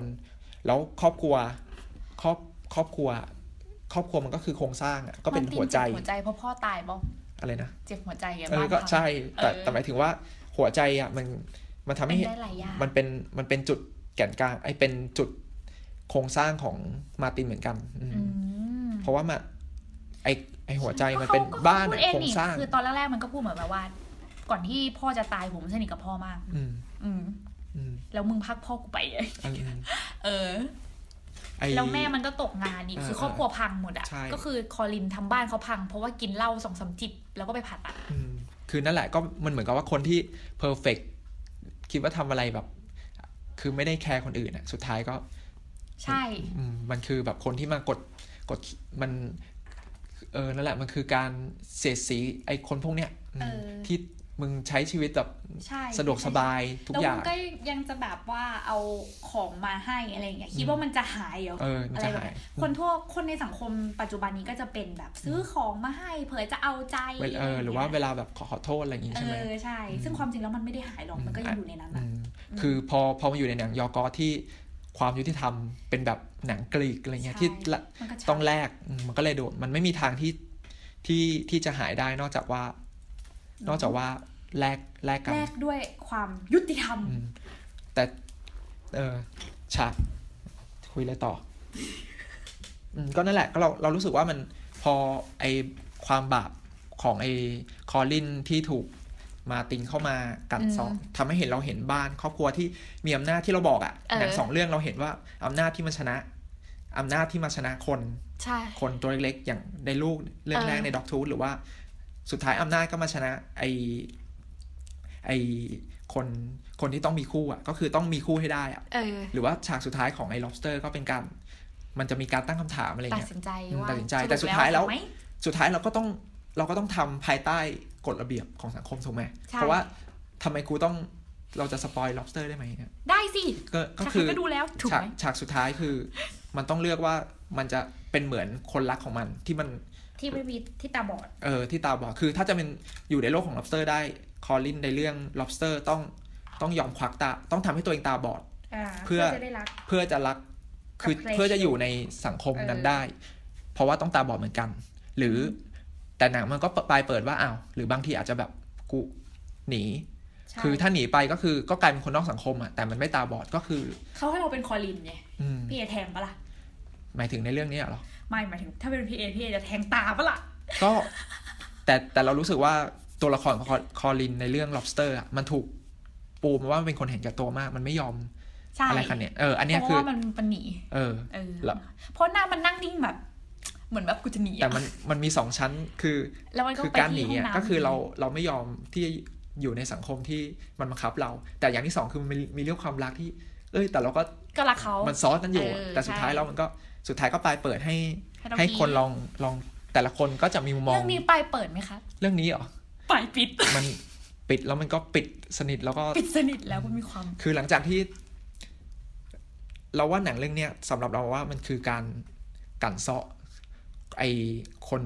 Speaker 1: แล้วครอบครัวครอบครอบครัว ครอบครัวมันก็คือโครงสร้างอ่ะก็เป็น
Speaker 2: มาร์ติ
Speaker 1: หัวใจ
Speaker 2: เบหัวใจเพราะพ่อตายบ่
Speaker 1: อะไรนะ
Speaker 2: เจ็บหัวใจไง
Speaker 1: เออ
Speaker 2: บ้าน
Speaker 1: ก็
Speaker 2: เขา
Speaker 1: ใช่ แต่
Speaker 2: เออ
Speaker 1: แต่หมายถึงว่าหัวใจอ่ะมันมันทำ
Speaker 2: เป็
Speaker 1: ให้
Speaker 2: น
Speaker 1: เห็น
Speaker 2: ได้หลายอย่าง
Speaker 1: มันเป็นมันเป็นจุดแก่นกลางไอเป็นจุดโครงสร้างของมาร์ตินเหมือนกันอืม
Speaker 2: อืม
Speaker 1: เพราะว่ามาไอไอหัวใจมันเป็นบ้าน
Speaker 2: ก็
Speaker 1: อะ
Speaker 2: เขพูดเอ
Speaker 1: โครง
Speaker 2: นี่
Speaker 1: สร้าง
Speaker 2: คือตอนแรกๆมันก็พูดเหมือนแบบว่า ก่อนที่พ่อจะตายผมสนิทกับพ่อมาก
Speaker 1: อืม
Speaker 2: อืม
Speaker 1: อืม
Speaker 2: แล้วมึงพักพ่อกูไปเลย
Speaker 1: อันนั้น
Speaker 2: เออ
Speaker 1: ไอ
Speaker 2: แล้วแม่มันก็ตกงานอีก
Speaker 1: เออ
Speaker 2: คือครอบครัวพังหมดอ่ะ
Speaker 1: ใช่
Speaker 2: ก็คือคอลินทำบ้านเขาพัง เพราะว่ากินเหล้าสองสามจิบแล้วก็ไปผ่าตัด
Speaker 1: อืมคือนั่นแหละก็มันเหมือนกับว่าคนที่เพอร์เฟกคิดว่าทำอะไรแบบ คือไม่ได้แคร์คนอื่นอะสุดท้ายก็
Speaker 2: ใช่
Speaker 1: อืมมันคือแบบคนที่มากดกดมันเออนั่นแหละมันคือการเสียดสีไอ้คนพวกเนี้ยอืม
Speaker 2: เออ
Speaker 1: ที่มึงใช้ชีวิตแบบ
Speaker 2: ใช่
Speaker 1: สะดวกสบายทุก
Speaker 2: แล้ว
Speaker 1: อย่า
Speaker 2: มึ
Speaker 1: ง
Speaker 2: งก็ยังจะแบบว่าเอาของมาให้อะไรอย่างเงี้ยคิดว่ามันจะหายเหรอ
Speaker 1: เออมัน
Speaker 2: อะไร
Speaker 1: จะ
Speaker 2: แบบ
Speaker 1: หาย
Speaker 2: นั้นคนทั่วคนในสังคมปัจจุบันนี้ก็จะเป็นแบบซื้อของมาให้ เผื่อจะเอาใจ
Speaker 1: เออ หรือว่าเวลาแบบขอขอโทษอะไรอย่างงี้
Speaker 2: เอ
Speaker 1: ใช่ไหม
Speaker 2: อใช่ ซึ่งความจริงแล้วมันไม่ได้หายหรอก
Speaker 1: อืม
Speaker 2: มันก็ยังอยู่ในนั้น
Speaker 1: อื
Speaker 2: อะ
Speaker 1: ม
Speaker 2: อืม
Speaker 1: คือพอพอมาอยู่ในหนังยอกอที่ความยุติธรรมเป็นแบบหนังกรีกอะไรเงี้ย
Speaker 2: ใช่
Speaker 1: ที่ละ
Speaker 2: มันก็ใช่
Speaker 1: ต้องแลกอืมมันก็เลยโดดมันไม่มีทางที่ที่ที่จะหายได้นอกจากว่า นอกจากว่าแลกแลกกัน
Speaker 2: แลกด้วยความยุติธรรม
Speaker 1: อืมแต่เออฉากคุยอะไรต่ออืมก็นั่นแหละก็เราเรารู้สึกว่ามันพอไอความบาปของไอคอลินที่ถูกมาตินเข้ามากัด
Speaker 2: อืม
Speaker 1: เซาะทำให้เห็นเราเห็นบ้าน ครอบครัวที่มีอำนาจที่เราบอกอะ
Speaker 2: เออ
Speaker 1: หนังสองเรื่องเราเห็นว่าอำนาจที่มันชนะอำนาจที่มาชนะคน
Speaker 2: ใช่
Speaker 1: คนตัวเล็กๆ อย่างในลูกเรื่อง
Speaker 2: เออ
Speaker 1: แรกในด็อกทูธหรือว่าสุดท้ายอำนาจก็มาชนะ ไอไอคนคนที่ต้องมีคู่อ่ะ ก็คือต้องมีคู่ให้ได้อ่ะ
Speaker 2: เออ
Speaker 1: หรือว่าฉากสุดท้ายของไอ้ lobster ก็เป็นการ มันจะมีการตั้งคำถามอะไร
Speaker 2: ตัด
Speaker 1: เงี้ย
Speaker 2: สินใจ
Speaker 1: อืม
Speaker 2: ว่า
Speaker 1: ตัดสินใจ
Speaker 2: รุป
Speaker 1: แต่สุดท้ายแล้ว
Speaker 2: เอไหม
Speaker 1: สุดท้ายเราก็ต้องเราก็ต้องทำภายใต้กฎระเบียบของสังคมถูกไหม
Speaker 2: ใช่
Speaker 1: เพราะว่าทำไมกูต้องเราจะสปอย lobster ได้ไหมเนี่ย
Speaker 2: ได้สิ
Speaker 1: ก็ก็
Speaker 2: ฉัน
Speaker 1: คือ
Speaker 2: ก็ดูแล้วถูก
Speaker 1: ฉาก
Speaker 2: ไหม
Speaker 1: ฉากสุดท้ายคือ มันต้องเลือกว่ามันจะเป็นเหมือนคนรักของมันที่มัน
Speaker 2: ที่ไม่มีที่ตาบอด
Speaker 1: เออที่ตาบอดคือถ้าจะเป็นอยู่ในโลกของ lobster ได้คอลินในเรื่อง lobster ต้องต้องยอมควักตา ต้องทำให้ตัวเองตาบอด
Speaker 2: อ่า
Speaker 1: เพื่อ
Speaker 2: จะได้รัก
Speaker 1: เพื่อจะรักคือ
Speaker 2: Appreciate
Speaker 1: เพื่อจะอยู่ในสังคมนั้น
Speaker 2: เออ
Speaker 1: ได้ เพราะว่าต้องตาบอดเหมือนกัน หรือแต่หนังมันก็ปลายเปิดว่าอ้าวหรือบางทีอาจจะแบบกูหนี
Speaker 2: ใช่
Speaker 1: คือถ้าหนีไปก็คือก็กลายเป็นคนนอกสังคมอ่ะแต่มันไม่ตาบอดก็คือ
Speaker 2: เขาให้เราเป็นคอลินไง
Speaker 1: อืม
Speaker 2: พี่เอแทงปะล่ะ
Speaker 1: หมายถึงในเรื่องนี้เหรอ
Speaker 2: ไม่หมายถึงถ้าเป็นพี่เอพี่เอจะแทงตาปะล่ะ
Speaker 1: ก็ แต่แต่เรารู้สึกว่าตัวละครของคอคอลินในเรื่อง lobster อ่ะมันถูกปูมาว่ามันเป็นคนเห็นแก่ตัวมาก มันไม่ยอม
Speaker 2: ใช่
Speaker 1: อะไรคันเนี่ยเออ อันเนี้ย
Speaker 2: เพ
Speaker 1: คือ
Speaker 2: ราะว่ามันมันหนี
Speaker 1: เออ
Speaker 2: เออ
Speaker 1: แล้ว
Speaker 2: เพราะหน้ามันนั่งนิ่งแบบ เหมือนแบบกูจะหนี
Speaker 1: แต่
Speaker 2: อะ
Speaker 1: มันมันมีสองชั้นคือ
Speaker 2: แล้วมันก็
Speaker 1: คือ
Speaker 2: ไป
Speaker 1: การห
Speaker 2: ที่
Speaker 1: นี
Speaker 2: ห้อง
Speaker 1: อ่ะ
Speaker 2: น้ำ
Speaker 1: ก็คือเราเราไม่ยอมที่อยู่ในสังคมที่มันบังคับเรา แต่อย่างที่สองคือมันมีมีเรื่องความรักที่ เอ้ย แต่เราก็
Speaker 2: ก็รักเขา
Speaker 1: มันซ้อนกันอยู่อะ
Speaker 2: เออ
Speaker 1: แต่สุดท้าย
Speaker 2: ใช่
Speaker 1: เรามันก็สุดท้ายก็ปลายเปิดให้
Speaker 2: เรา
Speaker 1: ให้
Speaker 2: ดี
Speaker 1: คนลองลองแต่ละคนก็จะมีมุมมอง
Speaker 2: เรื่องนี้ปลายเปิดไหมคะ
Speaker 1: เรื่องนี้เหรอ
Speaker 2: ปลายปิด
Speaker 1: มันปิดแล้วมันก็ปิดสนิทแล้วก็
Speaker 2: ปิดสนิทแล้วมันมีความ
Speaker 1: คือหลังจากที่ เราว่าหนังเรื่องเนี้ยสำหรับเราว่ามันคือการกลั่นเซาะไอคน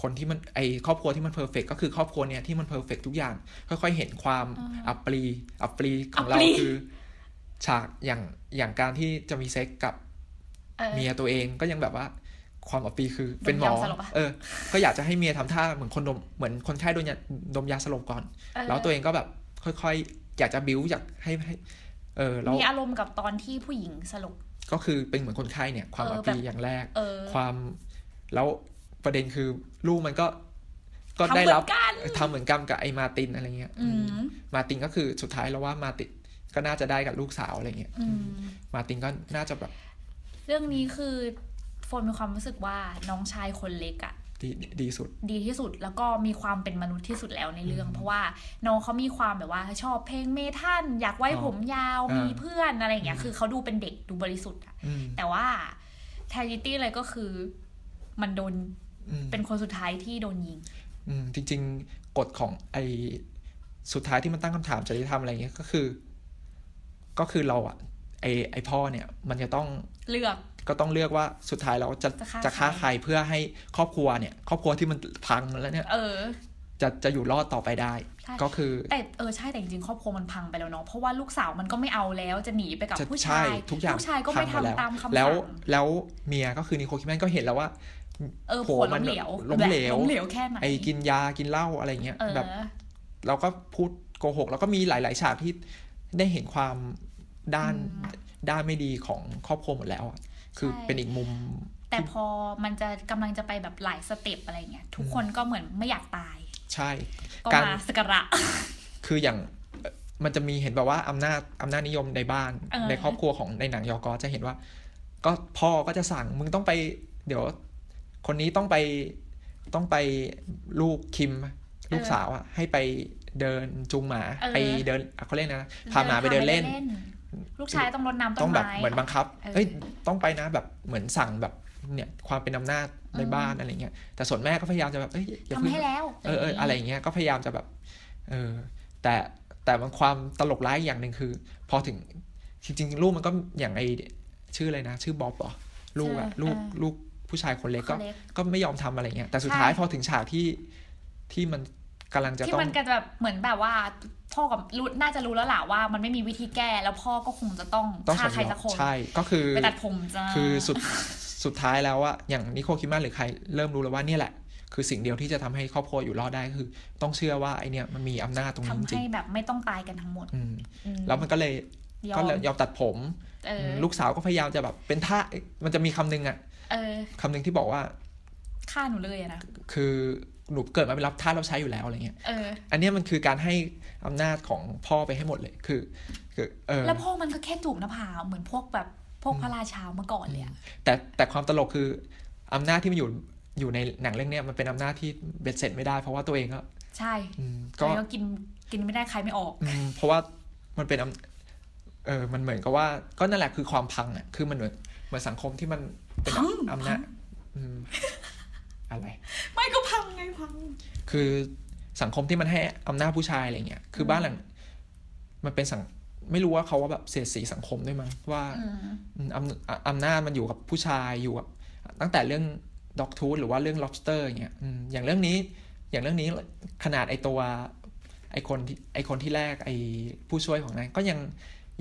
Speaker 1: คนที่มันไอครอบครัวที่มันเพอร์เฟกก็คือครอบครัวเนี้ยที่มันเพอร์เฟกทุกอย่าง ค่อยๆเห็นความ
Speaker 2: อ่า
Speaker 1: อับปรีอับปรีของเรา
Speaker 2: อัปรี
Speaker 1: คือ ฉากอย่างอย่างการที่จะมีเซ็กกับ
Speaker 2: เออ
Speaker 1: เมียตัวเองก็ยังแบบว่า ความอับปรีคือเป็นหมอ
Speaker 2: ดมยาสลบอะ
Speaker 1: เออ ก็อยากจะให้เมียทำท่าเหมือนคนดมเหมือนคนไข้โดนยาดมยาสลบก่อน
Speaker 2: เออ
Speaker 1: แล้วตัวเองก็แบบค่อยๆ อยากจะบิ้วอยากให้ให้ เออแล้ว
Speaker 2: มีอารมณ์กับตอนที่ผู้หญิงสลบ
Speaker 1: ก็คือเป็นเหมือนคนไข้เนี่ย ความ
Speaker 2: เออ
Speaker 1: อับ
Speaker 2: แบบ
Speaker 1: ปีอย่างแรก
Speaker 2: เออ
Speaker 1: ความแล้วประเด็นคือลูกมันก็ก็
Speaker 2: ทำ
Speaker 1: ได้
Speaker 2: เหมื
Speaker 1: รั
Speaker 2: อบ นกัน
Speaker 1: ทำเหมือนกันกับไอ้มาร์ตินอะไรเงี้ย
Speaker 2: อื
Speaker 1: อืม
Speaker 2: ม
Speaker 1: มาร์ตินก็คือสุดท้ายแล้วว่ามาร์ตินก็น่าจะได้กับลูกสาวอะไรเงี้ย
Speaker 2: อืม
Speaker 1: มาร์ตินก็น่าจะแบบ
Speaker 2: เรื่องนี้คือโฟนมีความรู้สึกว่าน้องชายคนเล็กอะ
Speaker 1: ดีดีดีสุด
Speaker 2: ดีที่สุดแล้วก็มีความเป็นมนุษย์ที่สุดแล้วในเรื่อง
Speaker 1: อืม
Speaker 2: เพราะว่าน้องเขามีความแบบว่าชอบเพลงเมทัลอยากไว้
Speaker 1: อ๋อ
Speaker 2: ผมยาว
Speaker 1: อ่ามี
Speaker 2: มีเพื่อนอะไรอย่างเงี้ย
Speaker 1: อืม
Speaker 2: คือเขาดูเป็นเด็กดูบริสุทธิ์อะ
Speaker 1: อืม
Speaker 2: แต่ว่าทาริตี้เลยก็คือ มันโดน
Speaker 1: อืม
Speaker 2: เป็นคนสุดท้ายที่โดนยิง
Speaker 1: อืมจริง ๆ กฎของไอสุดท้ายที่มันตั้งคำถามจริยธรรมอะไรเงี้ยก็คือ ก็คือเราอะไอไอพ่อเนี่ย มันจะต้อง
Speaker 2: เลือก
Speaker 1: ก็ต้องเลือกว่าสุดท้ายเราจะ
Speaker 2: จะฆ่า
Speaker 1: จะฆ่าใค
Speaker 2: ใคร
Speaker 1: รเพื่อให้ครอบครัวเนี่ย ครอบครัวที่มันพังแล้วเนี่ย
Speaker 2: เออ
Speaker 1: จะจะอยู่รอดต่อไปได้
Speaker 2: ใช่
Speaker 1: ก็คือ
Speaker 2: แต่เออใช่แต่จริงๆครอบครัวมันพังไปแล้วเนาะเพราะว่าลูกสาวมันก็ไม่เอาแล้วจะหนีไปกับ
Speaker 1: จะ
Speaker 2: ผู้
Speaker 1: ใช่
Speaker 2: ชาย
Speaker 1: ทุกอย่าง
Speaker 2: ลูกชายก็ไม่ทำ
Speaker 1: พังหดแล้ว
Speaker 2: ตามคำ
Speaker 1: แล้ว
Speaker 2: สั่ง
Speaker 1: แล้วเมียก็คือนิโคลคิดแมนก็เห็นแล้วว่า
Speaker 2: เออ
Speaker 1: โผล่
Speaker 2: ผัว
Speaker 1: มั
Speaker 2: ล้
Speaker 1: น
Speaker 2: มเหลว
Speaker 1: ล้มเหลว
Speaker 2: ล้มเหลวแค่ไหน
Speaker 1: ไอกินยากินเหล้าอะไรเงี้ย
Speaker 2: เออ
Speaker 1: แบบ เราก็พูดโกหก แล้วก็มีหลาย ๆ ฉากที่ได้เห็นความด้าน
Speaker 2: อืม
Speaker 1: ด้านไม่ดีของครอบครัวหมดแล้วอะคือ
Speaker 2: ใช่
Speaker 1: เป็นอีกมุม
Speaker 2: แต่พอมันจะกำลังจะไปแบบหลายสเต็ปอะไรเงี้ยทุกคนก็เหมือนไม่อยากตาย
Speaker 1: ใช่
Speaker 2: ก็
Speaker 1: การ
Speaker 2: มาสกการะ
Speaker 1: คืออย่างเอ่อมันจะมีเห็นแบบว่าอำนาจอำนาจนิยมในบ้าน
Speaker 2: เออ
Speaker 1: ในครอบครัวของในหนังยอกอจะเห็นว่า ก็พ่อก็จะสั่งมึงต้องไป เดี๋ยว คนนี้ต้องไปต้องไปลูกคิม ลูกสาวอะให้ไปเดินจูงหมาไปเดินอ่ะเขาเรียกนะพาหมาไปเดินเล่น
Speaker 2: ลูกชายต้องรดน้ำ
Speaker 1: ต้
Speaker 2: ต้
Speaker 1: อง
Speaker 2: น
Speaker 1: แบบ
Speaker 2: ไม้
Speaker 1: เหมือนบังคับ
Speaker 2: เออ
Speaker 1: เอ้ย ต้องไปนะแบบเหมือนสั่งแบบเนี่ยความเป็นอำนาจใน
Speaker 2: อืม
Speaker 1: บ้านอะไรเงี้ย แต่ส่วนแม่ก็พยายามจะแบบเอ้ยอย่า
Speaker 2: ทำ
Speaker 1: เพิ่ง
Speaker 2: ให้แล้ว
Speaker 1: เออเอออะไรเงี้ย ก็พยายามจะแบบ เออ แต่แต่มันความตลกร้ายอย่างหนึ่งคือ พอถึงจริงๆลูกมันก็อย่างไอชื่ออะไรนะ ชื่อบ๊อบเหรอลูกอะลูกลูกผู้ชายคนเล็กก็
Speaker 2: คนเล็ก
Speaker 1: ก็ไม่ยอมทำอะไรเงี้ย แต่สุด
Speaker 2: ใช่
Speaker 1: ท้ายพอถึงฉากที่ที่มันกำลังจะ
Speaker 2: ที่
Speaker 1: ต้อง
Speaker 2: มันก็จะแบบเหมือนแบบว่าพ่อกับรู้น่าจะรู้แล้วล่ะว่า มันไม่มีวิธีแก้แล้วพ่อก็คงจะต้อง
Speaker 1: ต้อง
Speaker 2: ฆ่า
Speaker 1: สม
Speaker 2: ใคร
Speaker 1: ยอ
Speaker 2: สั
Speaker 1: ม
Speaker 2: กคน
Speaker 1: ใช่ ก็คือ
Speaker 2: ไปตัดผมจ้า
Speaker 1: คือสุดสุดท้ายแล้วอะอย่างนิโคลคิดมันหรือใครเริ่มรู้แล้วว่าเนี่ยแหละ คือสิ่งเดียวที่จะทำให้ครอบครัวอยู่รอดได้ก็คือ ต้องเชื่อว่าไอเนี่ยมันมีอำนาจตรง
Speaker 2: ทำ
Speaker 1: นี้จริ
Speaker 2: ให้
Speaker 1: ง
Speaker 2: แบบไม่ต้องตายกันทั้งหมด
Speaker 1: ๆอืม
Speaker 2: อืม
Speaker 1: แล้วมันก็เลย
Speaker 2: ยอ
Speaker 1: ก็
Speaker 2: ม
Speaker 1: เลยยอมตัดผม
Speaker 2: เออ
Speaker 1: ลูกสาวก็พยายามจะแบบเป็นท่าเอ้ยมันจะมีคำนึงอะ
Speaker 2: เออ
Speaker 1: คำนึงที่บอกว่า
Speaker 2: ฆ่าหนูเลยอะนะ
Speaker 1: คือหนูเกิดมาเป็นรับท่าสรับใช้อยู่แล้วอะไรเงี้ย
Speaker 2: เออ
Speaker 1: อันเนี้ยมันคือการให้อำนาจของพ่อไปให้หมดเลยคือคือเออ
Speaker 2: แล้วพ่อมันก็แค่จูบหน้าผากเหมือนพวกแบบพวกพระราชาเมื่อก่อนเลยอะ
Speaker 1: แต่แต่ความตลกคืออำนาจที่มันอยู่อยู่ในหนังเรื่องเนี้ยมันเป็นอำนาจที่เบ็ดเสร็จไม่ได้ เพราะว่าตัวเองก็
Speaker 2: ใช่
Speaker 1: อืม
Speaker 2: ใคร
Speaker 1: ก็
Speaker 2: ก็กินกินไม่ได้ใครไม่ออก
Speaker 1: อืมเพราะว่ามันเป็นอำเออมันเหมือนกับว่า ก็นั่นแหละคือความพังอ่ะ คือมันเหมือนเหมือนสังคมที่มันเป็น
Speaker 2: พัง
Speaker 1: อำนาจอืมอะไร
Speaker 2: ไม่ก็พังไงพัง
Speaker 1: คือสังคมที่มันให้อำนาจผู้ชายอะไรเงี้ย คือบ้านหลัง มันเป็นสัง ไม่รู้ว่าเขาว่าแบบเสียดสีสังคมด้วยมั้งว่า
Speaker 2: อืม
Speaker 1: อืมอำอำอำนาจมันอยู่กับผู้ชายอยู่กับตั้งแต่เรื่องด็อกทูธหรือว่าเรื่อง lobster อย่างเงี้ยอืมอย่างเรื่องนี้ อย่างเรื่องนี้ขนาดไอตัว ไอคนที่ไอคนที่แรกไอผู้ช่วยของนายก็ยัง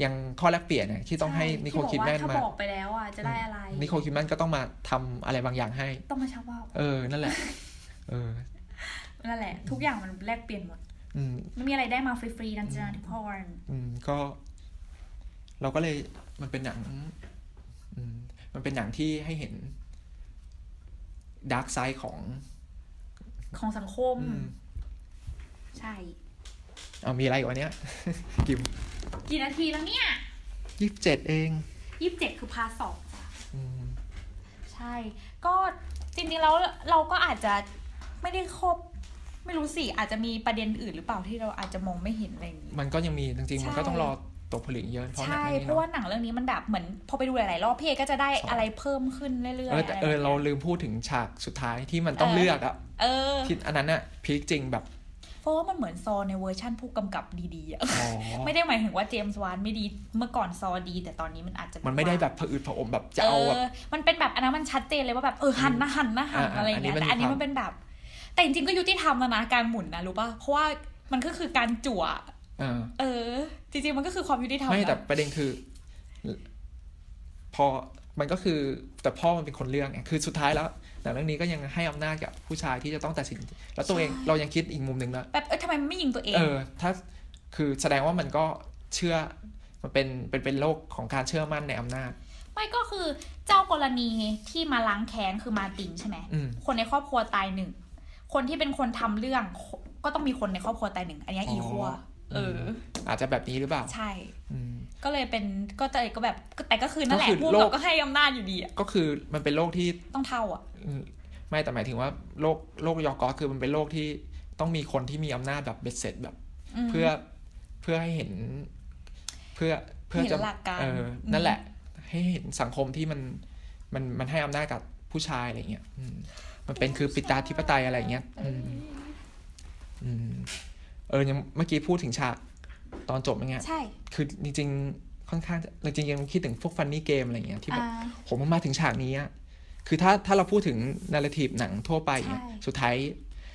Speaker 1: ยังข้อแลกเปลี่ยนนะที่ต้องให้
Speaker 2: ช่
Speaker 1: นิโคลคิดแมน
Speaker 2: ที่บ
Speaker 1: มา
Speaker 2: อกว่าถ้าบอกไปแล้วอ่ะจะได้อะไร
Speaker 1: นิโคลคิดแมนก็ต้องมาทำอะไรบางอย่างให้
Speaker 2: ต้องมาเช่าว่าว
Speaker 1: เออ นั่นแหละ เออ
Speaker 2: นั่นแหละ ทุกอย่างมันแลกเปลี่ยนหมด
Speaker 1: อืม
Speaker 2: ไม่มีอะไรได้มาฟรีๆดังจนาทิพอร
Speaker 1: อืมก็ เราก็เลยมันเป็นหนังอืมมันเป็นหนังที่ให้เห็นดาร์กไซด์ของ
Speaker 2: ของสังคม
Speaker 1: อืม
Speaker 2: ใช่
Speaker 1: เอามีอะไรอีกวะเนี้ย กี่
Speaker 2: กี่นาทีแล้วเนี่ย
Speaker 1: ยี่สิบเจ็ดเอง
Speaker 2: ยี่สิบเจ็ดคือพาร์ทสองจ้ะ
Speaker 1: อืม
Speaker 2: ใช่ ก็จริงๆแล้วเราก็อาจจะไม่ได้ครบ ไม่รู้สิอาจจะมีประเด็นอื่นหรือเปล่าที่เราอาจจะมองไม่เห็นอะไรอย่างนี้
Speaker 1: มันก็ยังมีจริงๆ มันก็
Speaker 2: ใช่
Speaker 1: ต้องรอตกผลึกเยอะเพราะหนัง
Speaker 2: ใช่
Speaker 1: เรื่องนี้เน
Speaker 2: เพราะว่า
Speaker 1: อะ
Speaker 2: หนังเรื่องนี้มันแบบเหมือนพอไปดูหลายๆรอบพี่เอก็จะได้
Speaker 1: สอง
Speaker 2: อะไรเพิ่มขึ้นเรื่อยๆ
Speaker 1: เออแต่
Speaker 2: ะ
Speaker 1: เอ
Speaker 2: ไร
Speaker 1: อ
Speaker 2: แบบ
Speaker 1: เรา
Speaker 2: นี้ย
Speaker 1: ลืมพูดถึงฉากสุดท้ายที่มันต้อง
Speaker 2: เออ
Speaker 1: เลือกอะ
Speaker 2: เออ
Speaker 1: ที่อันนั้นอะพีคจริงแบบ
Speaker 2: เพราะว่ามันเหมือนซอในเวอร์ชั่นผู้กำกับดีๆอะ
Speaker 1: อ๋อ
Speaker 2: ไม่ได้หมายถึงว่าเจมส์วานไม่ดีเมื่อก่อนซอดี แต่ตอนนี้มันอาจจะ
Speaker 1: มันไม่ได้แบบผะอืดผะอมแบบจะเอาแบบ
Speaker 2: มันเป็นแบบอันนั้นมันชัดเจนเลยว่าแบบเออหันนะหันนะหัน
Speaker 1: อ่า
Speaker 2: อะไรอย่างเงี้ย
Speaker 1: อันนี้
Speaker 2: แต่อันนี้
Speaker 1: มันมี
Speaker 2: มันเป็นแบบ แต่จริงๆก็ยุติธรรมแล้วนะการหมุนนะรู้ป่ะเพราะว่ามันก็คือการจั่ว
Speaker 1: เออ
Speaker 2: เออ จริงๆมันก็คือความยุติธรรม
Speaker 1: ไม่แต่
Speaker 2: นะ
Speaker 1: ประเด็นคือ พอมันก็คือแต่พ่อมันเป็นคนเลือกไงคือสุดท้ายแล้วหนังเรื่องนี้ก็ยังให้อำนาจกับผู้ชายที่จะต้องตัดสิน แล้วตัวเองเรายังคิดอีกมุมหนึ่งนะ
Speaker 2: แบบเออทำไมมันไม่ยิงตัวเอง
Speaker 1: เออ ถ้าคือแสดงว่ามันก็เชื่อมันเป็นเป็นเป็นโลกของการเชื่อมั่นในอำนาจ
Speaker 2: ไม่ก็คือเจ้ากรณีที่มาล้างแค้นคือมาร์ตินใช่ไหม
Speaker 1: อืม
Speaker 2: คนในครอบครัวตายหนึ่ง คนที่เป็นคนทำเรื่องก็ต้องมีคนในครอบครัวตายหนึ่ง อันเนี้ย
Speaker 1: อ๋ออี
Speaker 2: อีคัวเออ
Speaker 1: ม
Speaker 2: อ
Speaker 1: อาจจะแบบนี้หรือเปล่า
Speaker 2: ใช่
Speaker 1: อืม
Speaker 2: ก็เลยเป็นก็แต่ก็แบบแต่ก็คือนั่นแหละ
Speaker 1: ก็คือ
Speaker 2: พูด
Speaker 1: โลก
Speaker 2: กับก็ให้อำนาจอยู่ดีอะ
Speaker 1: ก็คือมันเป็นโลกที่
Speaker 2: ต้องเท่าอ่ะ
Speaker 1: อืม ไม่แต่หมายถึงว่าโลกโลกยอกอคือมันเป็นโลกที่ต้องมีคนที่มีอำนาจแบบเบ็ดเสร็จแบบ
Speaker 2: ม
Speaker 1: เพื่อเพื่อให้เห็น เพื่อเพื่อ
Speaker 2: เห็น
Speaker 1: จะ
Speaker 2: หลักการ
Speaker 1: เออ
Speaker 2: ม
Speaker 1: นั่นแหละ ให้เห็นสังคมที่มันมันมันให้อำนาจกับผู้ชายอะไรเงี้ยอืมมันเป็นคือปิตาธิปไตยอะไรเงี้ยอืมอืมเออยังเมื่อกี้พูดถึงฉากตอนจบยังไง
Speaker 2: ใช่
Speaker 1: คือจริงๆค่อนข้างจะจริงๆยังคิดถึงพวกฟันนี่เกมอะไรเงี้ยที่แบบ
Speaker 2: อ่า
Speaker 1: ผมมันมาถึงฉากนี้อะคือถ้าถ้าเราพูดถึงนาราทีฟหนังทั่วไปเนี่ย
Speaker 2: ใช่
Speaker 1: สุดท้าย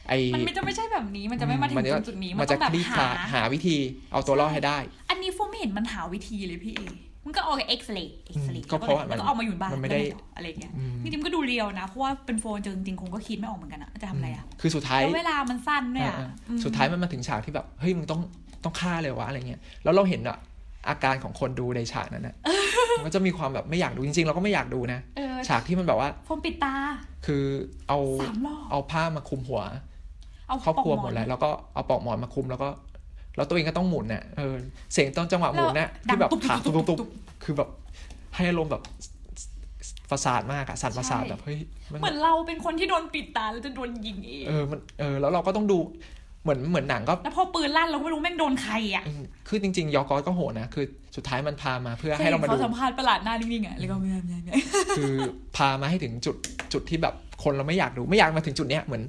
Speaker 1: ไอ้
Speaker 2: มันไม่จะไม่ใช่แบบนี้มันจะไม่มาถึง
Speaker 1: จะ
Speaker 2: จุดๆนี้
Speaker 1: มั
Speaker 2: มัน น
Speaker 1: จะ
Speaker 2: ต้อ
Speaker 1: ค
Speaker 2: งแบบ
Speaker 1: ลี่คลา
Speaker 2: หา
Speaker 1: ยหาวิธีเอาตัวรอดให้ได้
Speaker 2: อันนี้ฟูไม่เห็นมันหาวิธีเลยพี่เอมันก็เอากับเอ็กซเรย์เอ็กซเรย์
Speaker 1: อืมก็เพราะว่ามัน
Speaker 2: แล้วก็เอามาอยู่บ้าน
Speaker 1: มันไม่
Speaker 2: แล้ว
Speaker 1: ได้
Speaker 2: งต่ออะไรอย่างเงี้ย
Speaker 1: อืม
Speaker 2: จริงๆมันก็ดูเรียวนะเพราะว่าเป็นโฟนเจอจริงๆคงก็คิดไม่ออกเหมือนกันอะจะทำอะไรอะ
Speaker 1: คือสุดท้าย
Speaker 2: แล้วเวลามันสั้นเนี่ย
Speaker 1: เออ
Speaker 2: อืม
Speaker 1: สุดท้ายมันมาถึงฉากที่แบบเฮ้ยมึงต้องต้องฆ่าเลยวะอะไรเงี้ยแล้วเราเห็นอะอาการของคนดูในฉาก นั้นอะมันก็จะมีความแบบไม่อยากดูจริงๆ เราก็ไม่อยากดูนะ
Speaker 2: เออ
Speaker 1: ฉากที่มันแบบว่า
Speaker 2: โฟมปิดตา
Speaker 1: คือเอา
Speaker 2: สามรอบ
Speaker 1: เอาผ้ามาคลุมหัว
Speaker 2: เอา
Speaker 1: ครอบครัว
Speaker 2: ปก
Speaker 1: หมดแล้วแล้วก็เอาปลอกหมอนมาคลุมแล้วก็แล้วตัวเองก็ต้องหมุนน่ะเออเสียงตอนจังหวะหมุนน่ะ
Speaker 2: ดั
Speaker 1: ที่
Speaker 2: ง
Speaker 1: แบบ
Speaker 2: ตุ๊บ
Speaker 1: ขา
Speaker 2: ตุ๊
Speaker 1: ตุ๊
Speaker 2: บบ ตุ๊บ
Speaker 1: ตุ๊บ
Speaker 2: ตุ๊บ
Speaker 1: คือแบบให้อารมณ์แบบประสาทมากอะสั่นประสาท
Speaker 2: ใช่
Speaker 1: แบบเฮ้ยมัน
Speaker 2: เหมือนเราเป็นคนที่โดนปิดตาแล้วจะโดนยิงเอง
Speaker 1: เออมันเออแล้วเราก็ต้องดูเหมือนเหมือนหนังก็
Speaker 2: แล้วพอปืนลั่นเราก็ไม่รู้แม่งโดนใครอะ
Speaker 1: อืมคือจริง ๆ ยอกอสก็โหดนะคือสุดท้ายมันพามาเพื่อให้เรามา
Speaker 2: เขา
Speaker 1: ดู
Speaker 2: สัมภาษณ์ประหลาดหน้านิ่งๆอะแล้วก็ไม่ไม่ไม่
Speaker 1: คือพามาให้ถึงจุดจุดที่แบบคนเราไม่อยากดูไม่อยากมาถึงจุดเนี้ยเหมือน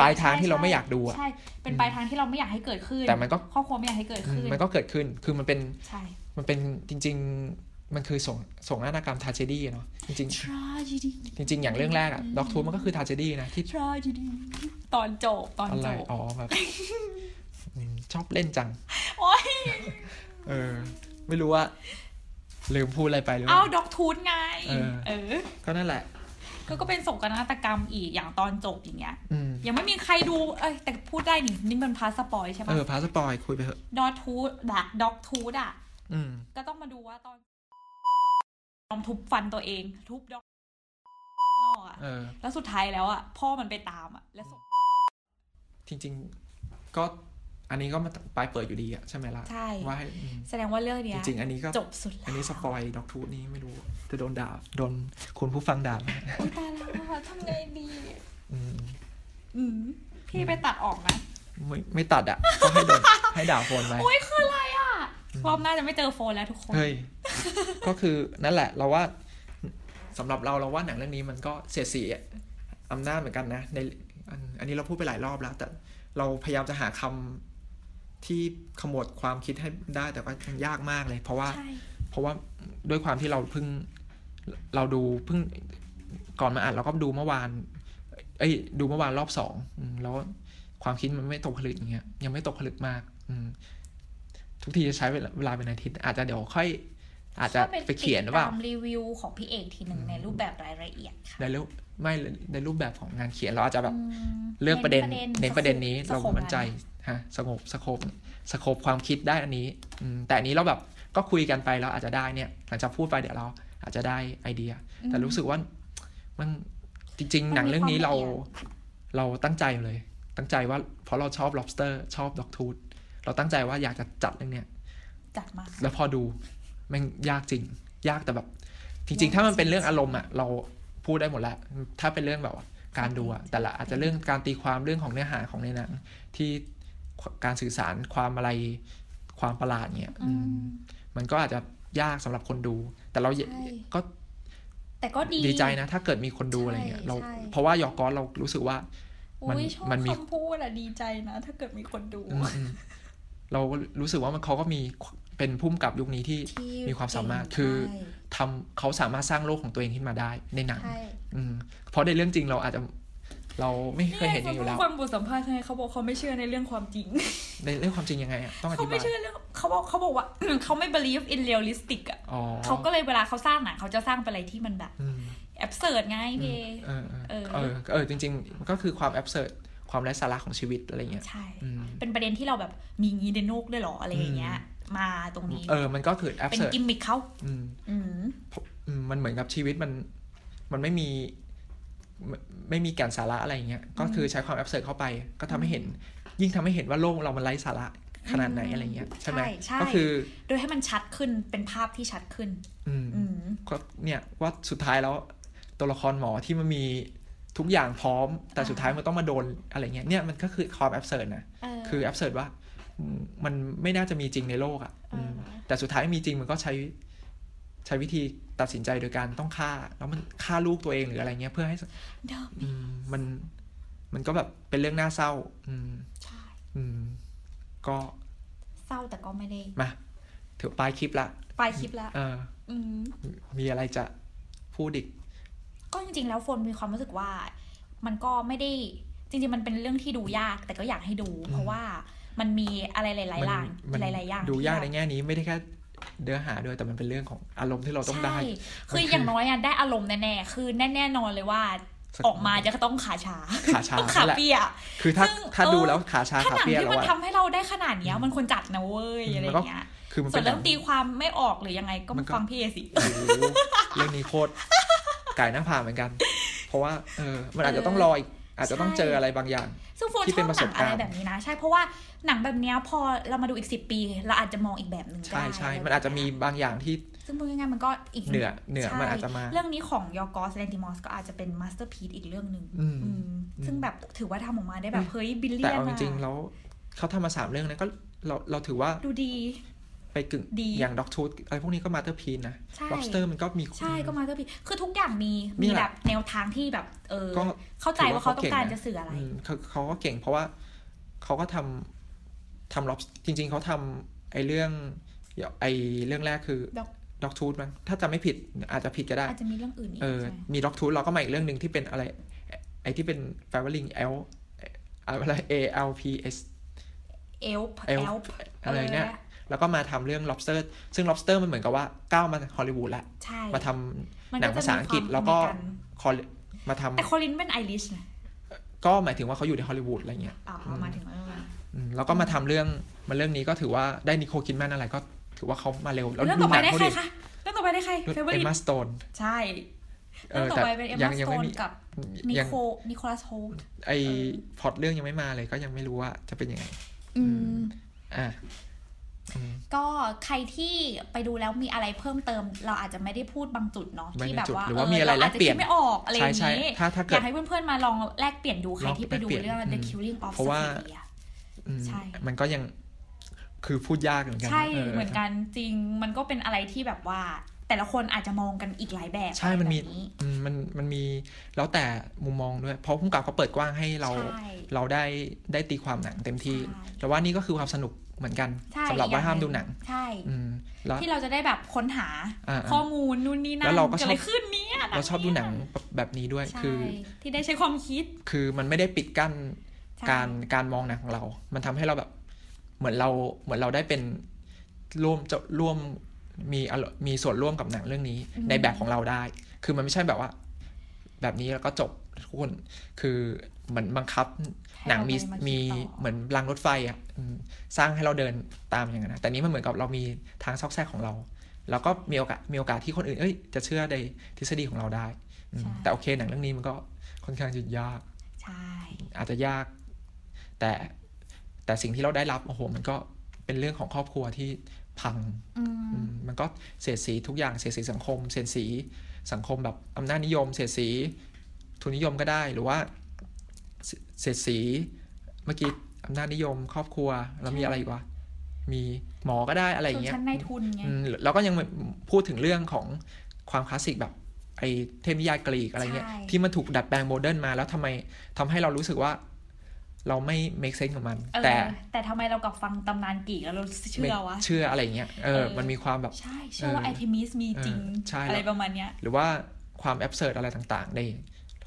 Speaker 1: ปลายทางที่เราไม่อยากดูอะ
Speaker 2: ใช่ เป็นปลายทางที่เราไม่อยากให้เกิดขึ้น
Speaker 1: แต่มันก็
Speaker 2: ครอบครัวไม่อยากให้เกิด
Speaker 1: อืม
Speaker 2: ขึ้น
Speaker 1: มันก็เกิดขึ้นคือมันเป็น
Speaker 2: ใช่
Speaker 1: มันเป็นจริง ๆ มันคือส่งส่งนาฏกรรมทาเจดี้เนาะจริง ๆ
Speaker 2: ทราจ e ดี
Speaker 1: จริงๆ อย่างเรื่องแรกอะด็อกทูมันก็คือทาเจดี้นะที่
Speaker 2: ทราจ e ดีตอนจบตอน
Speaker 1: อะไร
Speaker 2: จบ
Speaker 1: อ๋อ แบบอืมชอบเล่นจัง
Speaker 2: โอ๊ย
Speaker 1: เออ ไม่รู้ว่า ลืมพูดอะไรไปหรือเป
Speaker 2: เอา
Speaker 1: ล่า
Speaker 2: ด็อกทูธไง
Speaker 1: เออ
Speaker 2: เออ
Speaker 1: ก็นั่นแหละ
Speaker 2: ก็ก็เป็นโศกนาฏกรรมอีกอย่างตอนจบอย่างเงี้ย
Speaker 1: อืม
Speaker 2: ยังไม่มีใครดู เอ้ย แต่พูดได้นี่นี่มันพาสปอยใช่
Speaker 1: เอ
Speaker 2: ปะ
Speaker 1: อพาสปอยคุยไปเถอะ
Speaker 2: ด็อกทูธดะด็อกทูธอ่ะ
Speaker 1: อืม
Speaker 2: ก็ต้องมาดูว่าตอนลองทุบฟันตัวเอง ทุบด็อกนอกอะ
Speaker 1: เออ
Speaker 2: แล้วสุดท้ายแล้วอะพ่อมันไปตามอะแล้วส่ง
Speaker 1: จริง ๆ ก็ อันนี้ก็มาปลายเปิดอยู่ดีอะใช่ไหมล่ะ
Speaker 2: ใช่
Speaker 1: ว่าให้อืม
Speaker 2: แสดงว่าเรื่องเนี้
Speaker 1: จ
Speaker 2: ย
Speaker 1: ริง ๆ อันนี้ก็
Speaker 2: จบสุด
Speaker 1: อัน
Speaker 2: แล้ว
Speaker 1: นี้สปอยด็อกทูนี่ไม่รู้ จะโดนด่าโดนคุณผู้ฟังด่าไหม
Speaker 2: อุ๊ยตายแล้วอะทำไงดี
Speaker 1: อืม
Speaker 2: อืมพี่ไปตัดออกนะ
Speaker 1: ไม่ไม่ตัด อะก็ให้โดนให้ด่าคนไป
Speaker 2: อุ้ยคืออะไรอ่ะรอบหน้าจะไม่เจอโฟนแล้วทุกคน
Speaker 1: เฮ้ย ก็คือนั่นแหละเราว่าสำหรับเราเราว่าหนังเรื่องนี้มันก็เสียดสีอำนาจเหมือนกันนะในอันอันนี้เราพูดไปหลายรอบแล้ว แต่เราพยายามจะหาคำที่ขมวดความคิดให้ได้แต่ว่ามันยากมากเลย เพราะว่า
Speaker 2: ใช่
Speaker 1: เพราะว่าด้วยความที่เราเพิ่งเราดูเพิ่งก่อนมาอ่านเราก็ดูเมื่อวาน เอ้ยดูเมื่อวานรอบสองอืมแล้วความคิดมันไม่ตกผลึกอย่างเงี้ยยังไม่ตกผลึกมาก อืม ทุกทีจะใช้เวลาเวลาเป็นอาทิตย์อาจจะเดี๋ยวค่อย อาจจะไปเขียนหรือเปล่า
Speaker 2: ข้ไปติดตมรีวิวของพี่เอกทีหนึ่งในรูปแบบรายละเอียดค่ะ
Speaker 1: ในรูปไม่ในรูปแบบของงานเขียนเราอาจจะแบบ
Speaker 2: อืม
Speaker 1: เลือกประเด็นเน้นประเด็นนี้
Speaker 2: ส
Speaker 1: เรา
Speaker 2: โคป
Speaker 1: มั่นใจฮะสงบสโคบสโคบความคิดได้อันนี้อืมแต่อันนี้เราแบบก็คุยกันไปแล้วอาจจะได้เนี่ยหลังจากพูดไปเดี๋ยวเราอาจจะได้ไอเดีย แต่รู้สึกว่ามันจริง ๆ หนังเรื่องนี้เรา เราตั้งใจเลย ตั้งใจว่าเพราะเราชอบ lobster ชอบ dog tooth เราตั้งใจว่าอยากจะจัดเรื่องเนี้ย
Speaker 2: จัดมา
Speaker 1: แล้วพอดูแมันยากจริง ยากแต่แบบ จริง ๆ ถ้ามันเป็นเรื่องอารมณ์อ่ะเราพูดได้หมดแหละถ้าเป็นเรื่องแบบว่าการดูอ่ะแต่ละอาจจะเรื่องการตีความเรื่องของเนื้อหาของในหนังที่การสื่อสารความอะไรความประหลาดเนี่ย
Speaker 2: อื
Speaker 1: อืม
Speaker 2: ม
Speaker 1: มันก็อาจจะยากสำหรับคนดู แต่เรา
Speaker 2: ใช่
Speaker 1: ก็
Speaker 2: แต่ก็ดี
Speaker 1: ดีใจนะ ถ้าเกิดมีคนดูอะไรเงี้ย
Speaker 2: ใช่
Speaker 1: เรา
Speaker 2: ใช่
Speaker 1: เพราะว่ายอกอนเรารู้สึกว่า มัน
Speaker 2: อุ๊ยชอบ
Speaker 1: มันมี
Speaker 2: คำพูดอะดีใจนะ ถ้าเกิดมีคนดู
Speaker 1: อืมอืมเรารู้สึกว่ามันเขาก็มีเป็นพุ่มกับยุคนี้ที่
Speaker 2: ที่
Speaker 1: มีความสามารถ
Speaker 2: เก่ง
Speaker 1: คือ ทำเขาสามารถสร้างโลกของตัวเองขึ้นมาได้ในหนัง
Speaker 2: ใช่
Speaker 1: อืมเพราะในเรื่องจริงเราอาจจะเราไม่เคยเห็นอย่างอยู่แล้ว
Speaker 2: ฟังบทสัมภาษณ์ไงเขาบอกเขาไม่เชื่อในเรื่องความจริง
Speaker 1: ในเรื่องความจริงยังไงอะต้องอ
Speaker 2: เขา
Speaker 1: ธิบา
Speaker 2: ไม่
Speaker 1: ย
Speaker 2: เชื่อเรื่องเขาบอกเขาบอกว่า เขาไม่ believe in realistic อ่ะ
Speaker 1: อ๋อ
Speaker 2: เขาก็เลยเวลาเขาสร้างหนังเขาจะสร้างเป็นอะไรที่มันแบบ
Speaker 1: อืม
Speaker 2: absurd ไง
Speaker 1: อื
Speaker 2: พี่
Speaker 1: ม
Speaker 2: เอ
Speaker 1: เออเออ
Speaker 2: เอ
Speaker 1: เออ
Speaker 2: อ
Speaker 1: เออจริงๆมันก็คือความแอบเสิร์ความไร้สาระของชีวิตอะไรเงี้ย
Speaker 2: ใช่
Speaker 1: อืม
Speaker 2: เป็นประเด็นที่เราแบบมีอย่างงี้ในโลกด้วยเหรออะไรอย่างเงี้ย
Speaker 1: อื
Speaker 2: มาตรงนี้
Speaker 1: เออมันก็คือแอบ
Speaker 2: เป็น
Speaker 1: เสิร์
Speaker 2: กิมมิคเขาอืม
Speaker 1: มันเหมือนกับชีวิตมันมันไม่มีไม่ไม่มีแก่นสาระอะไรเงี้ยก็คือใช้ความแอบเสิร์เข้าไป ก็ทำให้เห็น ยิ่งทำให้เห็นว่าโลกเรามันไร้สาระขนาดไหนอะไรเงี้ยใช่ไหม
Speaker 2: ใช่
Speaker 1: ก็คือ
Speaker 2: โดยให้มันชัดขึ้นเป็นภาพที่ชัดขึ้น
Speaker 1: อืม
Speaker 2: อืม
Speaker 1: ก็เนี่ยว่าสุดท้ายแล้วตัวละครหมอที่มันมี ทุกอย่างพร้อม แต่
Speaker 2: อ่า
Speaker 1: สุดท้ายมันต้องมาโดนอะไรเงี้ยเนี่ยมันก็คือความแอบเสิร์นะ
Speaker 2: เ
Speaker 1: คือแอบเสิร์ว่าอืมมันไม่น่าจะมีจริงในโลกอะอืม
Speaker 2: อ่า
Speaker 1: แต่สุดท้ายมีจริงมันก็ใช้ใช้วิธีตัดสินใจโดยการต้องฆ่า แล้วมันฆ่าลูกตัวเองหรืออะไรเงี้ยเพื่อให้ส
Speaker 2: เดิม
Speaker 1: อืมมันมันก็แบบเป็นเรื่องน่าเศร้า อืม
Speaker 2: ใช่
Speaker 1: อืมก็
Speaker 2: เศร้าแต่ก็ไม่ได้
Speaker 1: มาถือปลายคลิปละ
Speaker 2: ปลายคลิปแล้ว
Speaker 1: เออ
Speaker 2: อืม
Speaker 1: มีอะไรจะพูดอีก
Speaker 2: ก็จริงๆ แล้วโฟนมีความรู้สึกว่า มันก็ไม่ได้จริงๆ มันเป็นเรื่องที่ดูยากแต่ก็อยากให้ดู เพราะว่ามันมีอะไรหลายๆอย่าง
Speaker 1: มัน
Speaker 2: หลายๆอย่าง
Speaker 1: ดูยากใน
Speaker 2: ที่แบบ
Speaker 1: แง่นี้ไม่ได้แค่เนื้อหาด้วยแต่มันเป็นเรื่องของอารมณ์ที่เราต้องได้
Speaker 2: ใช่คืออย่างน้อยอะได้อารมณ์แน่ๆ คือแน่ๆนอนเลยว่า
Speaker 1: สัก
Speaker 2: ออกมาจะต้องขาชา
Speaker 1: ขาชา
Speaker 2: ต้องขา
Speaker 1: แหละ
Speaker 2: เปีย
Speaker 1: คือถ้า
Speaker 2: ซึ่ง
Speaker 1: ถ้า
Speaker 2: เออ
Speaker 1: ดูแล้วขาชา
Speaker 2: ถ้า
Speaker 1: ขา
Speaker 2: หนัง
Speaker 1: เปีย
Speaker 2: ที่
Speaker 1: เรา
Speaker 2: มัน
Speaker 1: อะ
Speaker 2: ทำให้เราได้ขนาดเนี้ยมันควรจัดนะเว้ย
Speaker 1: อืม
Speaker 2: อะไรอย่างเงี้ย
Speaker 1: คือมัน
Speaker 2: ส่
Speaker 1: เป็
Speaker 2: วน น
Speaker 1: หนั
Speaker 2: เรื่อง งตีความไม่ออกหรือยังไงก็
Speaker 1: มันก็
Speaker 2: ฟังพี่เอสิ
Speaker 1: โอ้โหเรื่องนี้โคตรไก่หน้าผากเหมือนกัน เพราะว่าเออมันอาจจะต้องรออีกอาจจะต้องเจออะไรบางอย่าง
Speaker 2: ซึ่งโฟน
Speaker 1: ที่
Speaker 2: ช
Speaker 1: เป็
Speaker 2: อน บ
Speaker 1: ประ
Speaker 2: ห
Speaker 1: ส
Speaker 2: นั
Speaker 1: บ
Speaker 2: ง
Speaker 1: การณ์
Speaker 2: อะไรแบบนี้นะ ใช่เพราะว่าหนังแบบเนี้ยพอเรามาดูอีกสิบปีเราอาจจะมองอีกแบบหนึ่งก็
Speaker 1: ใช่
Speaker 2: ได้
Speaker 1: ใช่มันอาจจะมีบางอย่างที่
Speaker 2: ซึ่งพูดง่ายๆมันก็อีก
Speaker 1: เหนือเหนือ
Speaker 2: ใช่
Speaker 1: มันอาจจะมา
Speaker 2: เรื่องนี้ของยอร์กอสแลนติมอสก็อาจจะเป็นมาสเตอร์พี e อีกเรื่องหนึ่ง
Speaker 1: อืม
Speaker 2: อืมซึ่งแบบถือว่าทำออกมาได้แบบเฮ้ยบิลเลี
Speaker 1: แต่
Speaker 2: ยน
Speaker 1: เอาจริงๆ
Speaker 2: อะ
Speaker 1: แล้วเขาทำมาสามเรื่องนะก็เราเราถือว่า
Speaker 2: ดูดี
Speaker 1: ไปกึ่ง
Speaker 2: ดี
Speaker 1: อย่างด็อกทูอะไรพวกนี้ก็มาเตอร์พีนนะ
Speaker 2: ใช่
Speaker 1: lobster มันก็มี
Speaker 2: ใช่ก็มาสเตอร์พี e คือทุกอย่างมี
Speaker 1: นี่
Speaker 2: มี
Speaker 1: แหละ
Speaker 2: แบบแนวทางที่แบบเออ
Speaker 1: ก็
Speaker 2: เข้าใจว่าเขาต้องการ
Speaker 1: ถือว่าเขาเก่งนะ
Speaker 2: จะสื่ออะไร
Speaker 1: อืมเขาเขาก็เก่งเพราะว่าเขาก็ทำทำล็อบจริง ๆ เขาทำไอ้เรื่องเดี๋ยวไอ้เรื่องแรกคือ
Speaker 2: Dog
Speaker 1: ด็อกทูดมั้งถ้าจำไม่ผิดอาจจะผิดก็ได้
Speaker 2: อาจจะมีเรื่องอื่นอีก
Speaker 1: เออ
Speaker 2: ใช่ไหม
Speaker 1: มีด็อกทูดเราก็มาอีกเรื่องหนึ่งที่เป็นอะไร ไอ้ที่เป็นแฟเวอร์ลิงเอลอะไร A L P S
Speaker 2: เอลป์เอ
Speaker 1: Elf
Speaker 2: ลป์
Speaker 1: อะไรเนี่ย แล้วก็มาทำเรื่อง lobster ซึ่ง lobster มันเหมือนกับว่าก้าวมาฮอลลีวูดแล้ว
Speaker 2: ใช่
Speaker 1: มาทำ
Speaker 2: มัน
Speaker 1: หนัง
Speaker 2: จะ
Speaker 1: ภาษาอังกฤษ
Speaker 2: มีคม
Speaker 1: แล้วก็
Speaker 2: อเมริน
Speaker 1: คอลมาทำ
Speaker 2: แต่คอลินเป็นไอริชนะ
Speaker 1: ก็หมายถึงว่าเขาอยู่ในฮอลลีวูดอะไรเงี้ย
Speaker 2: อ๋ออมาถึงเรื่องนั้น
Speaker 1: อืมแล้วก็มาทำเรื่องมาเรื่องนี้ก็ถือว่าได้นิโคลคิดแมนอะไรก็ถือว่าเขามาเร็ว แล้ว
Speaker 2: เรื่อง
Speaker 1: ดู
Speaker 2: ต่อ
Speaker 1: ห
Speaker 2: ไป
Speaker 1: นัง
Speaker 2: ได้
Speaker 1: เขา
Speaker 2: ใคร
Speaker 1: ดิ
Speaker 2: คะเรื่องต่อไปได้ใครเฟเวอ
Speaker 1: เอ็
Speaker 2: ร์ิ
Speaker 1: มมาสโตน
Speaker 2: ใช่
Speaker 1: เออ
Speaker 2: เรื่องต่
Speaker 1: แต่
Speaker 2: อไปเป็นเอม
Speaker 1: ยั
Speaker 2: มาส
Speaker 1: ยัง
Speaker 2: โต
Speaker 1: ไม่
Speaker 2: น
Speaker 1: มี
Speaker 2: กับนิ
Speaker 1: ยัง
Speaker 2: โคนิโคลัสโฮลด์
Speaker 1: ไอพล็อตเรื่องยังไม่มาเลยก็ยังไม่รู้ว่าจะเป็นยังไง
Speaker 2: อืม
Speaker 1: อ่ะอืม
Speaker 2: ก็ใครที่ไปดูแล้วมีอะไรเพิ่มเติม เราอาจจะไม่ได้พูดบางจุดเนาะ
Speaker 1: ไม่
Speaker 2: ที่
Speaker 1: ได้
Speaker 2: แบบ
Speaker 1: จุด
Speaker 2: ว่า
Speaker 1: หรือว่ามีอะไร
Speaker 2: าาจจะ
Speaker 1: แลกเปลี่ยน
Speaker 2: คิดไม่ออกอะไรอ
Speaker 1: ใช่
Speaker 2: ย่าง
Speaker 1: ใช่
Speaker 2: นี้
Speaker 1: ถ้าถ้า
Speaker 2: อ
Speaker 1: เกิ
Speaker 2: ยา
Speaker 1: ด
Speaker 2: กให้เพื่อนๆมาลองแลกเปลี่ยนดูใครที่ไปดูเรื่อง
Speaker 1: ลองแลกเปลี่
Speaker 2: The
Speaker 1: ยน
Speaker 2: Killing of
Speaker 1: เพราะว่า
Speaker 2: Sacred
Speaker 1: อืม
Speaker 2: ใช่
Speaker 1: มันก็ยังคือพูดยากเหมือนกั
Speaker 2: ใช่
Speaker 1: ะ
Speaker 2: เหมือนกันจริงมันก็เป็นอะไรที่แบบว่า แต่ละคนอาจจะมองกันอีกหลายแบบ
Speaker 1: ใช่มันมี
Speaker 2: แบบนี้
Speaker 1: อืมมันมันมีแล้วแต่มุมมองด้วย เพราะผู้กำกับเขาเปิดกว้างให้เรา
Speaker 2: ใช่
Speaker 1: เราได้ได้ตีความหนังเต็มที่
Speaker 2: ใช่
Speaker 1: แต่ว่านี่ก็คือความสนุกเหมือนกัน
Speaker 2: ใช่
Speaker 1: สำหรับว่าห้ามดูหนัง
Speaker 2: ใช่
Speaker 1: อืมแล้ว
Speaker 2: ที่เราจะได้แบบค้นหา
Speaker 1: อ่าๆ
Speaker 2: ข้อมูลนู่นนี่นั่น
Speaker 1: แล้วเราก็ชอบ
Speaker 2: ดอะไรขึ้นเนี่ย
Speaker 1: เราชอบดูหนังแบบนี้ด้วย
Speaker 2: ใช่
Speaker 1: คือ
Speaker 2: ที่ได้ใช้ความคิด
Speaker 1: คือมันไม่ได้ปิดกั้น
Speaker 2: ใช่
Speaker 1: การการมองหนังของเรา มันทำให้เราแบบ เหมือนเรา เหมือนเราได้เป็นร่วมจะร่วมมีอารมณ์มีส่วนร่วมกับหนังเรื่องนี้
Speaker 2: อืม
Speaker 1: ในแบบของเราได้ คือมันไม่ใช่แบบว่า แบบนี้แล้วก็จบทุกคน คือเหมือนบังคับ หนังมี
Speaker 2: ให้เราได้าคิด
Speaker 1: มี
Speaker 2: ต่อ
Speaker 1: เหมือนรางรถไฟอ่ะอืมสร้างให้เราเดินตามอย่างนั้นนะแต่นี้มันเหมือนกับเรามีทางซอกแซกของเรา แล้วก็มีโอกาสมีโอกาสที่คนอื่นเอ้ยจะเชื่อในทฤษฎีของเราได้อืม
Speaker 2: ใช่
Speaker 1: แต่โอเคหนังเรื่องนี้มันก็ค่อนข้างจะยาก
Speaker 2: ใช่
Speaker 1: อาจจะยาก แต่แต่สิ่งที่เราได้รับโอ้โหมันก็เป็นเรื่องของครอบครัวที่พัง
Speaker 2: อืม
Speaker 1: อืมมันก็เสียดสีทุกอย่างเสียดสีสังคม เสียดสีสังคมแบบอำนาจนิยม เสียดสีทุนนิยมก็ได้หรือว่าเสเสียดสีเมื่อกี้อำนาจนิยม ครอบครัวแล้วมีอะไรอีกวะมีหมอก็ได้อะไรอ
Speaker 2: ช
Speaker 1: ย่าง
Speaker 2: น
Speaker 1: เงี้ย
Speaker 2: ชั้นนายทุนไง
Speaker 1: อืมแล้วก็ยังพูดถึงเรื่องของความคลาสสิกแบบไอ้เทพนิยายกรีกอะไรเงี้ย
Speaker 2: ใช่
Speaker 1: ที่มันถูกดัดแปลงโมเดิร์นมาแล้วทำไมทำให้เรารู้สึกว่า เราไม่ make sense กับมัน
Speaker 2: เออ
Speaker 1: แต่
Speaker 2: แต่ทำไมเรากลับฟังตำนานกรีกแล้วเราเชื่อวะ
Speaker 1: เชื่ออะไรเงี้ยเออ
Speaker 2: เออ
Speaker 1: มันมีความแบบ
Speaker 2: ใช่เชื่อว่า
Speaker 1: เออ
Speaker 2: ไอเทมิสมีจริง
Speaker 1: เออใช่
Speaker 2: อะไร
Speaker 1: แล้ว
Speaker 2: ประมาณเนี้ย
Speaker 1: หรือว่าความแอบเ r ิร์อะไรต่างๆ ใน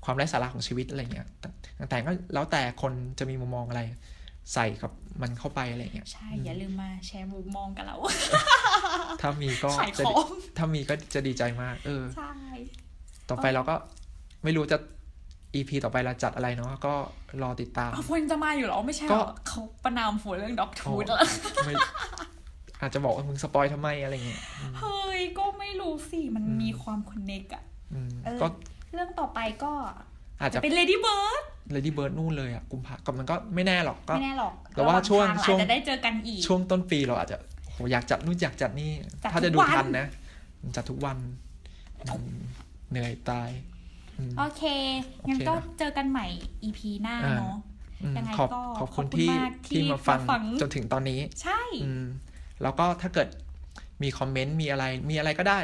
Speaker 1: ความไร้สาระของชีวิตอะไรเงี้ยต่างต่างๆก็แล้วแต่คนจะมีมุมมองอะไร ใส่กับมันเข้าไปอะไรเงี้ย
Speaker 2: ใช่ อย่าลืมมาแชร์มุมมองกับเรา
Speaker 1: ถ้ามีก็
Speaker 2: ขาย
Speaker 1: จะ
Speaker 2: ข
Speaker 1: ดี
Speaker 2: อง
Speaker 1: ถ้ามีก็จะดีใจมากเออ
Speaker 2: ใช่
Speaker 1: ต่อไปเราก็ไม่รู้จะ EP ต่อไปเราจัดอะไรเนาะก็รอติดตาม
Speaker 2: เอาฝนจะมาอยู่เหรอไม่ใช่
Speaker 1: ก็
Speaker 2: เหรอเขาประนามฝนเรื่องด็อกทูดแล้ว
Speaker 1: ไม่อาจจะบอกว่ามึงสปอยทำไมอะไรเงี้ยอืม
Speaker 2: เฮ้ย ก็ไม่รู้สิ มันมีความคอนเนกอะ
Speaker 1: อืม
Speaker 2: เออ
Speaker 1: ก็
Speaker 2: เรื่องต่อไปก็
Speaker 1: อาจจะ
Speaker 2: เป็น Lady Bird
Speaker 1: เลดี้เบิร์ดนู่นเลยอ่ะกุมภาก็มันก็ไม่แน่หรอกก็
Speaker 2: ไม่แน่หรอก
Speaker 1: แต่ว่า
Speaker 2: ระหง
Speaker 1: ช่วง
Speaker 2: ท
Speaker 1: ช่วง
Speaker 2: อาจจะได้เจอกันอีก
Speaker 1: ช่วงต้นปีเราอาจจะโอ้โหอยากจัดนู่นอยากจัดนี่
Speaker 2: จัด
Speaker 1: ถ้าจะ
Speaker 2: ทุ
Speaker 1: ดู
Speaker 2: กวัน
Speaker 1: ทันนะ จัดทุกวันอืมเหนื่อยตาย อืม
Speaker 2: โอเค งั้น
Speaker 1: โอเคนะ
Speaker 2: ก็เจอกันใหม่ EP หน้า
Speaker 1: อ่า
Speaker 2: เนาะ
Speaker 1: อืม
Speaker 2: ยังไง
Speaker 1: ขอบ
Speaker 2: ก็
Speaker 1: ขอบ
Speaker 2: ขอ
Speaker 1: คุณ
Speaker 2: บคุณ
Speaker 1: ที่
Speaker 2: มากที่
Speaker 1: ที่มาฟัง
Speaker 2: มาฟัง
Speaker 1: จนถึงตอนนี้
Speaker 2: ใช่
Speaker 1: อืม แล้วก็ถ้าเกิดมีคอมเมนต์มีอะไรมีอะไรก็ได้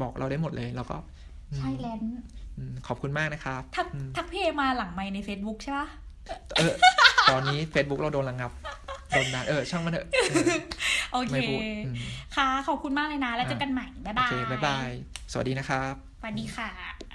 Speaker 1: บอกเราได้หมดเลย แล้วก็อืม
Speaker 2: ใช่แลนด์
Speaker 1: อืมขอบคุณมากนะครับ
Speaker 2: ทัก
Speaker 1: อืม
Speaker 2: ทักพี่เอมาหลังไมค์ใน Facebook ใช่ปะ
Speaker 1: เออ ตอนนี้ Facebook เราโดนระงับโดนนะเออ ช่างมันเถอะเออ
Speaker 2: โอเค
Speaker 1: ไม่พูดอืม
Speaker 2: ค่ะ ขอบคุณมากเลยนะ แล้วเจอกันใหม่ บ๊า
Speaker 1: โอบ
Speaker 2: ยาย
Speaker 1: เค บ๊ายบาย สวัสดีนะครับ
Speaker 2: สวัสดีค่ะ